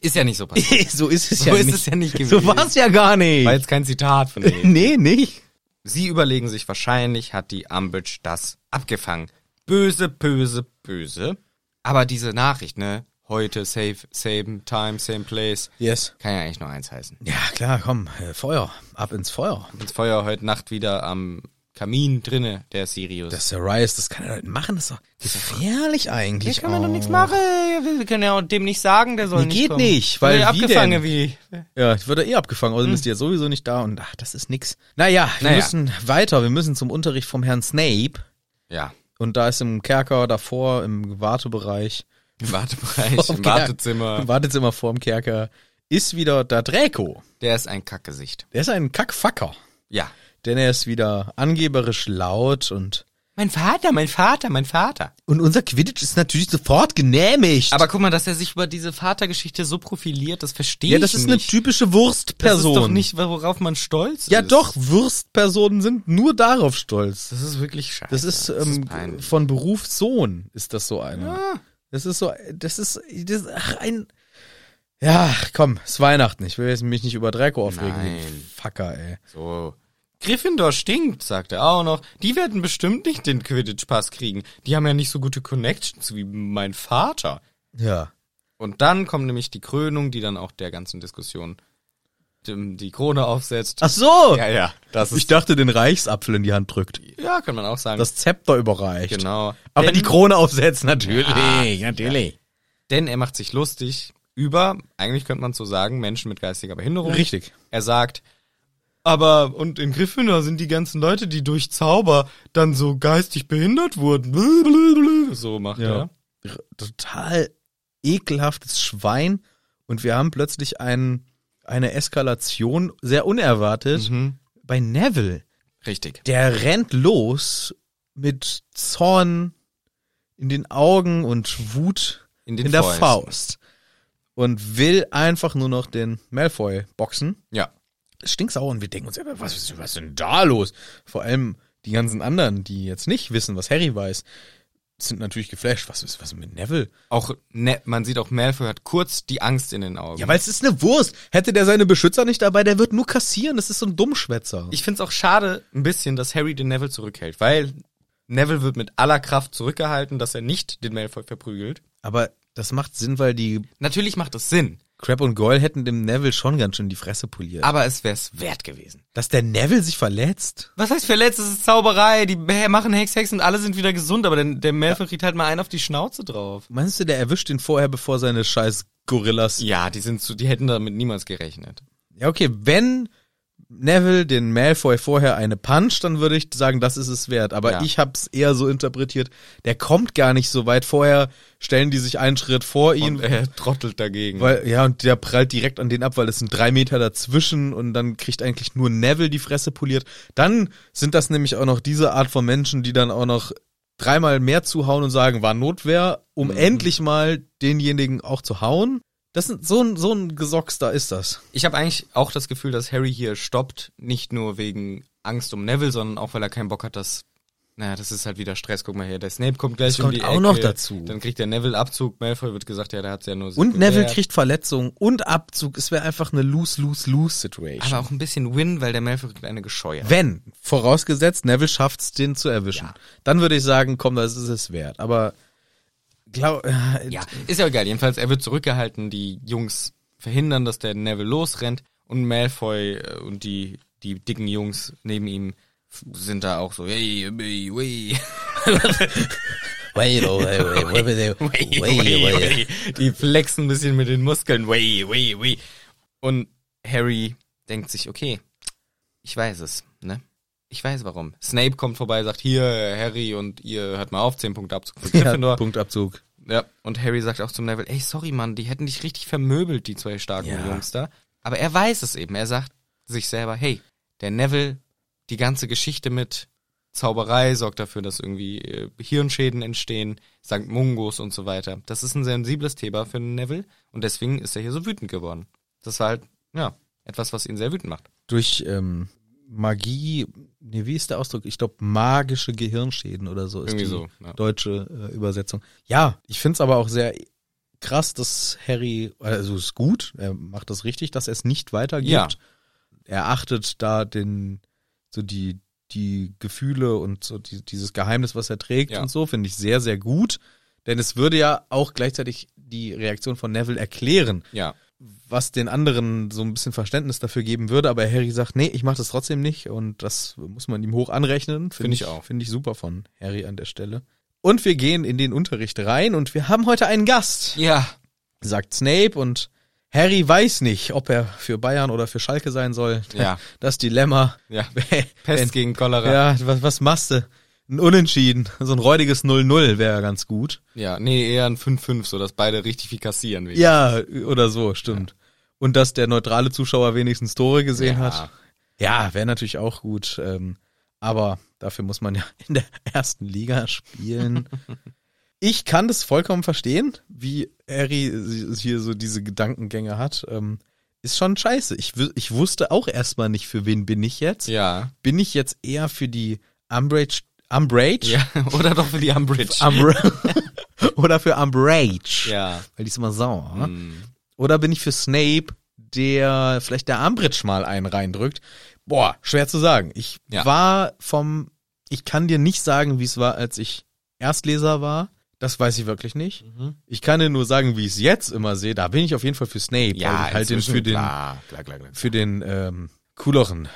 C: Ist ja nicht so
B: <laughs>
C: passiert.
B: so ist es
C: So ist es ja nicht gewesen.
B: So war es ja gar nicht.
C: War jetzt kein Zitat von
B: <laughs>
C: denen.
B: nee, nicht.
C: <laughs> Sie überlegen sich, wahrscheinlich hat die Umbridge das abgefangen. Böse, böse, böse. Aber diese Nachricht, ne? Heute, safe, same time, same place.
B: Yes.
C: Kann ja eigentlich nur eins heißen.
B: Ja, klar, komm. Äh, Feuer. Ab ins Feuer.
C: Das Feuer heute Nacht wieder am Kamin drinne, der Sirius.
B: Das ist ja Rice, das kann er doch nicht machen. Das ist doch gefährlich eigentlich. Oh.
E: Hier kann man doch
B: auch.
E: nichts machen. Wir können ja auch dem nicht sagen, der soll
B: Nee,
E: nicht
B: geht
E: kommen.
B: nicht, weil
E: Wird
B: wie
E: abgefangen
B: denn?
C: wie.
B: Ja, ich würde eh abgefangen, also bist du ja sowieso nicht da und ach, das ist nix. Naja, wir
C: Naja.
B: müssen weiter, wir müssen zum Unterricht vom Herrn Snape.
C: Ja.
B: Und da ist im Kerker davor, im Wartebereich,
C: Im
B: <laughs>
C: <laughs> Wartebereich, im Wartezimmer.
B: im Wartezimmer vorm Kerker, ist wieder der Draco.
C: Der ist ein Kackgesicht.
B: Der ist ein Kackfacker,
C: Ja.
B: denn er ist wieder angeberisch laut und
C: Mein Vater, mein Vater, mein Vater.
B: und unser Quidditch ist natürlich sofort genehmigt.
C: Aber guck mal, dass er sich über diese Vatergeschichte so profiliert, das verstehe
B: ja, das
C: ich
B: ist eine
C: nicht.
B: typische
C: das ist
B: Wurstperson.
C: doch nicht, worauf man stolz
B: ja
C: ist.
B: doch, Wurstpersonen sind nur darauf stolz.
C: Das ist wirklich scheiße.
B: Das ist, ähm,
C: peinlich.
B: von Beruf Sohn ist das so einer. Das ist so, das ist, das, ach, ein, ja, komm, ist Weihnachten. Ich will jetzt mich nicht über Draco aufregen.
C: Nein.
B: Fucker, ey.
C: So. Gryffindor stinkt, sagt er auch noch. Die werden bestimmt nicht den Quidditch-Pass kriegen. Die haben ja nicht so gute Connections wie mein Vater.
B: Ja.
C: Und dann kommt nämlich die Krönung, die dann auch der ganzen Diskussion dem- die Krone aufsetzt.
B: Ach so!
C: Ah, Ja, ja, das
B: ich
C: ist.
B: dachte, den Reichsapfel in die Hand drückt.
C: Ja, kann man auch sagen.
B: Das Zepter überreicht.
C: genau.
B: Aber
C: denn,
B: die Krone aufsetzt, <laughs> natürlich,
C: Ah,
B: natürlich.
C: denn er macht sich lustig über, eigentlich könnte man so sagen, Menschen mit geistiger Behinderung.
B: Richtig.
C: Er sagt, aber und in Gryffindor sind die ganzen Leute, die durch Zauber dann so geistig behindert wurden. Blablabla. So macht
B: Ja.
C: er.
B: R- Total ekelhaftes Schwein. Und wir haben plötzlich einen, eine Eskalation, sehr unerwartet,
C: Mhm.
B: bei Neville.
C: Richtig.
B: der rennt los mit Zorn in den Augen und Wut
C: In
B: in,
C: den
B: der
C: Fäusten.
B: Faust und will einfach nur noch den Malfoy boxen.
C: Ja.
B: Stinksauer und wir denken uns, aber was ist was ist denn da los? Vor allem die ganzen anderen, die jetzt nicht wissen, was Harry weiß, sind natürlich geflasht. Was ist was mit Neville?
C: Auch ne, man sieht auch Malfoy hat kurz die Angst in den Augen.
B: Ja, weil es ist eine Wurst. Hätte der seine Beschützer nicht dabei, der wird nur kassieren. Das ist so ein Dummschwätzer.
C: ich find's auch schade ein bisschen, dass Harry den Neville zurückhält, weil Neville wird mit aller Kraft zurückgehalten, dass er nicht den Malfoy verprügelt.
B: aber das macht Sinn, weil die
C: Natürlich macht es Sinn,
B: Crab und Goyle hätten dem Neville schon ganz schön die Fresse poliert.
C: aber es wär's wert gewesen.
B: Dass der Neville sich verletzt?
C: Was heißt verletzt? Das ist Zauberei. Die machen Hex, Hex und alle sind wieder gesund, aber der, der Malfoy kriegt halt mal einen auf die Schnauze drauf.
B: Meinst du, der erwischt ihn vorher, bevor seine scheiß Gorillas...
C: Ja, die sind zu, die hätten damit niemals gerechnet.
B: Ja, okay, wenn Neville den Malfoy vorher eine puncht, dann würde ich sagen, das ist es wert. Aber
C: Ja.
B: ich hab's eher so interpretiert, der kommt gar nicht so weit. Vorher stellen die sich einen Schritt vor ihn.
C: Und er trottelt dagegen.
B: weil, ja, und der prallt direkt an den ab, weil es sind drei Meter dazwischen und dann kriegt eigentlich nur Neville die Fresse poliert. Dann sind das nämlich auch noch diese Art von Menschen, die dann auch noch dreimal mehr zuhauen und sagen, war Notwehr, um endlich mal denjenigen auch zu hauen. Das sind so ein, so ein Gesocks, da ist das.
C: ich habe eigentlich auch das Gefühl, dass Harry hier stoppt, nicht nur wegen Angst um Neville, sondern auch weil er keinen Bock hat, dass naja, das ist halt wieder Stress. Guck mal hier, der Snape kommt gleich
B: Das
C: um
B: kommt
C: die
B: auch
C: Ecke.
B: noch dazu.
C: Dann kriegt der Neville Abzug. Malfoy wird gesagt, ja, der hat's ja nur.
B: Und
C: sekundär.
B: Neville kriegt Verletzungen und Abzug. Es wäre einfach eine Lose-Lose-Lose-Situation.
C: aber auch ein bisschen Win, weil der Malfoy kriegt eine gescheuert.
B: Wenn, vorausgesetzt, Neville schafft's, den zu erwischen. Dann würde ich sagen, komm, das ist es wert. Aber glaub, äh,
C: Ja, ist ja egal. Jedenfalls, er wird zurückgehalten. Die Jungs verhindern, dass der Neville losrennt. Und Malfoy äh, und die, die dicken Jungs neben ihm f- sind da auch so, hey, hey, hey.
B: Wait, oh, wait, wait, wait, wait,
C: Wei, wei, wei. Die flexen ein bisschen mit den Muskeln. Wei, wei, wei. Und Harry denkt sich, okay, ich weiß es, ne? Ich weiß warum. Snape kommt vorbei, sagt, hier, Harry, und ihr hört mal auf, 10 Punkte Abzug für Gryffindor.
B: Ja, <laughs> Punktabzug.
C: Ja, und Harry sagt auch zum Neville, ey, sorry, Mann, die hätten dich richtig vermöbelt, die zwei starken
B: Ja.
C: Jungs da. Aber er weiß es eben. Er sagt sich selber, hey, der Neville, die ganze Geschichte mit Zauberei sorgt dafür, dass irgendwie äh, Hirnschäden entstehen, St. Mungos und so weiter. Das ist ein sensibles Thema für den Neville und deswegen ist er hier so wütend geworden. Das war halt, ja, etwas, was ihn sehr wütend macht.
B: Durch ähm, Magie, nee, wie ist der Ausdruck? Ich glaube, magische Gehirnschäden oder so ist
C: Irgendwie
B: die
C: so, ja.
B: deutsche äh, Übersetzung. Ja, ich find's aber auch sehr krass, dass Harry, also ist gut, er macht das richtig, dass er es nicht weitergibt.
C: Ja.
B: Er achtet da den, so die, die Gefühle und so die, dieses Geheimnis, was er trägt
C: Ja.
B: und so, finde ich sehr, sehr gut. Denn es würde ja auch gleichzeitig die Reaktion von Neville erklären
C: Ja.
B: was den anderen so ein bisschen Verständnis dafür geben würde, aber Harry sagt, nee, ich mache das trotzdem nicht und das muss man ihm hoch anrechnen.
C: Finde ich auch.
B: Finde ich super von Harry an der Stelle. Und wir gehen in den Unterricht rein und wir haben heute einen Gast,
C: Ja.
B: sagt Snape und Harry weiß nicht, ob er für Bayern oder für Schalke sein soll.
C: <laughs> Ja.
B: Das Dilemma.
C: Ja.
B: <laughs> Wenn-
C: Pest gegen Cholera.
B: ja, was, was machst du? Ein Unentschieden, so ein räudiges 0-0 wäre ganz gut.
C: Ja, nee, eher ein 5-5, so dass beide richtig viel kassieren. wenigstens.
B: Ja, oder so, stimmt. Und dass der neutrale Zuschauer wenigstens Tore gesehen
C: Ja.
B: hat. Ja, wäre natürlich auch gut. Ähm, aber dafür muss man ja <laughs> in der ersten Liga
C: <laughs>
B: spielen. ich kann das vollkommen verstehen, wie Harry si- hier so diese Gedankengänge hat. Ähm, ist schon scheiße. Ich, wü- ich wusste auch erstmal nicht, für wen bin ich jetzt.
C: Ja.
B: Bin ich jetzt eher für die Umbridge, Umbridge?
C: Ja, <laughs> oder doch für die Umbridge.
B: Umbra- <laughs> oder für Umbridge.
C: ja.
B: Weil die ist immer sauer. ne?
C: Hm.
B: Oder bin ich für Snape, der vielleicht der Umbridge mal einen reindrückt? Boah, schwer zu sagen. Ich
C: Ja.
B: war vom, ich kann dir nicht sagen, wie es war, als ich Erstleser war. Das weiß ich wirklich nicht.
C: Mhm.
B: Ich kann dir nur sagen, wie ich es jetzt immer sehe. Da bin ich auf jeden Fall für Snape. weil ich halt den
C: inzwischen,
B: für den,
C: Klar, Ah, klar, klar, klar.
B: für den ähm, cooleren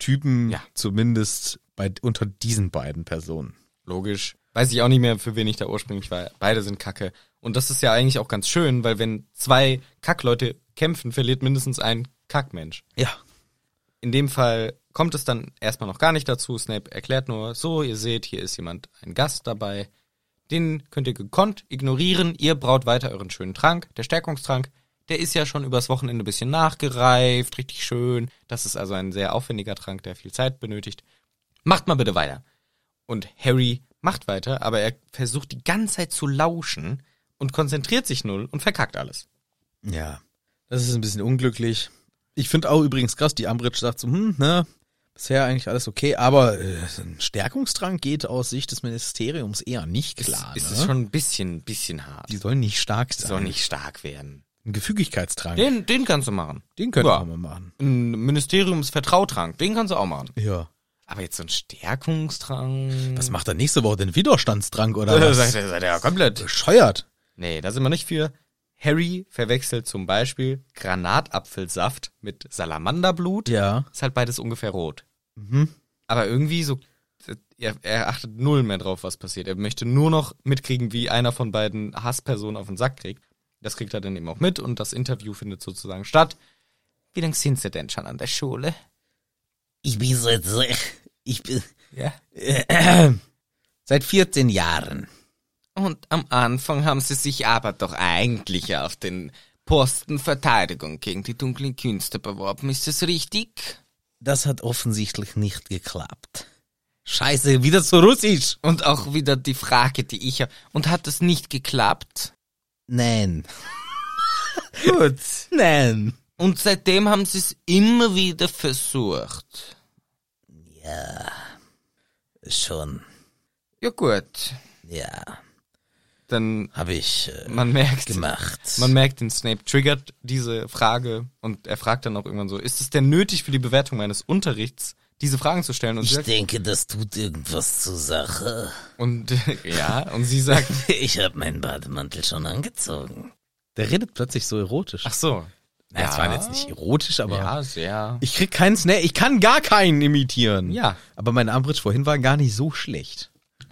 B: Typen,
C: Ja.
B: zumindest bei, unter diesen beiden Personen.
C: Logisch. Weiß ich auch nicht mehr, für wen ich da ursprünglich war. Beide sind kacke. Und das ist ja eigentlich auch ganz schön, weil wenn zwei Kackleute kämpfen, verliert mindestens ein Kackmensch.
B: Ja.
C: In dem Fall kommt es dann erstmal noch gar nicht dazu. Snape erklärt nur, so, ihr seht, hier ist jemand, ein Gast dabei. Den könnt ihr gekonnt ignorieren. Ihr braut weiter euren schönen Trank. Der Stärkungstrank, der ist ja schon übers Wochenende ein bisschen nachgereift, richtig schön. Das ist also ein sehr aufwendiger Trank, der viel Zeit benötigt. Macht mal bitte weiter. Und Harry macht weiter, aber er versucht die ganze Zeit zu lauschen und konzentriert sich null und verkackt alles.
B: Ja, das ist ein bisschen unglücklich. Ich finde auch übrigens krass, die Ambridge sagt so, hm, ne, bisher eigentlich alles okay, aber äh, ein Stärkungstrank geht aus Sicht des Ministeriums eher nicht klar.
C: ist
B: ne?
C: es schon ein bisschen, bisschen hart.
B: die sollen nicht stark sein.
C: Soll nicht stark werden.
B: Ein Gefügigkeitstrank, den,
C: Den, den kannst du machen.
B: könnte
C: ja.
B: man mal machen.
C: Ein Ministeriumsvertrautrank, den kannst du auch machen.
B: Ja.
C: Aber jetzt so ein Stärkungstrank.
B: Was macht er nächste Woche? Den Widerstandstrank
C: <laughs>
B: oder
C: Äh,
B: was?
C: seid ihr- seid ihr ja komplett.
B: Bescheuert.
C: Nee, da sind wir nicht für. Harry verwechselt zum Beispiel Granatapfelsaft mit Salamanderblut.
B: Ja.
C: Ist halt beides ungefähr rot. Mhm. Aber irgendwie so. Er, er achtet null mehr drauf, was passiert. Er möchte nur noch mitkriegen, wie einer von beiden Hasspersonen auf den Sack kriegt. Das kriegt er dann eben auch mit und das Interview findet sozusagen statt. Wie lange sind sie denn schon an der Schule?
F: Ich bin seit, ich bin
C: Ja.
F: seit 14 Jahren.
C: Und am Anfang haben sie sich aber doch eigentlich auf den Posten Verteidigung gegen die dunklen Künste beworben. Ist das richtig?
F: Das hat offensichtlich nicht geklappt. Scheiße, wieder zu Russisch.
C: Und auch wieder die Frage, die ich habe. Und hat das nicht geklappt?
F: Nein. Gut. Nein.
C: Und seitdem haben sie es immer wieder versucht.
F: Schon,
C: Ja gut.
F: ja,
C: Dann
F: habe ich äh,
C: man merkt,
F: gemacht.
C: man merkt, den Snape triggert diese Frage und er fragt dann auch irgendwann so: Ist es denn nötig für die Bewertung meines Unterrichts, diese Fragen zu stellen? Und,
F: ich
C: sie sagt,
F: denke, das tut irgendwas zur Sache. <laughs>
C: und <laughs> ja, und sie sagt:
F: Ich habe meinen Bademantel schon angezogen.
B: Der redet plötzlich so erotisch.
C: Ach so.
B: naja, das war jetzt nicht erotisch, aber
C: Ja, sehr.
B: ich krieg keinen Snare. Ich kann gar keinen imitieren.
C: Ja.
B: Aber mein Ambridge vorhin war gar nicht so schlecht.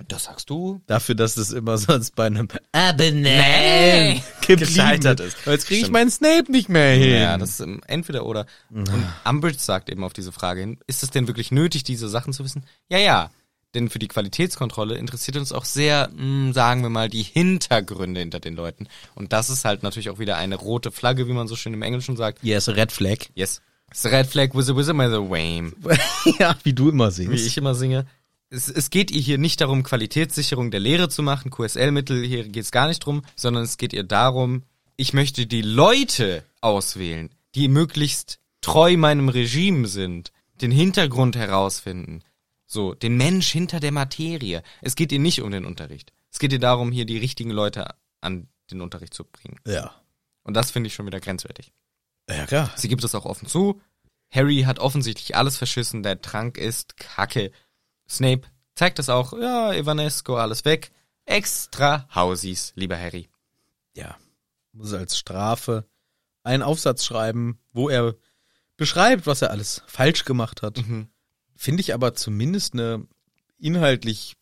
C: Das sagst du?
B: Dafür, dass das immer <laughs> sonst bei einem
F: Aber nein.
B: gescheitert ist. Jetzt kriege ich meinen Snape nicht mehr hin.
C: Ja, das ist ähm, entweder oder. Und Umbridge sagt eben auf diese Frage hin, ist es denn wirklich nötig, diese Sachen zu wissen? Ja, ja. Denn für die Qualitätskontrolle interessiert uns auch sehr, mh, sagen wir mal, die Hintergründe hinter den Leuten. Und das ist halt natürlich auch wieder eine rote Flagge, wie man so schön im Englischen sagt.
B: yes, Red Flag. <laughs>
C: Yes. It's a red flag with a with a with a wame.
B: ja, wie du immer
C: wie
B: singst.
C: ich immer singe. Es, es geht ihr hier nicht darum, Qualitätssicherung der Lehre zu machen, QSL-Mittel, hier geht's gar nicht drum, sondern es geht ihr darum, ich möchte die Leute auswählen, die möglichst treu meinem Regime sind, den Hintergrund herausfinden, so, den Mensch hinter der Materie. Es geht ihr nicht um den Unterricht. Es geht ihr darum, hier die richtigen Leute an den Unterricht zu bringen.
B: Ja.
C: Und das finde ich schon wieder grenzwertig.
B: Ja, klar.
C: Sie gibt es auch offen zu. Harry hat offensichtlich alles verschissen, der Trank ist kacke. Snape zeigt das auch, ja, Evanesco, alles weg. Extra Hausies, lieber Harry.
B: Ja. Muss als Strafe einen Aufsatz schreiben, wo er beschreibt, was er alles falsch gemacht hat. Finde ich aber zumindest eine inhaltlich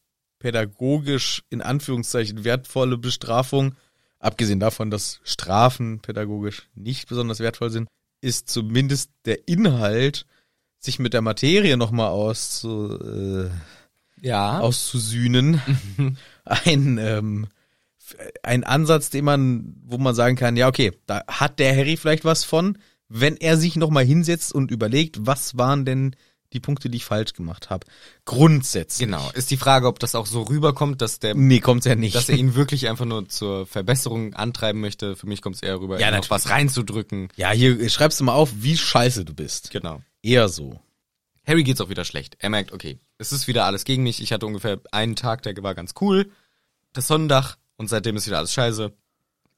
B: pädagogisch in Anführungszeichen wertvolle Bestrafung, abgesehen davon, dass Strafen pädagogisch nicht besonders wertvoll sind, ist zumindest der Inhalt, sich mit der Materie nochmal auszu, äh,
C: Ja.
B: auszusühnen. ein, ähm, f- ein Ansatz, den man, wo man sagen kann, ja, okay, da hat der Harry vielleicht was von, wenn er sich nochmal hinsetzt und überlegt, was waren denn die Punkte, die ich falsch gemacht habe. Grundsätzlich.
C: Genau. Ist die Frage, ob das auch so rüberkommt, dass der
B: Nee, kommt's ja nicht.
C: dass er ihn wirklich einfach nur zur Verbesserung antreiben möchte. Für mich kommt es eher rüber,
B: Ja,
C: ihm noch
B: natürlich.
C: was reinzudrücken.
B: <laughs> ja, hier schreibst du mal auf, wie scheiße du bist.
C: Genau.
B: Eher so.
C: Harry geht's auch wieder schlecht. Er merkt, okay, es ist wieder alles gegen mich. Ich hatte ungefähr einen Tag, der war ganz cool. Das Sonnendach und seitdem ist wieder alles scheiße.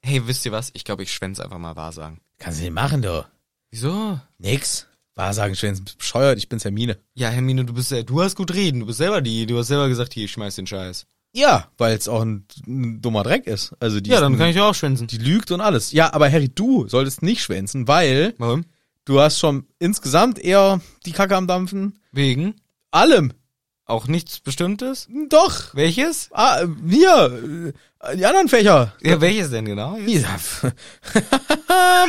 C: Hey, wisst ihr was? Ich glaube, ich schwänz einfach mal wahr sagen.
B: Kannst du nicht machen, du.
C: Wieso?
B: Nix. Wahrsagen, Schwänzen, bist bescheuert, ich bin's Hermine.
C: Ja, Hermine, du bist, ja- du hast gut reden. Du bist selber die, du hast selber gesagt, hier, ich schmeiß den Scheiß.
B: Ja, weil es auch ein, ein dummer Dreck ist. Also die,
C: Ja,
B: ist
C: dann
B: ein-
C: kann ich auch schwänzen.
B: die lügt und alles. Ja, aber Harry, du solltest nicht schwänzen, weil
C: Warum?
B: du hast schon insgesamt eher die Kacke am Dampfen.
C: Wegen?
B: Allem.
C: Auch nichts Bestimmtes?
B: Doch.
C: Welches?
B: Ah, wir. äh, Die anderen Fächer.
C: Ja, welches denn genau?
B: Ja, <laughs>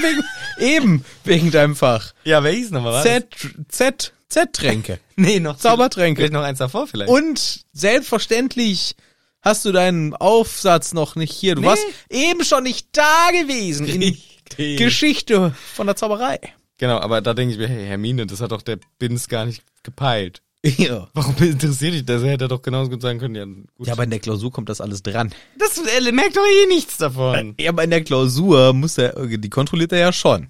B: wegen, eben, wegen deinem Fach.
C: Ja, welches nochmal? was?
B: Z, Z, Z-Tränke.
C: Nee, noch
B: Zaubertränke.
C: Vielleicht noch eins davor vielleicht.
B: Und selbstverständlich hast du deinen Aufsatz noch nicht hier. Du warst eben schon nicht da gewesen in Geschichte von der Zauberei.
C: Genau, aber da denke ich mir, hey Hermine, das hat doch der Bins gar nicht gepeilt.
B: Ja.
C: Warum interessiert dich das? Er hätte doch genauso gut sagen können, ja gut.
B: Ja, aber in der Klausur kommt das alles dran.
C: das er merkt doch eh nichts davon.
B: Ja, aber in der Klausur muss er, äh, die kontrolliert er ja schon.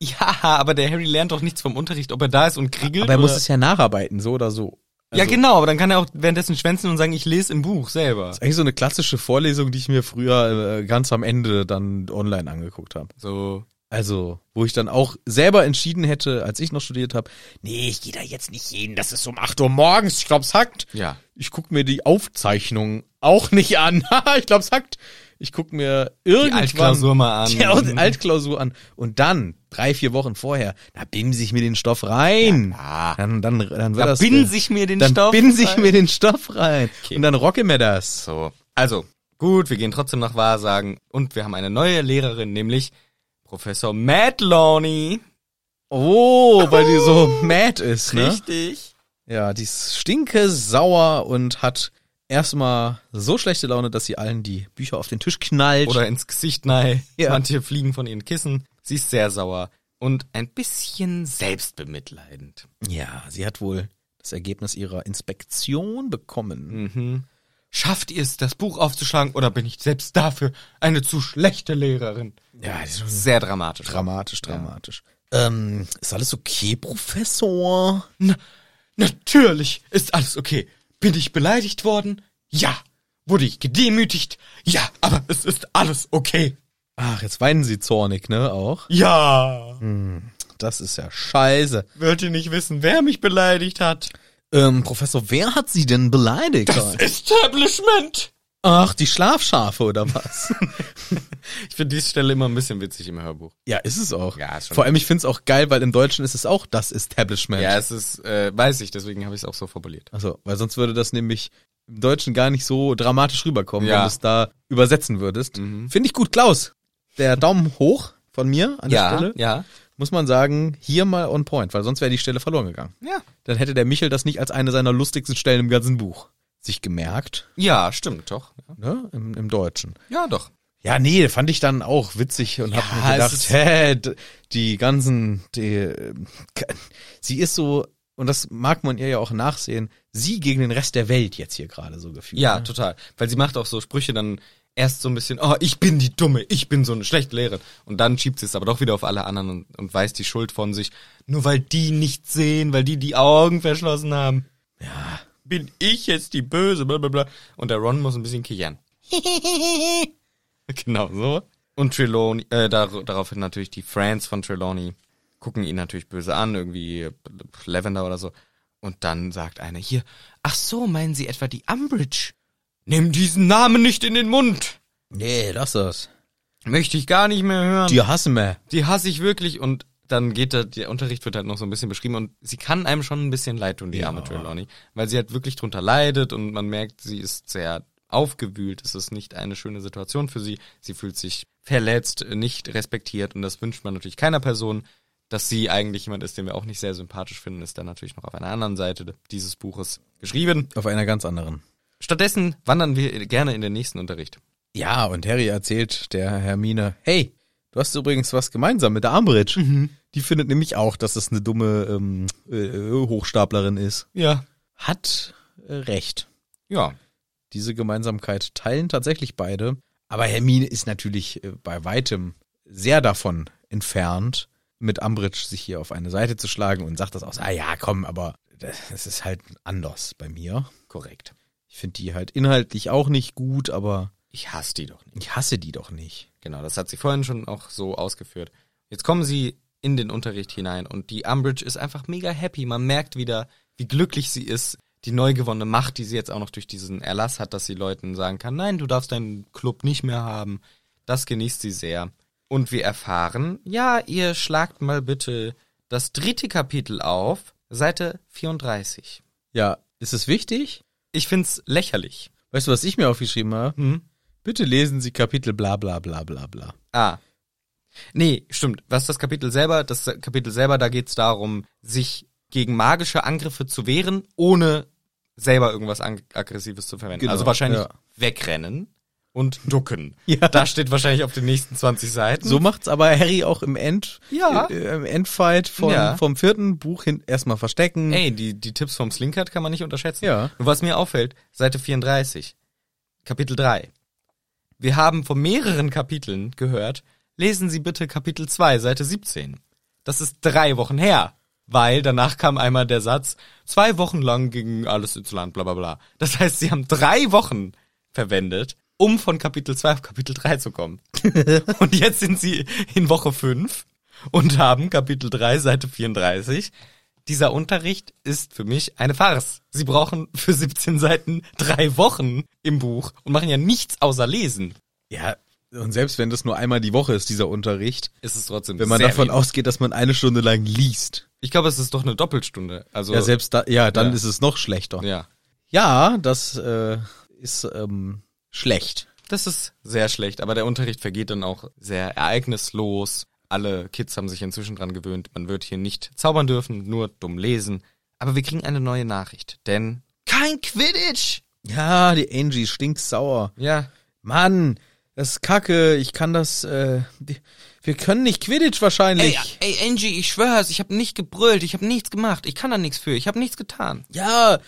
C: Äh, Ja, aber der Harry lernt doch nichts vom Unterricht, ob er da ist und kriegelt
B: Aber er muss
C: oder-
B: es ja nacharbeiten, so oder so.
C: Ja genau, aber dann kann er auch währenddessen schwänzen und sagen, ich lese im Buch selber.
B: Eigentlich so eine klassische Vorlesung, die ich mir früher äh, ganz am Ende dann online angeguckt habe.
C: So.
B: Also, wo ich dann auch selber entschieden hätte, als ich noch studiert habe, nee, ich gehe da jetzt nicht hin, das ist um 8 Uhr morgens, ich glaub's hackt.
C: Ja.
B: Ich guck mir die Aufzeichnung auch <laughs> nicht an. Haha, ich glaub's hackt. Ich guck mir irgendwann
C: Altklausur mal
B: <laughs>
C: an.
B: die Alt- Altklausur an und dann drei, vier Wochen vorher, da bimse ich mir den Stoff rein.
C: Ja, klar.
B: dann dann dann wird
C: Da
B: das
C: binse ich mir den
B: dann
C: Stoff
B: binse ich
C: rein.
B: mir den Stoff rein und dann rocke mir das.
C: So. Also, gut, wir gehen trotzdem nach Wahrsagen und wir haben eine neue Lehrerin, nämlich Professor Matt Lawney.
B: Oh, weil die so
C: <laughs>
B: mad ist, ne?
C: Richtig.
B: Ja, die ist stinke sauer und hat erstmal so schlechte Laune, dass sie allen die Bücher auf den Tisch knallt.
C: Oder ins Gesicht, nein.
B: Ja.
C: Manche fliegen von ihren Kissen. Sie ist sehr sauer und ein bisschen selbstbemitleidend.
B: ja, sie hat wohl das Ergebnis ihrer Inspektion bekommen.
C: Mhm. Schafft ihr es, das Buch aufzuschlagen oder bin ich selbst dafür eine zu schlechte Lehrerin?
B: Ja, das ist schon
C: Sehr dramatisch.
B: dramatisch, dramatisch. Ähm, ist alles okay, Professor?
C: Na, natürlich ist alles okay. Bin ich beleidigt worden? Ja. Wurde ich gedemütigt? Ja, aber es ist alles okay.
B: Ach, jetzt weinen sie zornig, ne, auch?
C: Ja.
B: Das ist ja scheiße.
C: Wollt ihr nicht wissen, wer mich beleidigt hat?
B: Ähm, Professor, wer hat sie denn beleidigt?
C: Establishment.
B: Ach, die Schlafschafe oder
C: <laughs>
B: was?
C: Ich finde diese Stelle immer ein bisschen witzig im Hörbuch.
B: ja, ist es auch.
C: Ja, ist schon-
B: Vor allem, ich find's auch geil, weil im Deutschen ist es auch das Establishment.
C: Ja, es ist, äh, weiß ich, deswegen habe ich es auch so formuliert.
B: Also, weil sonst würde das nämlich im Deutschen gar nicht so dramatisch rüberkommen,
C: Ja. Mhm.
B: wenn du es da übersetzen würdest. Finde ich gut, Klaus. Der Daumen hoch von mir an der Stelle.
C: ja.
B: Muss man sagen, hier mal on point, weil sonst wäre die Stelle verloren gegangen.
C: Ja.
B: Dann hätte der Michel das nicht als eine seiner lustigsten Stellen im ganzen Buch sich gemerkt,
C: Ja, stimmt, doch.
B: ne, im, im Deutschen.
C: Ja, doch.
B: Ja, nee, fand ich dann auch witzig und hab mir
C: es
B: gedacht,
C: ist-
B: hä, d- die ganzen, die, ähm, k- sie ist so, und das mag man ihr ja auch nachsehen, sie gegen den Rest der Welt jetzt hier gerade so gefühlt.
C: Ja,
B: ne?
C: total. Weil sie macht auch so Sprüche dann erst so ein bisschen, oh, ich bin die Dumme, ich bin so eine schlechte Lehrerin. Und dann schiebt sie es aber doch wieder auf alle anderen und, und weist die Schuld von sich. Nur weil die nicht sehen, weil die die Augen verschlossen haben. Ja. Bin ich jetzt die Böse, blablabla. Und der Ron muss ein bisschen kichern. <laughs> genau so. Und Trelawney, äh, dar daraufhin natürlich die Friends von Trelawney gucken ihn natürlich böse an, irgendwie äh, Lavender oder so. Und dann sagt einer hier, ach so, meinen Sie etwa die Umbridge? Nimm diesen Namen nicht in den Mund.
B: Nee, lass das.
C: möchte ich gar nicht mehr hören.
B: Die hassen wir.
C: die hasse ich wirklich und dann geht da, der Unterricht wird halt noch so ein bisschen beschrieben und sie kann einem schon ein bisschen leid tun, die arme Trelawney, weil sie halt wirklich drunter leidet und man merkt, sie ist sehr aufgewühlt, es ist nicht eine schöne Situation für sie, sie fühlt sich verletzt, nicht respektiert und das wünscht man natürlich keiner Person, dass sie eigentlich jemand ist, den wir auch nicht sehr sympathisch finden, ist dann natürlich noch auf einer anderen Seite dieses Buches geschrieben.
B: Auf einer ganz anderen.
C: Stattdessen wandern wir gerne in den nächsten Unterricht.
B: Ja, und Harry erzählt der Hermine, hey, du hast übrigens was gemeinsam mit der Umbridge. Die findet nämlich auch, dass das eine dumme ähm, äh, Hochstaplerin ist.
C: Ja.
B: Hat äh, recht.
C: Ja.
B: Diese Gemeinsamkeit teilen tatsächlich beide. Aber Hermine ist natürlich äh, bei weitem sehr davon entfernt, mit Umbridge sich hier auf eine Seite zu schlagen und sagt das aus, ah ja, komm, aber das ist halt anders bei mir. Korrekt. Ich finde die halt inhaltlich auch nicht gut, aber
C: Ich hasse die doch nicht.
B: ich hasse die doch nicht.
C: Genau, das hat sie vorhin schon auch so ausgeführt. Jetzt kommen sie in den Unterricht hinein und die Umbridge ist einfach mega happy. Man merkt wieder, wie glücklich sie ist, die neu gewonnene Macht, die sie jetzt auch noch durch diesen Erlass hat, dass sie Leuten sagen kann, nein, du darfst deinen Club nicht mehr haben. Das genießt sie sehr. Und wir erfahren, ja, ihr schlagt mal bitte das dritte Kapitel auf, Seite 34.
B: Ja, ist es wichtig?
C: Ich find's lächerlich.
B: Weißt du, was ich mir aufgeschrieben habe?
C: Hm?
B: Bitte lesen Sie Kapitel bla bla bla bla bla.
C: Ah. Nee, stimmt. Was das Kapitel selber, das Kapitel selber, da geht's darum, sich gegen magische Angriffe zu wehren, ohne selber irgendwas ang- Aggressives zu verwenden.
B: Genau,
C: also wahrscheinlich
B: ja.
C: wegrennen und ducken.
B: Ja.
C: Da steht wahrscheinlich auf den nächsten 20 Seiten.
B: So macht's aber Harry auch im End,
C: Ja.
B: äh, im Endfight von,
C: Ja.
B: vom vierten Buch hin erstmal verstecken.
C: Ey, die, die Tipps vom Slinkert kann man nicht unterschätzen.
B: Ja.
C: Nur was mir auffällt, Seite 34, Kapitel 3. Wir haben von mehreren Kapiteln gehört, lesen Sie bitte Kapitel 2, Seite 17. Das ist drei Wochen her, weil danach kam einmal der Satz, zwei Wochen lang ging alles ins Land, bla bla bla. Das heißt, Sie haben drei Wochen verwendet, um von Kapitel 2 auf Kapitel 3 zu kommen. und jetzt sind Sie in Woche 5 und haben Kapitel 3, Seite 34. Dieser Unterricht ist für mich eine Farce. Sie brauchen für 17 Seiten drei Wochen im Buch und machen ja nichts außer lesen.
B: Ja, und selbst wenn das nur einmal die Woche ist, dieser Unterricht,
C: Ist es trotzdem
B: wenn man
C: sehr
B: davon
C: wenig.
B: ausgeht, dass man eine Stunde lang liest.
C: Ich glaube, es ist doch eine Doppelstunde. Also
B: Ja, selbst da, ja, dann
C: Ja.
B: ist es noch schlechter.
C: ja.
B: Ja, das äh, ist ähm, schlecht.
C: Das ist sehr schlecht, aber der Unterricht vergeht dann auch sehr ereignislos. Alle Kids haben sich inzwischen dran gewöhnt, man wird hier nicht zaubern dürfen, nur dumm lesen. Aber wir kriegen eine neue Nachricht, denn kein Quidditch!
B: Ja, die Angie stinksauer.
C: Ja,
B: Mann, das ist kacke. Ich kann das. Äh, die- wir können nicht Quidditch wahrscheinlich.
C: Ey, ey, Angie, ich schwör's, ich habe nicht gebrüllt, ich habe nichts gemacht, ich kann da nichts für, ich habe nichts getan.
B: Ja,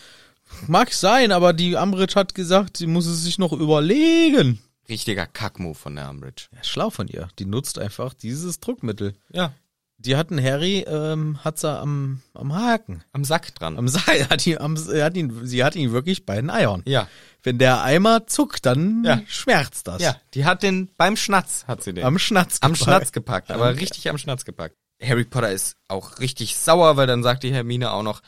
B: mag sein, aber die Ambridge hat gesagt, sie muss es sich noch überlegen.
C: Richtiger Kackmove von der Umbridge.
B: Ja, schlau von ihr. Die nutzt einfach dieses Druckmittel.
C: Ja,
B: Die hatten Harry, ähm, hat sie am, am Haken.
C: am Sack
B: <laughs>
C: dran.
B: Am Seil hat ihn, am, sie hat ihn, sie hat ihn wirklich bei den Eiern.
C: ja,
B: Wenn der Eimer zuckt, dann
C: Ja.
B: schmerzt das.
C: ja, die hat den beim Schnatz hat sie den.
B: Am Schnatz.
C: Am
B: gepackt.
C: Schnatz gepackt, aber richtig am Schnatz gepackt. Harry Potter ist auch richtig sauer, weil dann sagt die Hermine auch noch,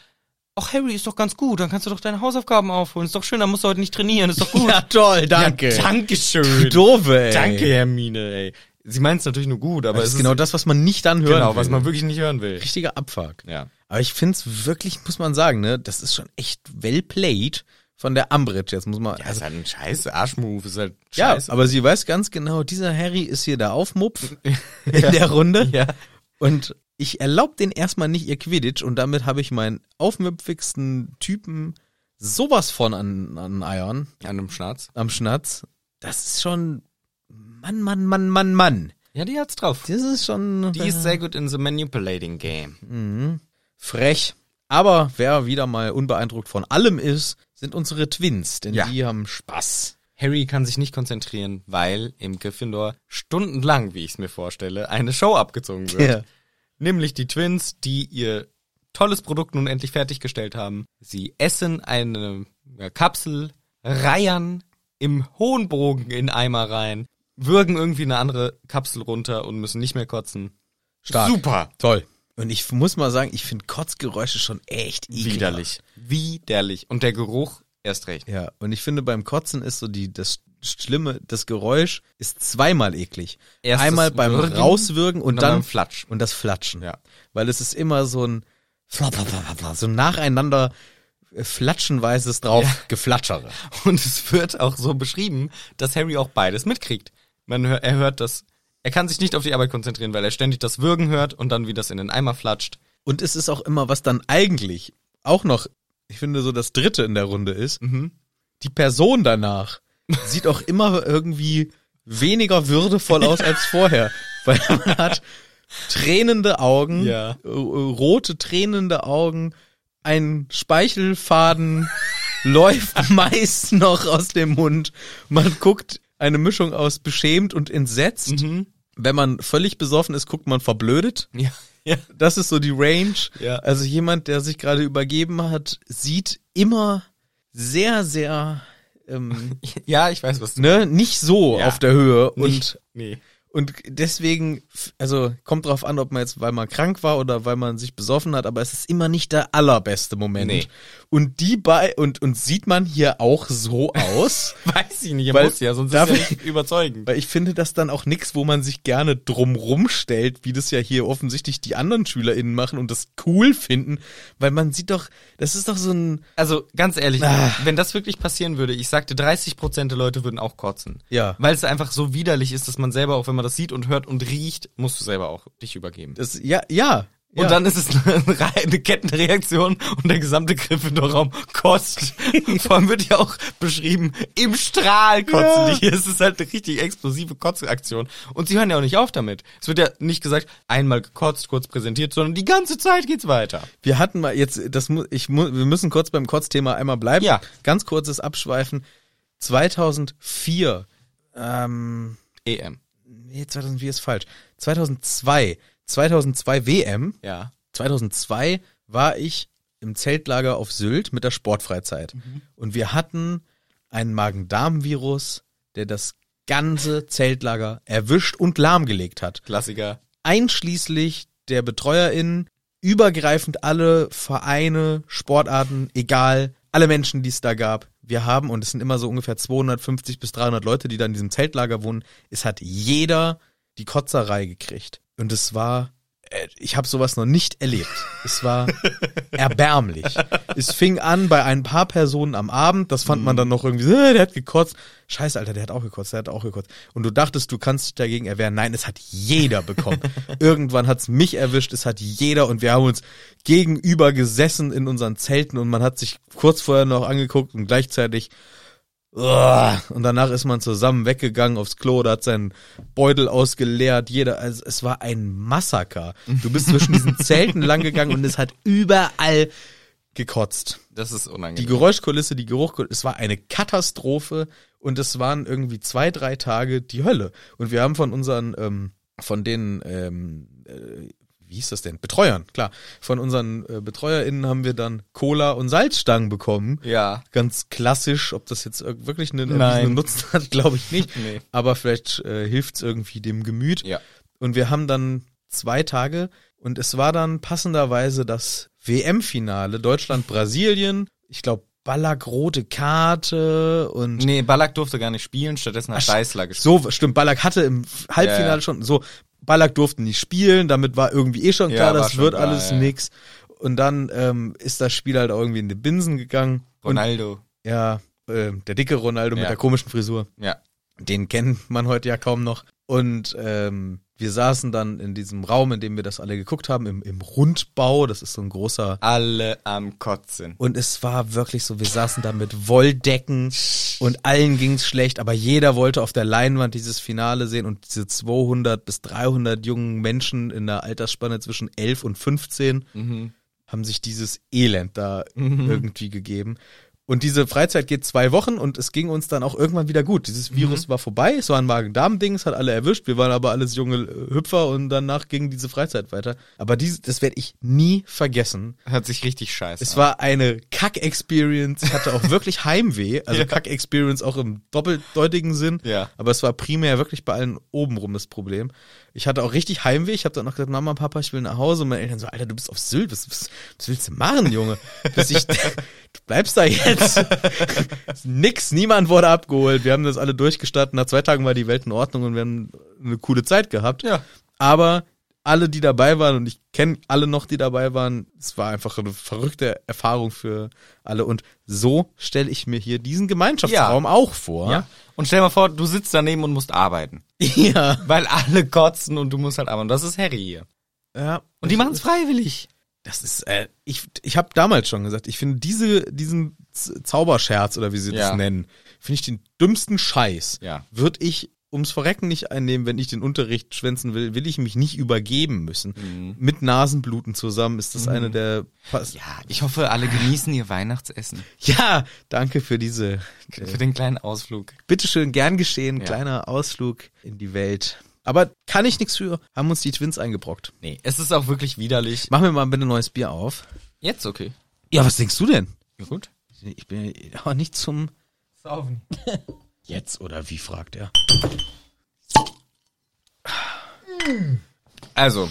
C: ach Harry, ist doch ganz gut, dann kannst du doch deine Hausaufgaben aufholen, ist doch schön, dann musst du heute nicht trainieren, ist doch <laughs>
B: <laughs>
C: gut.
B: Ja, toll, danke. danke.
C: Ja, Dankeschön.
B: Doofe, ey.
C: Danke, Hermine, ey. Sie meint es natürlich nur gut, aber
B: Das
C: es
B: ist genau das, was man nicht dann hören
C: genau,
B: will.
C: was man wirklich nicht hören will.
B: Richtiger Abfuck.
C: Ja.
B: Aber ich finde es wirklich, muss man sagen, ne, das ist schon echt well played von der Umbridge. Jetzt muss man.
C: Ja, ist halt ein scheiß Arschmove, ist halt
B: ja,
C: scheiße.
B: aber sie weiß ganz genau, dieser Harry ist hier der
C: <laughs>
B: Aufmupf in der Runde.
C: Ja.
B: Und ich erlaube den erstmal nicht ihr Quidditch und damit habe ich meinen aufmüpfigsten Typen sowas von an, an Eiern
C: An einem Schnatz.
B: am Schnatz. Das ist schon. Mann, Mann, Mann, Mann, Mann.
C: Ja, die hat's drauf.
B: Das ist schon.
C: Die ist sehr gut in the manipulating game.
B: Frech. Aber wer wieder mal unbeeindruckt von allem ist, sind unsere Twins, denn
C: Ja.
B: die haben Spaß.
C: Harry kann sich nicht konzentrieren, weil im Gryffindor stundenlang, wie ich es mir vorstelle, eine Show abgezogen wird. Nämlich die Twins, die ihr tolles Produkt nun endlich fertiggestellt haben. Sie essen eine ja, Kapsel, reiern im hohen Bogen in Eimer rein, würgen irgendwie eine andere Kapsel runter und müssen nicht mehr kotzen.
B: Stark.
C: Super.
B: Toll. Und ich muss mal sagen, ich finde Kotzgeräusche schon echt ekelhaft.
C: Widerlich. Widerlich. Und der Geruch erst recht.
B: Ja, und ich finde beim Kotzen ist so die das Schlimme, das Geräusch ist zweimal eklig.
C: Erst das
B: Einmal beim
C: Würgen
B: Rauswürgen und,
C: und dann
B: dann,
C: beim Flatschen.
B: Und das Flatschen.
C: Ja.
B: Weil es ist immer so ein so ein nacheinander äh, flatschenweises drauf geflatschere.
C: <laughs> Und es wird auch so beschrieben, dass Harry auch beides mitkriegt. Man hör, er hört das, er kann sich nicht auf die Arbeit konzentrieren, weil er ständig das Würgen hört und dann wie das in den Eimer flatscht. <laughs>
B: Und es ist auch immer, was dann eigentlich auch noch, ich finde so das dritte in der Runde ist, die Person danach sieht auch immer irgendwie weniger würdevoll aus als vorher. Weil man hat tränende Augen,
C: Ja.
B: äh, äh, rote tränende Augen, ein Speichelfaden läuft meist noch aus dem Mund. Man guckt eine Mischung aus beschämt und entsetzt. Wenn man völlig besoffen ist, guckt man verblödet.
C: Ja, ja.
B: Das ist so die Range.
C: Ja.
B: Also jemand, der sich gerade übergeben hat, sieht immer sehr, sehr
C: <laughs>
B: ähm,
C: Ja, ich weiß, was du
B: ne, nicht so
C: Ja.
B: auf der Höhe und
C: Nicht- nee.
B: und deswegen, f- also kommt drauf an, ob man jetzt, weil man krank war oder weil man sich besoffen hat, aber es ist immer nicht der allerbeste Moment.
C: Nee.
B: Und die bei und und sieht man hier auch so aus,
C: <laughs> Weiß ich nicht, er
B: Weil-
C: muss ja, sonst
B: darf
C: ist er
B: ich-
C: nicht überzeugend.
B: weil ich finde das dann auch nix, wo man sich gerne drumrum stellt, wie das ja hier offensichtlich die anderen SchülerInnen machen und das cool finden, weil man sieht doch, das ist doch so ein
C: Also, ganz ehrlich,
B: Ah.
C: wenn das wirklich passieren würde, ich sagte, 30% der Leute würden auch kotzen.
B: Ja.
C: Weil es einfach so widerlich ist, dass man selber, auch wenn man das sieht und hört und riecht, musst du selber auch dich übergeben.
B: das ja ja
C: Und
B: ja.
C: dann ist es eine, <laughs> Reihe- eine Kettenreaktion und der gesamte Gryffindor-Raum
B: <laughs>
C: kotzt. Vor allem wird ja auch beschrieben, im Strahl kotzen
B: Ja.
C: die. Es ist halt eine richtig explosive Kotzaktion. Und sie hören ja auch nicht auf damit. Es wird ja nicht gesagt, einmal gekotzt, kurz präsentiert, sondern die ganze Zeit geht's weiter.
B: Wir hatten mal jetzt, das mu ich mu wir müssen kurz beim Kotzthema einmal bleiben.
C: Ja.
B: Ganz kurzes Abschweifen. 2004, ähm,
C: EM.
B: nee, 2004 ist falsch. 2002, 2002 WM,
C: Ja.
B: 2002 war ich im Zeltlager auf Sylt mit der Sportfreizeit. Und wir hatten einen Magen-Darm-Virus, der das ganze Zeltlager erwischt und lahmgelegt hat
C: Klassiker.
B: einschließlich der BetreuerInnen, übergreifend alle Vereine, Sportarten, egal, alle Menschen, die es da gab. Wir haben, und es sind immer so ungefähr 250 bis 300 Leute, die da in diesem Zeltlager wohnen, es hat jeder die Kotzerei gekriegt. Und es war, äh, ich habe sowas noch nicht erlebt. Es war erbärmlich. Es fing an bei ein paar Personen am Abend, das fand man dann noch irgendwie, so, äh, der hat gekotzt. Scheiße, Alter, der hat auch gekotzt, der hat auch gekotzt. Und du dachtest, du kannst dich dagegen erwehren. Nein, es hat jeder bekommen. Irgendwann hat's mich erwischt, es hat jeder und wir haben uns gegenüber gesessen in unseren Zelten und man hat sich kurz vorher noch angeguckt und gleichzeitig Uah. Und danach ist man zusammen weggegangen aufs Klo, da hat seinen Beutel ausgeleert, jeder, also es war ein Massaker. Du bist zwischen diesen Zelten lang gegangen und es hat überall gekotzt.
C: Das ist
B: Die
C: unangenehm.
B: Geräuschkulisse, die Geruchkulisse, es war eine Katastrophe und es waren irgendwie zwei, drei Tage die Hölle. Und wir haben von unseren, ähm, von den, ähm, äh, wie hieß das denn? Betreuern, klar. Von unseren äh, BetreuerInnen haben wir dann Cola und Salzstangen bekommen
C: ja.
B: ganz klassisch, ob das jetzt irg- wirklich einen
C: Nein.
B: erwiesenen Nutzen hat, <laughs> glaube ich nicht.
C: Nee.
B: Aber vielleicht äh, hilft es irgendwie dem Gemüt.
C: Ja.
B: Und wir haben dann zwei Tage und es war dann passenderweise das WM-Finale Deutschland-Brasilien. Ich glaube, Ballack rote Karte und
C: Nee, Ballack durfte gar nicht spielen, stattdessen hat Deißler gespielt.
B: so, stimmt, Ballack hatte im F- Halbfinale
C: Ja, ja.
B: schon, so, Ballack durfte nicht spielen, damit war irgendwie eh schon
C: Ja,
B: klar,
C: war
B: das
C: schon
B: wird
C: klar,
B: alles
C: ja.
B: nix. Und dann ähm, ist das Spiel halt auch irgendwie in die Binsen gegangen. Und
C: Ronaldo.
B: ja, äh, der dicke Ronaldo mit
C: Ja.
B: der komischen Frisur.
C: Ja.
B: Den kennt man heute ja kaum noch. Und ähm, wir saßen dann in diesem Raum, in dem wir das alle geguckt haben, im, im Rundbau. Das ist so ein großer.
C: Alle am Kotzen.
B: Und es war wirklich so, wir saßen da mit Wolldecken und allen ging's schlecht, aber jeder wollte auf der Leinwand dieses Finale sehen und diese 200 bis 300 jungen Menschen in der Altersspanne zwischen 11 und 15 haben sich dieses Elend da irgendwie gegeben. Und diese Freizeit geht zwei Wochen und es ging uns dann auch irgendwann wieder gut. Dieses Virus war vorbei, es war ein Magen-Darm-Ding, es hat alle erwischt, wir waren aber alles junge äh, Hüpfer und danach ging diese Freizeit weiter. Aber dies, das werde ich nie vergessen.
C: Hat sich richtig scheiße.
B: Es war eine Kack-Experience. Ich hatte
C: <laughs>
B: auch wirklich Heimweh. Also
C: Ja.
B: Kack-Experience auch im doppeldeutigen Sinn.
C: Ja.
B: Aber es war primär wirklich bei allen obenrum das Problem. Ich hatte auch richtig Heimweh. Ich habe dann noch gesagt, Mama, Papa, ich will nach Hause. Und meine Eltern so, Alter, du bist auf Sylt. Was, was, was willst du machen, Junge? Bis ich, du <laughs> bleibst da jetzt. nichts. nix, niemand wurde abgeholt. Wir haben das alle durchgestattet. Nach zwei Tagen war die Welt in Ordnung und wir haben eine coole Zeit gehabt.
C: Ja.
B: Aber alle, die dabei waren, und ich kenne alle noch, die dabei waren, es war einfach eine verrückte Erfahrung für alle. Und so stelle ich mir hier diesen Gemeinschaftsraum auch vor.
C: Ja. Und stell mal vor, du sitzt daneben und musst arbeiten.
B: <laughs> ja.
C: Weil alle kotzen und du musst halt arbeiten. Das ist Harry hier.
B: ja.
C: Und die machen es freiwillig.
B: Das ist, äh, ich, ich habe damals schon gesagt, ich finde diese, diesen Z- Zauberscherz oder wie sie
C: Ja.
B: das nennen, finde ich den dümmsten Scheiß.
C: Ja.
B: Würde ich ums Verrecken nicht einnehmen, wenn ich den Unterricht schwänzen will, will ich mich nicht übergeben müssen. Mit Nasenbluten zusammen ist das eine der. Pass ja.
C: Mhm. Ja, ich hoffe, alle genießen ihr Weihnachtsessen.
B: danke für diese.
C: Für den kleinen Ausflug.
B: Bitteschön, gern geschehen,
C: Ja.
B: kleiner Ausflug in die Welt. Aber kann ich nichts für, haben uns die Twins eingebrockt.
C: Nee, es ist auch wirklich widerlich.
B: Machen wir mal bitte ein neues Bier auf.
C: Jetzt okay.
B: Ja, was denkst du denn?
C: Ja, gut.
B: Ich bin auch nicht zum.
C: Saufen.
B: Jetzt oder wie, fragt er.
C: Also,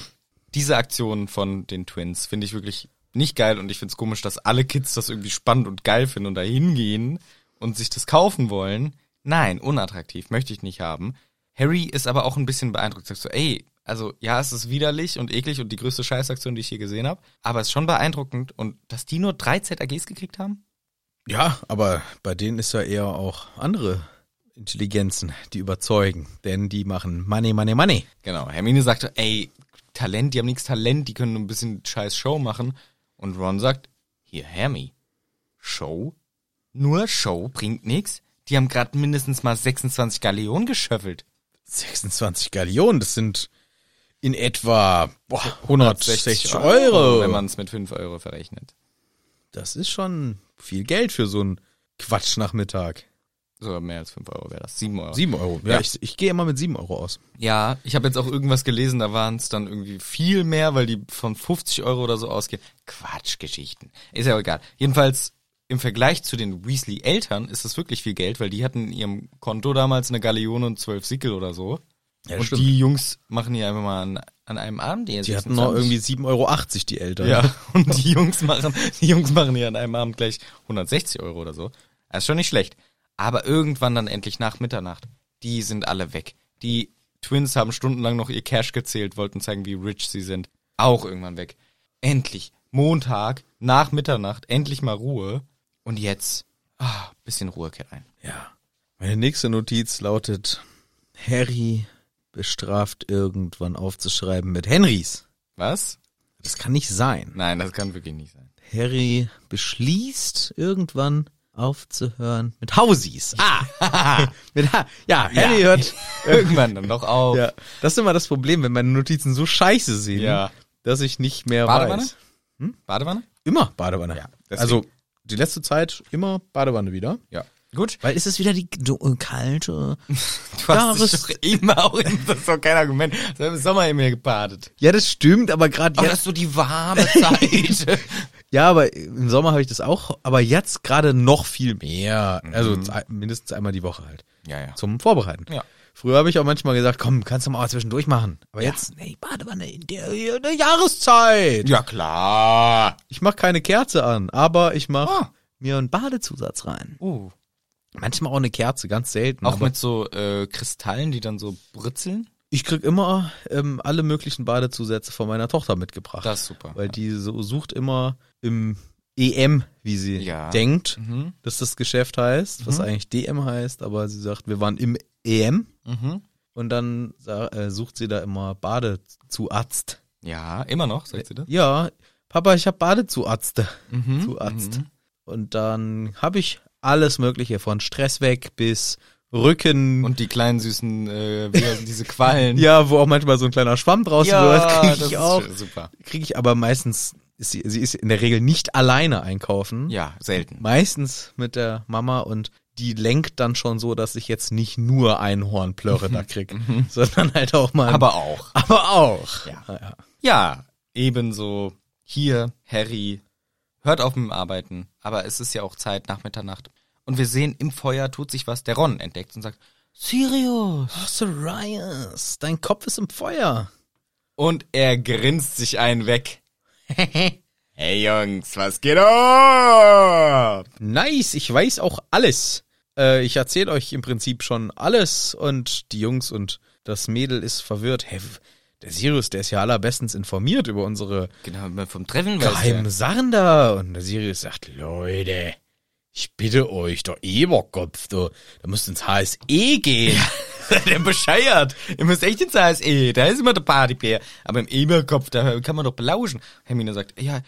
C: diese Aktion von den Twins finde ich wirklich nicht geil und ich finde es komisch, dass alle Kids das irgendwie spannend und geil finden und da hingehen und sich das kaufen wollen. Nein, unattraktiv, möchte ich nicht haben. Harry ist aber auch ein bisschen beeindruckt, sagt so, ey, also ja, es ist widerlich und eklig und die größte Scheißaktion, die ich hier gesehen habe, aber es ist schon beeindruckend und dass die nur drei ZAGs gekriegt haben?
B: Ja, aber bei denen ist ja eher auch andere Intelligenzen, die überzeugen. Denn die machen Money, Money, Money.
C: Genau, Hermine sagt, ey, Talent, die haben nichts Talent, die können nur ein bisschen scheiß Show machen. Und Ron sagt, hier, Hermie, Show? Nur Show bringt nix. Die haben gerade mindestens mal 26 Galeonen geschöffelt.
B: 26 Gallionen, das sind in etwa boah, 160
C: Wenn
B: Euro.
C: man es mit 5 Euro verrechnet.
B: Das ist schon viel Geld für so einen Quatschnachmittag.
C: Sogar mehr als 5 Euro wäre das. 7 Euro.
B: 7 Euro. Ja, ich, ich gehe immer mit 7 Euro aus.
C: Ja, ich habe jetzt auch irgendwas gelesen, da waren es dann irgendwie viel mehr, weil die von 50 Euro oder so ausgehen. Quatschgeschichten. Ist ja auch egal. Jedenfalls im Vergleich zu den Weasley-Eltern ist das wirklich viel Geld, weil die hatten in ihrem Konto damals eine Galeone und zwölf Sickel oder so.
B: Ja,
C: und
B: stimmt.
C: die Jungs machen hier einfach mal an, an einem Abend ihr
B: Die hatten noch irgendwie 7,80 Euro die Eltern.
C: Ja, <laughs> und die Jungs machen, die Jungs machen hier an einem Abend gleich 160 Euro oder so. Das ist schon nicht schlecht. Aber irgendwann dann endlich nach Mitternacht, die sind alle weg. Die Twins haben stundenlang noch ihr Cash gezählt, wollten zeigen, wie rich sie sind. Auch irgendwann weg. Endlich. Montag, nach Mitternacht, endlich mal Ruhe. Und jetzt, ah, bisschen Ruhe kehrt ein.
B: Ja. Meine nächste Notiz lautet, Harry bestraft irgendwann aufzuschreiben mit Henrys.
C: Was?
B: Das kann nicht sein.
C: Nein, das kann wirklich nicht <laughs> sein.
B: Harry beschließt irgendwann aufzuhören mit Hausies. Ah! <laughs> mit ha ja, Harry
C: <laughs>
B: hört.
C: Irgendwann dann doch auf.
B: Ja. Das ist immer das Problem, wenn meine Notizen so scheiße sind,
C: Ja.
B: dass ich nicht mehr
C: Badewanne?
B: weiß.
C: Badewanne?
B: Immer Badewanne.
C: deswegen.
B: also die letzte Zeit immer Badewanne wieder.
C: Ja. Gut.
B: Weil es ist wieder die du- äh, kalte
C: Du hast
B: Jahres-
C: dich doch immer auch in, das ist doch kein Argument. Du hast im Sommer immer gebadet.
B: Ja, das stimmt, aber gerade
C: Aber
B: jetzt.
C: das ist so die warme Zeit.
B: Ja, aber im Sommer habe ich das auch, aber jetzt gerade noch viel mehr. Also z- mindestens einmal die Woche halt.
C: <laughs> Mhm. ja, ja.
B: Zum Vorbereiten.
C: Ja.
B: Früher habe ich auch manchmal gesagt, komm, kannst du mal zwischendurch machen. Aber jetzt, nee, Badewanne in der, in der Jahreszeit.
C: Ja, klar.
B: Ich mache keine Kerze an, aber ich mache
C: Ah.
B: mir einen Badezusatz rein.
C: Oh.
B: Manchmal auch eine Kerze, ganz selten.
C: Auch
B: aber
C: mit so äh, Kristallen, die dann so britzeln.
B: ich krieg immer ähm, alle möglichen Badezusätze von meiner Tochter mitgebracht.
C: Das ist super.
B: weil die so sucht immer im EM, wie sie
C: Ja.
B: denkt,
C: Mhm,
B: dass das Geschäft heißt, was eigentlich DM heißt, aber sie sagt, wir waren im EM
C: Mhm.
B: und dann sa- äh, sucht sie da immer Badezuarzt.
C: Ja, immer noch, sagt sie das?
B: Ja, Papa, ich habe Badezuarzte.
C: Mhm,
B: Zuarzt. Und dann habe ich alles Mögliche von Stress weg bis Rücken.
C: Und die kleinen süßen, äh, wie heißen diese Quallen.
B: ja, wo auch manchmal so ein kleiner Schwamm draus wird, <laughs> kriege ich auch.
C: ist super.
B: Kriege ich aber meistens, ist sie, sie ist in der Regel nicht alleine einkaufen.
C: Ja, selten.
B: meistens mit der Mama und die lenkt dann schon so, dass ich jetzt nicht nur ein Hornplörre
C: <laughs>
B: da krieg, sondern halt auch mal.
C: Aber auch.
B: aber auch.
C: Ja.
B: ja.
C: Ja, ebenso hier, Harry, hört auf mit dem Arbeiten, aber es ist ja auch Zeit nach Mitternacht. Und wir sehen, im Feuer tut sich was. Der Ron entdeckt und sagt, Sirius.
B: Oh, Sirius, dein Kopf ist im Feuer.
C: Und er grinst sich einen weg.
E: <laughs> Hey Jungs, was geht ab?
B: Nice, ich weiß auch alles. Äh, ich erzähle euch im Prinzip schon alles und die Jungs und das Mädel ist verwirrt. Hä, w- der Sirius, der ist ja allerbestens informiert über unsere
F: Genau, vom Treffen weiß
B: geheimen Sachen da. Und der Sirius sagt, Leute, ich bitte euch, der Eberkopf, du, da müsst ins HSE gehen.
F: <laughs> der bescheuert. Ihr müsst echt ins HSE, da ist immer der Partybär. Aber im Eberkopf, da kann man doch belauschen. Hermine sagt, ja,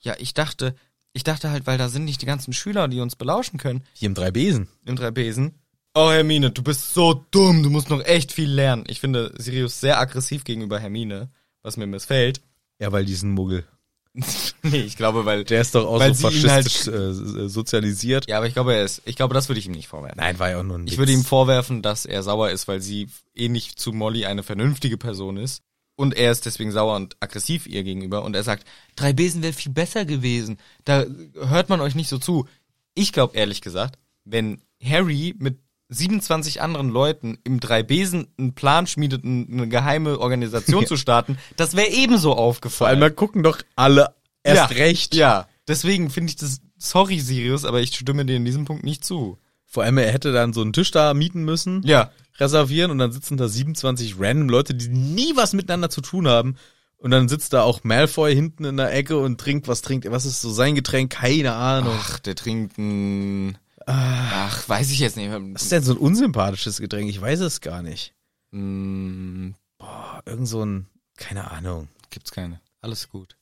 F: ja, ich dachte, ich dachte halt, weil da sind nicht die ganzen Schüler, die uns belauschen können,
B: Hier im Dreibesen.
C: Im Drei-Besen.
F: Oh, Hermine, du bist so dumm. Du musst noch echt viel lernen.
C: Ich finde Sirius sehr aggressiv gegenüber Hermine, was
F: <laughs>
C: mir missfällt.
B: Ja, weil diesen Muggel.
C: nee, ich glaube, weil...
B: Der ist doch auch
C: Weil
B: so
C: sie ihn halt-
B: faschistisch äh, äh, sozialisiert.
C: Ja, aber ich glaube, er ist... Ich glaube, das würde ich ihm nicht vorwerfen.
B: Nein, war ja auch nur ein
C: Ich
B: Witz.
C: würde ihm vorwerfen, dass er sauer ist, weil sie ähnlich zu Molly eine vernünftige Person ist. Und er ist deswegen sauer und aggressiv ihr gegenüber. Und er sagt, drei Besen wäre viel besser gewesen. Da hört man euch nicht so zu. Ich glaube ehrlich gesagt, wenn Harry mit 27 anderen Leuten im drei Besen einen Plan schmiedet, n- eine
B: <laughs>
C: geheime Organisation zu starten, das wäre ebenso
B: Vor allem,
C: aufgefallen.
B: da gucken doch alle erst
C: ja,
B: recht.
C: Ja, deswegen finde ich das, sorry Sirius, aber ich stimme dir in diesem Punkt nicht zu.
B: Vor allem, er hätte dann so einen Tisch da mieten müssen,
C: Ja,
B: reservieren und dann sitzen da 27 random Leute, die nie was miteinander zu tun haben. Und dann sitzt da auch Malfoy hinten in der Ecke und trinkt, was trinkt er? Was ist so sein Getränk? Keine Ahnung.
C: Ach, der trinkt ein. Ach, weiß ich jetzt nicht.
B: Was ist denn so ein unsympathisches Getränk? Ich weiß es gar nicht.
C: Mm,
B: Boah, irgend so ein, keine Ahnung.
C: gibt's keine. Alles gut.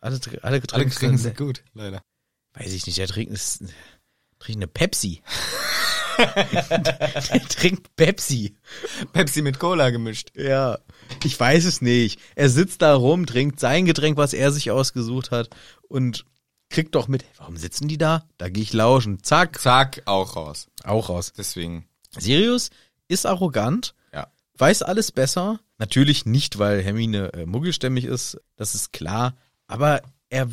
B: Alle, Tr- alle
C: Alle
B: Getränke
C: Getränke sind gut, leider.
B: Weiß ich nicht, der trinkt, ist, trinkt eine Pepsi. der trinkt Pepsi.
C: Pepsi mit Cola gemischt.
B: Ja, ich weiß es nicht. Er sitzt da rum, trinkt sein Getränk, was er sich ausgesucht hat und kriegt doch mit, warum sitzen die da? Da gehe ich lauschen. Zack,
C: Zack, auch raus.
B: auch raus.
C: Deswegen.
B: Sirius ist arrogant,
C: Ja.
B: weiß alles besser. Natürlich nicht, weil Hermine äh, muggelstämmig ist, das ist klar. Aber er,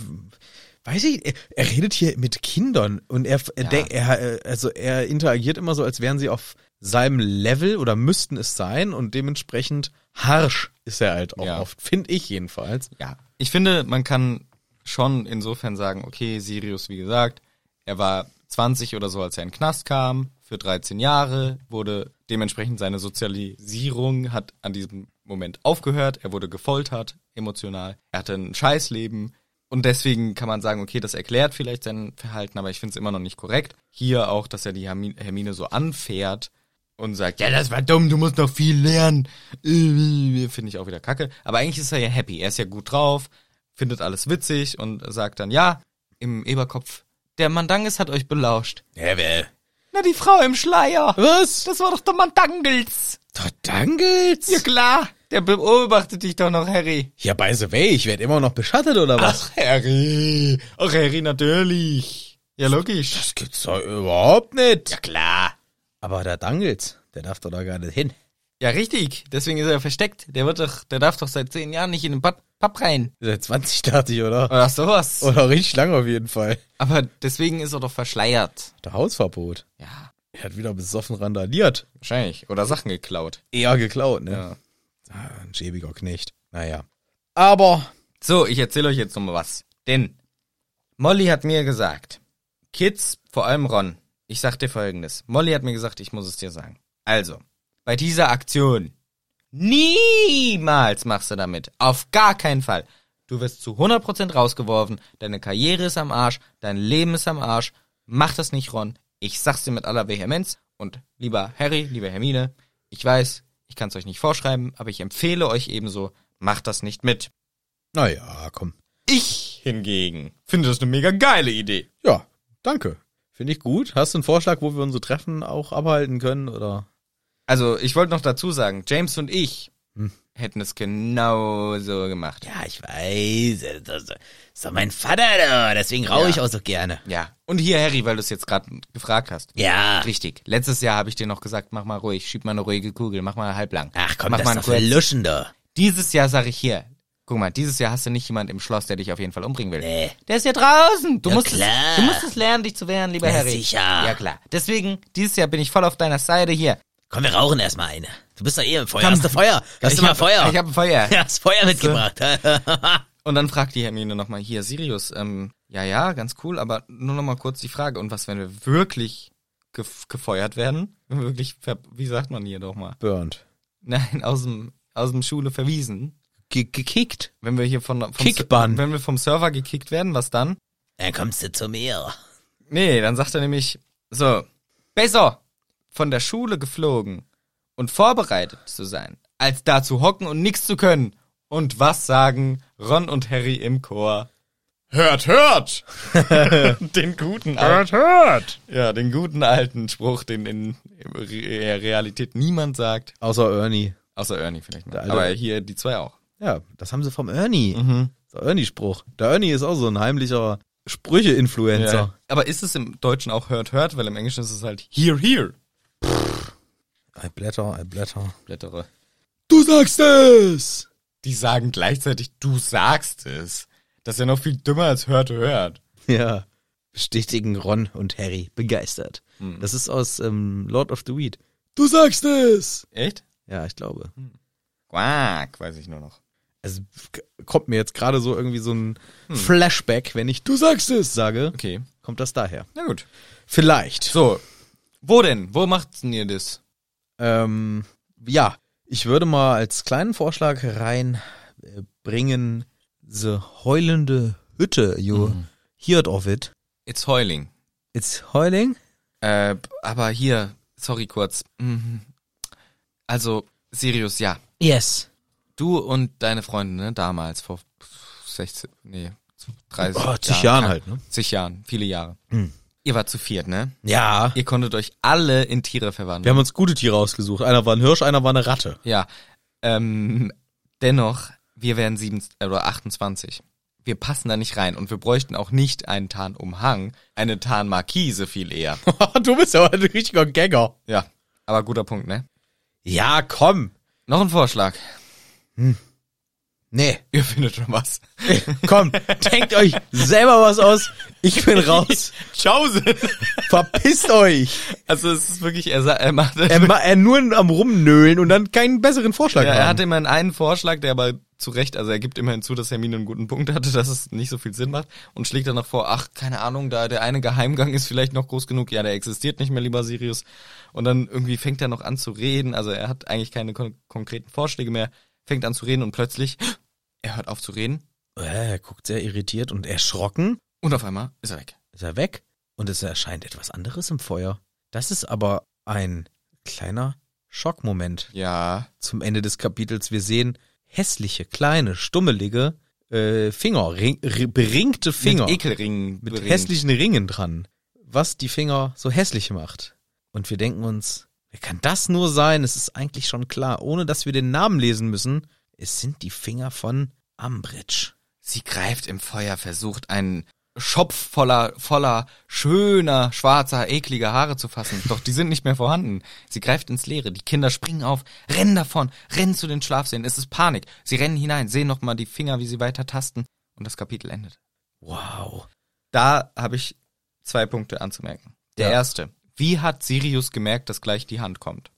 B: weiß ich, er, er redet hier mit Kindern und er, er, denk, er, äh, also er interagiert immer so, als wären sie auf seinem Level oder müssten es sein und dementsprechend harsch ist er halt auch
C: Ja.
B: oft, finde ich jedenfalls.
C: Ja. Ich finde, man kann schon insofern sagen, okay, Sirius, wie gesagt, er war 20 oder so, als er in den Knast kam, für 13 Jahre, wurde dementsprechend seine Sozialisierung hat an diesem Moment aufgehört, er wurde gefoltert, emotional, er hatte ein Scheißleben und deswegen kann man sagen, okay, das erklärt vielleicht sein Verhalten, aber ich finde es immer noch nicht korrekt. Hier auch, dass er die Hermi- Hermine so anfährt und sagt, ja, das war dumm, du musst noch viel lernen. Äh, Finde ich auch wieder kacke. Aber eigentlich ist er ja happy, er ist ja gut drauf, findet alles witzig und sagt dann, ja, im Eberkopf, der Mandanges hat euch belauscht.
B: Ja, wer?
C: Na, die Frau im Schleier.
B: Was?
C: Das war doch der Mandangels.
B: Todangels? Ja,
C: klar, der beobachtet dich doch noch, Harry.
B: ja, by the way, ich werde immer noch beschattet oder was?
C: Ach, Harry. Äh, Ach, Harry, natürlich. Ja, logisch.
B: Das gibt's doch überhaupt nicht.
C: klar.
B: Aber der Dangels, der darf doch da gar nicht hin.
C: Ja, richtig. Deswegen ist er versteckt. Der wird doch, der darf doch seit zehn Jahren nicht in den Papp, Papp rein.
B: Seit 20 dachte ich, oder?
C: Oder sowas.
B: Oder richtig lang auf jeden Fall.
C: Aber deswegen ist er doch verschleiert.
B: Der Hausverbot.
C: Ja.
B: Er hat wieder besoffen randaliert.
C: Wahrscheinlich. Oder Sachen geklaut.
B: Eher geklaut, ne? Ah, ein schäbiger Knecht. Naja. Aber
C: So, ich erzähle euch jetzt nochmal was. Denn Molly hat mir gesagt, Kids, vor allem Ron, ich sag dir folgendes. Molly hat mir gesagt, ich muss es dir sagen. Also, bei dieser Aktion, niemals machst du damit. Auf gar keinen Fall. Du wirst zu 100% rausgeworfen, deine Karriere ist am Arsch, dein Leben ist am Arsch. Mach das nicht, Ron. Ich sag's dir mit aller Vehemenz. Und lieber Harry, lieber Hermine, ich weiß, ich kann's euch nicht vorschreiben, aber ich empfehle euch ebenso, macht das nicht mit.
B: naja, komm.
C: Ich hingegen finde das eine mega geile Idee.
B: Ja, danke. Finde ich gut. Hast du einen Vorschlag, wo wir unsere Treffen auch abhalten können? Oder?
C: Also, ich wollte noch dazu sagen, James und ich
A: Hm.
C: hätten es genauso gemacht.
B: Ja, ich weiß. Das ist doch mein Vater da. Deswegen rauche ich auch so gerne.
C: Ja. Und hier, Harry, weil du es jetzt gerade gefragt hast.
B: Ja.
C: Richtig. Letztes Jahr habe ich dir noch gesagt, mach mal ruhig, schieb mal eine ruhige Kugel, mach mal halblang. mach mal einen kurz.
B: Luschender.
C: Dieses Jahr sage ich hier, guck mal, dieses Jahr hast du nicht jemand im Schloss, der dich auf jeden Fall umbringen will.
A: Nee.
C: Der ist ja draußen. Du,
A: Ja,
C: musst
A: klar.
C: Es, du musst es lernen, dich zu wehren, lieber
A: Na,
C: Harry.
A: sicher.
C: Ja, klar. Deswegen, dieses Jahr bin ich voll auf deiner Seite hier.
A: Komm, wir rauchen erstmal eine. <laughs> Du bist doch eh im Feuer. Hast du Feuer? Hast du
C: Ich
A: mal
C: hab-
A: Feuer?
C: Ich habe Feuer.
A: <laughs> Ja, hast Feuer mitgebracht.
C: Und dann fragt die Hermine nochmal, hier, Sirius, ähm, ja, ja, ganz cool, aber nur nochmal kurz die Frage, und was, wenn wir wirklich gef gefeuert werden? Wenn wir Wirklich, ver wie sagt man hier doch mal? <laughs>
B: Burned.
C: Nein, aus dem, aus dem Schule verwiesen.
B: Ge gekickt.
C: Wenn wir hier von, vom
B: Kickbann.
C: Wenn wir vom Server gekickt werden, was dann?
F: Dann kommst du zu mir.
C: Nee, dann sagt er nämlich, so, besser von der Schule geflogen und vorbereitet zu sein, als da zu hocken und nichts zu können. Und was sagen Ron und Harry im Chor?
A: <laughs>
C: Hört, hört! den guten alten,
B: hört.
C: ja, den guten alten Spruch, den in Re- Realität niemand sagt,
B: Außer Ernie.
C: außer Ernie vielleicht mal.
B: Der alte-
C: Aber hier die zwei auch.
B: Ja, das haben sie vom Ernie. Der Ernie-Spruch. Der Ernie ist auch so ein heimlicher Sprüche-Influencer.
C: Ja. Aber ist es im Deutschen auch hört, hört? Weil im Englischen ist es halt hear, hear.
B: Ein Blätter, ein Blätter.
C: Blättere.
B: Du sagst es! <laughs>
C: die sagen gleichzeitig, du sagst es. Das ist ja noch viel dümmer als hört, hört.
B: Ja. Bestätigen Ron und Harry. Begeistert. Das ist aus ähm, Lord of the Weed. Mhm. Du sagst es! Mhm.
C: Echt?
B: Ja, ich glaube.
C: Quack, weiß ich nur noch.
B: Also k- kommt mir jetzt gerade so irgendwie so ein Flashback, wenn ich Hm. du sagst es sage.
C: Okay,
B: Kommt das daher?
C: na gut.
B: Vielleicht.
C: So, wo denn? Wo macht's denn ihr das?
B: Ähm, ja, ich würde mal als kleinen Vorschlag reinbringen, The Heulende Hütte, you heard of it.
C: It's Heuling.
B: It's heuling?
C: Äh, aber hier, sorry kurz. Mhm. Also, Sirius, ja.
B: Yes.
C: Du und deine Freundin, ne, damals, vor 16, nee, 30
B: Oh, zig Jahren halt, ne?
C: Zig Jahren, viele Jahre.
B: Mhm.
C: Ihr wart zu viert, ne?
B: Ja.
C: Ihr konntet euch alle in Tiere verwandeln.
B: Wir haben uns gute Tiere ausgesucht. Einer war ein Hirsch, einer war eine Ratte.
C: Ja. Ähm, dennoch, wir wären sieben, äh, oder 28. Wir passen da nicht rein und wir bräuchten auch nicht einen Tarnumhang, eine Tarnmarkise viel eher.
B: <laughs> du bist aber ein richtiger Gagger.
C: ja, aber guter Punkt, ne?
B: Ja, komm.
C: Noch ein Vorschlag.
B: Nee, <laughs>
C: Ihr <laughs> findet schon was.
B: komm. denkt euch selber was aus. Ich bin raus.
C: Tschaußen.
B: Verpisst euch.
C: Also es ist wirklich, er, sa- er macht
B: Er, ma- er nur am Rumnölen und dann keinen besseren Vorschlag
C: Ja, er
B: haben.
C: hatte immerhin einen Vorschlag, der aber zu Recht, also er gibt immerhin zu, dass Hermine einen guten Punkt hatte, <laughs> dass es nicht so viel Sinn macht und schlägt dann noch vor, ach, keine Ahnung, da der eine Geheimgang ist vielleicht noch groß genug, ja, der existiert nicht mehr, lieber Sirius. Und dann irgendwie fängt er noch an zu reden, also er hat eigentlich keine kon konkreten Vorschläge mehr, fängt an zu reden und plötzlich, <gasps> er hört auf zu reden
B: Äh, Er guckt sehr irritiert und erschrocken.
C: und auf einmal ist er weg.
B: Ist er weg und es erscheint etwas anderes im Feuer. Das ist aber ein kleiner Schockmoment
C: Ja,
B: zum Ende des Kapitels. Wir sehen hässliche, kleine, stummelige äh, Finger, ring, ri- beringte Finger
C: mit Ekelringen.
B: mit
C: beringt.
B: hässlichen Ringen dran, was die Finger so hässlich macht. Und wir denken uns, wer kann das nur sein? Es ist eigentlich schon klar, ohne dass wir den Namen lesen müssen. Es sind die Finger von Ambridge.
C: Sie greift im Feuer, versucht einen Schopf voller, voller schöner, schwarzer, ekliger Haare zu fassen. Doch die sind nicht mehr vorhanden. Sie greift ins Leere. Die Kinder springen auf, rennen davon, rennen zu den Schlafsälen. Es ist Panik. Sie rennen hinein, sehen nochmal die Finger, wie sie weiter tasten. Und das Kapitel endet.
B: Wow.
C: Da habe ich zwei Punkte anzumerken. Der
B: Ja.
C: erste. Wie hat Sirius gemerkt, dass gleich die Hand kommt?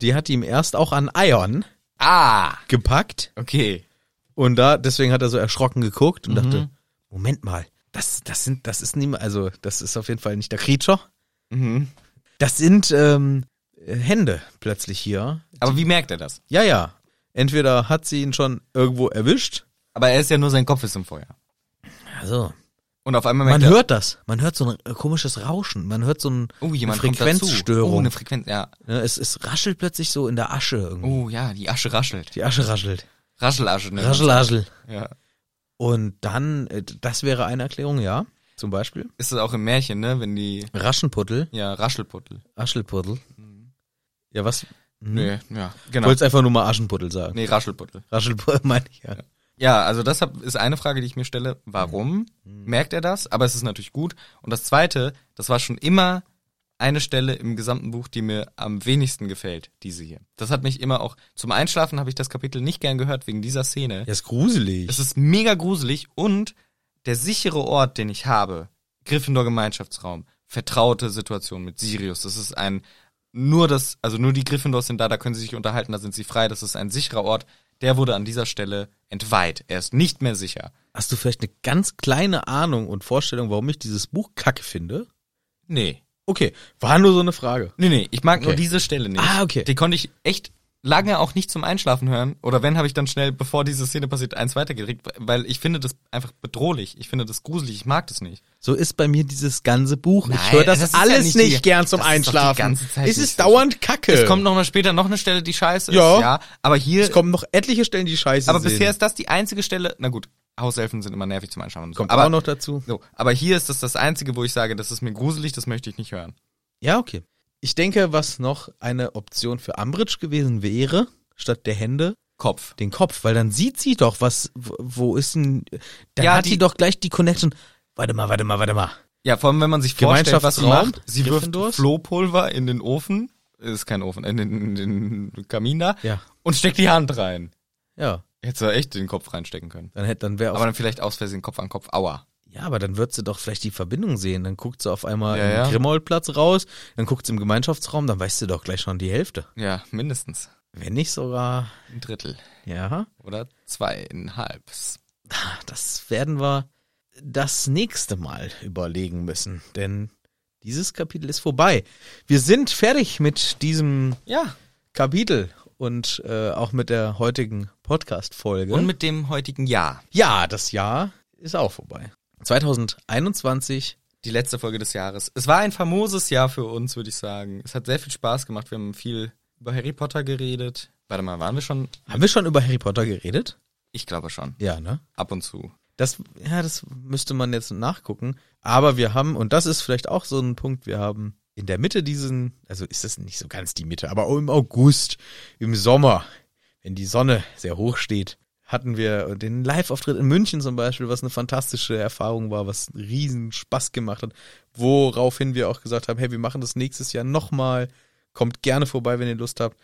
B: Die hat ihm erst auch an Eiern
C: Ah!
B: gepackt
C: Okay.
B: und da deswegen hat er so erschrocken geguckt und
C: Mhm.
B: dachte, Moment mal, das das sind das ist niemand, also das ist auf jeden Fall nicht der Creature.
C: Mhm.
B: Das sind ähm, Hände plötzlich hier.
C: Aber wie merkt er das?
B: Ja, ja. Entweder hat sie ihn schon irgendwo erwischt.
C: Aber er ist ja nur, sein Kopf ist im Feuer.
B: Also,
C: Und auf einmal merkt
B: man
C: er,
B: hört das. Man hört so ein äh, komisches Rauschen. Man hört so ein,
C: Oh, jemand
B: eine
C: Kommt dazu. Oh,
B: Frequenzstörung.
C: eine Frequenz, ja.
B: Ne, es, es raschelt plötzlich so in der Asche irgendwie.
C: Oh ja, die Asche raschelt.
B: Die Asche raschelt.
C: Raschelasche, ne?
B: Raschel, raschel.
C: Ja.
B: Und dann, äh, das wäre eine Erklärung, ja. Zum Beispiel.
C: Ist das auch im Märchen, ne? Wenn die.
B: Raschenputtel,
C: Ja, Raschelputtel.
B: Aschelputtel.
C: Mhm.
B: Ja, was?
C: Genau.
B: Hm.
C: Nee, ja,
B: Ich
C: genau.
B: wollte einfach nur mal Aschenputtel sagen.
C: Nee, Raschelputtel.
B: Raschelputtel <laughs> meine ich ja.
C: Ja, also das hab- ist eine Frage, die ich mir stelle. Warum
B: Mhm.
C: merkt er das? Aber es ist natürlich gut. Und das zweite, das war schon immer eine Stelle im gesamten Buch, die mir am wenigsten gefällt, diese hier. Das hat mich immer auch zum Einschlafen habe ich das Kapitel nicht gern gehört wegen dieser Szene.
B: Ja, ist gruselig.
C: Es ist mega gruselig und der sichere Ort, den ich habe, Gryffindor Gemeinschaftsraum, vertraute Situation mit Sirius. Das ist ein nur das, also nur die Gryffindors sind da, da können sie sich unterhalten, da sind sie frei. Das ist ein sicherer Ort, der wurde an dieser Stelle entweiht. Er ist nicht mehr sicher.
B: Hast du vielleicht eine ganz kleine Ahnung und Vorstellung, warum ich dieses Buch kacke finde?
C: Nee.
B: Okay, war nur so eine Frage.
C: Nee, nee, ich mag nur
B: Okay.
C: diese Stelle nicht.
B: Ah, okay.
C: Die konnte ich echt lange auch nicht zum Einschlafen hören. Oder wenn, habe ich dann schnell, bevor diese Szene passiert, eins weitergedreht, weil ich finde das einfach bedrohlich. Ich finde das gruselig. Ich mag das nicht.
B: So ist bei mir dieses ganze Buch. ich
C: Nein,
B: höre das,
C: das ist ja
B: alles
C: nicht
B: nicht
C: die-
B: gern zum
C: das ist doch die
B: Einschlafen.
C: ganze Zeit
B: es
C: nicht
B: ist dauernd kacke.
C: Es kommt noch mal später noch eine Stelle, die scheiße ist.
B: Ja.
C: ja aber hier
B: es kommen noch etliche Stellen, die scheiße
C: Aber
B: sind.
C: bisher ist das die einzige Stelle. Na gut, Hauselfen sind immer nervig zum Anschauen. und So.
B: kommt
C: aber,
B: auch noch dazu.
C: So, aber hier ist das das einzige, wo ich sage, das ist mir gruselig, das möchte ich nicht hören.
B: Ja, okay. Ich denke, was noch eine Option für Ambridge gewesen wäre, statt der Hände,
C: Kopf.
B: den Kopf, weil dann sieht sie doch, was, wo- wo ist denn, dann
C: Ja,
B: hat
C: die-
B: die, doch gleich die Connection. Warte mal, warte mal, warte mal.
C: Ja, vor allem, wenn man sich vorstellt, was sie
B: Gemeinschaftsraum,
C: macht. Sie wirft
B: Gryffindors.
C: Flohpulver in den Ofen, ist kein Ofen, in den, in den Kamin da,
B: Ja.
C: und steckt die Hand rein.
B: Ja,
C: Hätte sie echt den Kopf reinstecken können.
B: dann hätte, dann wäre
C: Aber
B: auch,
C: dann vielleicht aus Versehen Kopf an Kopf, aua.
B: ja, aber dann wird sie doch vielleicht die Verbindung sehen. Dann guckt sie auf einmal
C: Ja,
B: im
C: ja.
B: Grimoldplatz raus, dann guckt sie im Gemeinschaftsraum, dann weißt du doch gleich schon die Hälfte.
C: Ja, mindestens
B: Wenn nicht sogar,
C: ein Drittel
B: ja,
C: oder zweieinhalb.
B: das werden wir das nächste Mal überlegen müssen, denn dieses Kapitel ist vorbei. Wir sind fertig mit diesem
C: Ja.
B: Kapitel und äh, auch mit der heutigen Podcast-Folge.
C: Und mit dem heutigen Jahr.
B: Ja, das Jahr ist auch vorbei. 2021.
C: die letzte Folge des Jahres. Es war ein famoses Jahr für uns, würde ich sagen. Es hat sehr viel Spaß gemacht. Wir haben viel über Harry Potter geredet. Warte mal, waren wir schon?
B: Haben wir schon über Harry Potter geredet?
C: Ich glaube schon.
B: Ja, ne?
C: Ab und zu.
B: Das, ja, das müsste man jetzt nachgucken. Aber wir haben, und das ist vielleicht auch so ein Punkt, wir haben in der Mitte diesen, also ist das nicht so ganz die Mitte, aber auch im August, im Sommer, wenn die Sonne sehr hoch steht, hatten wir den Live-Auftritt in München zum Beispiel, was eine fantastische Erfahrung war, was einen riesen Spaß gemacht hat, woraufhin wir auch gesagt haben, hey, wir machen das nächstes Jahr nochmal, kommt gerne vorbei, wenn ihr Lust habt.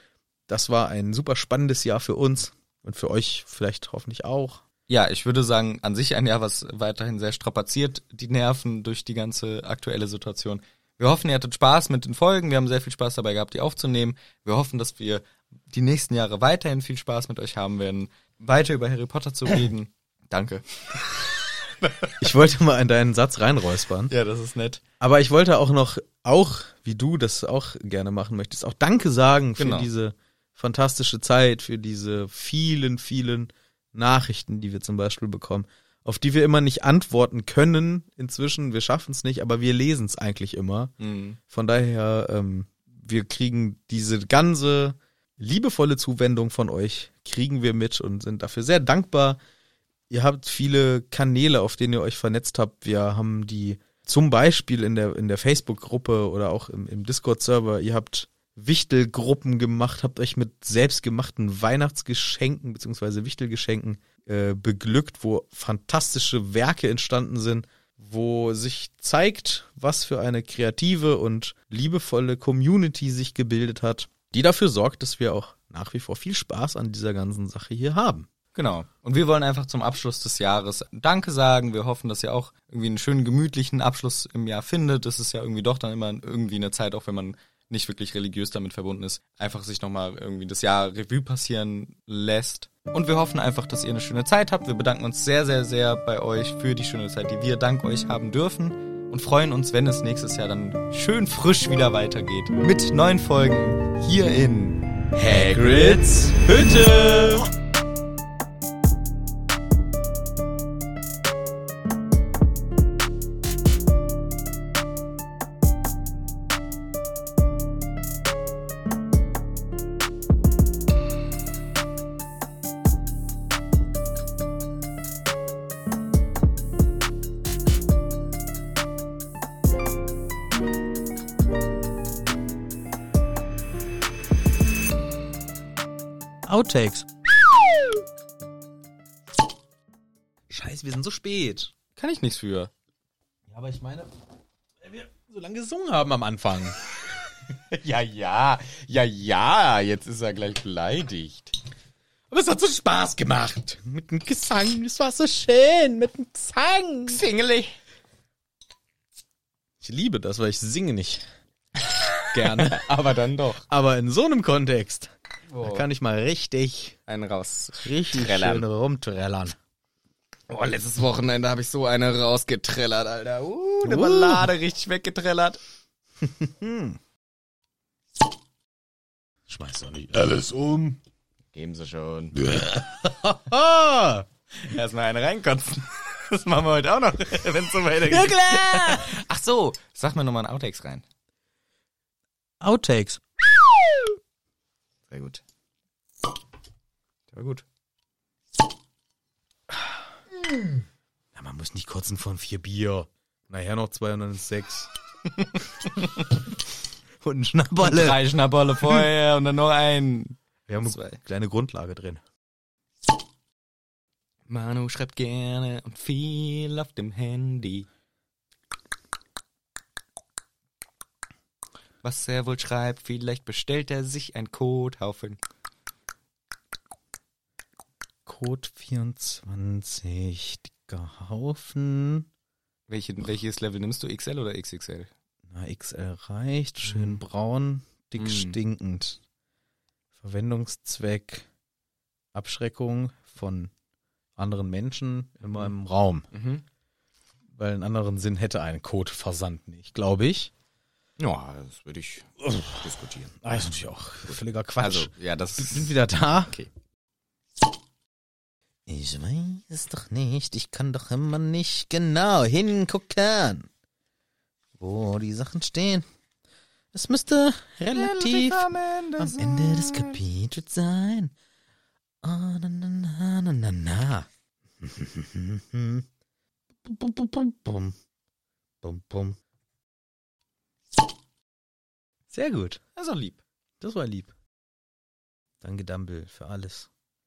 B: Das war ein super spannendes Jahr für uns und für euch vielleicht hoffentlich auch.
C: Ja, ich würde sagen, an sich ein Jahr, was weiterhin sehr strapaziert, die Nerven durch die ganze aktuelle Situation. Wir hoffen, ihr hattet Spaß mit den Folgen. Wir haben sehr viel Spaß dabei gehabt, die aufzunehmen. Wir hoffen, dass wir die nächsten Jahre weiterhin viel Spaß mit euch haben werden, weiter über Harry Potter zu <clears throat> reden. Danke.
B: Ich wollte mal in deinen Satz reinräuspern.
C: Ja, das ist nett.
B: Aber ich wollte auch noch, auch wie du das auch gerne machen möchtest, auch Danke sagen für
C: Genau.
B: diese fantastische Zeit, für diese vielen, vielen Nachrichten, die wir zum Beispiel bekommen, auf die wir immer nicht antworten können. Inzwischen, wir schaffen es nicht, aber wir lesen es eigentlich immer.
C: Mhm.
B: Von daher, ähm, wir kriegen diese ganze liebevolle Zuwendung von euch, kriegen wir mit und sind dafür sehr dankbar. Ihr habt viele Kanäle, auf denen ihr euch vernetzt habt. Wir haben die zum Beispiel in der, in der Facebook-Gruppe oder auch im, im Discord-Server. Ihr habt Wichtelgruppen gemacht, habt euch mit selbstgemachten Weihnachtsgeschenken beziehungsweise Wichtelgeschenken äh, beglückt, wo fantastische Werke entstanden sind wo sich zeigt, was für eine kreative und liebevolle Community sich gebildet hat, die dafür sorgt, dass wir auch nach wie vor viel Spaß an dieser ganzen Sache hier haben.
C: Genau. Und wir wollen einfach zum Abschluss des Jahres Danke sagen. Wir hoffen, dass ihr auch irgendwie einen schönen, gemütlichen Abschluss im Jahr findet. Das ist ja irgendwie doch dann immer irgendwie eine Zeit, auch wenn man nicht wirklich religiös damit verbunden ist, einfach sich nochmal irgendwie das Jahr Revue passieren lässt. Und wir hoffen einfach, dass ihr eine schöne Zeit habt. Wir bedanken uns sehr, sehr, sehr bei euch für die schöne Zeit, die wir dank euch haben dürfen und freuen uns, wenn es nächstes Jahr dann schön frisch wieder weitergeht mit neuen Folgen hier in Hagrid's Hütte.
B: Outtakes. Scheiße, wir sind so spät.
C: Kann ich nichts für.
B: Ja, aber ich meine, weil wir so lange gesungen haben am <laughs> Anfang.
C: Ja, ja, ja, ja, jetzt ist er gleich beleidigt.
B: Aber es hat so Spaß gemacht. Mit dem Gesang. Es war so schön. Mit dem Gesang.
C: Singeli.
B: Ich liebe das, weil ich singe nicht gerne.
C: <laughs> Aber dann doch.
B: Aber in so einem Kontext Da kann ich mal richtig,
C: Einen raus.
B: richtig
C: Trällern.
B: schön rumträllern.
C: Oh, letztes Wochenende habe ich so eine rausgetrellert, Alter. Uh, eine
B: Uh.
C: Ballade richtig weggetrellert.
B: Schmeiß doch nicht.
A: Alles um.
C: Geben sie schon.
B: Ah!
C: <laughs> Erstmal eine reinkotzen. Das machen wir heute auch noch, <laughs> wenn es so weitergeht. <laughs> Ach so, sag mir nochmal einen Outtakes rein.
B: Outtakes.
C: Sehr gut. Der war gut.
B: Ja, man muss nicht kurzen von vier Bier. Nachher noch zwei und dann ist sechs. <laughs> und ein Schnapperle.
C: Drei Schnapperle vorher und dann noch einen.
B: Wir haben eine
C: Zwei.
B: kleine Grundlage drin.
C: Manu schreibt gerne und viel auf dem Handy. Was er wohl schreibt, vielleicht bestellt er sich ein Kothaufen.
B: Code 24, dicker Haufen.
C: Welchen, welches Level nimmst du? XL oder XXL?
B: Na, XL reicht, schön braun, dick
C: Mm.
B: stinkend. Verwendungszweck, Abschreckung von anderen Menschen in meinem Raum.
C: Mhm.
B: Weil einen anderen Sinn hätte ein Codeversand nicht, glaube ich.
C: Ja, das würde ich diskutieren.
B: Ah, ist natürlich auch völliger Quatsch.
C: Also, ja, das
B: Wir sind wieder da.
C: Okay.
B: Ich weiß es doch nicht, ich kann doch immer nicht genau hingucken, wo die Sachen stehen. Es müsste relativ
C: am Ende
B: am Ende des Kapitels sein. Oh, na, na, na, na, na, na. <laughs> Bum, bum, bum, bum, bum. Bum, bum. Sehr gut.
C: Das ist auch lieb.
B: Das war lieb. Danke, Dumble, für alles.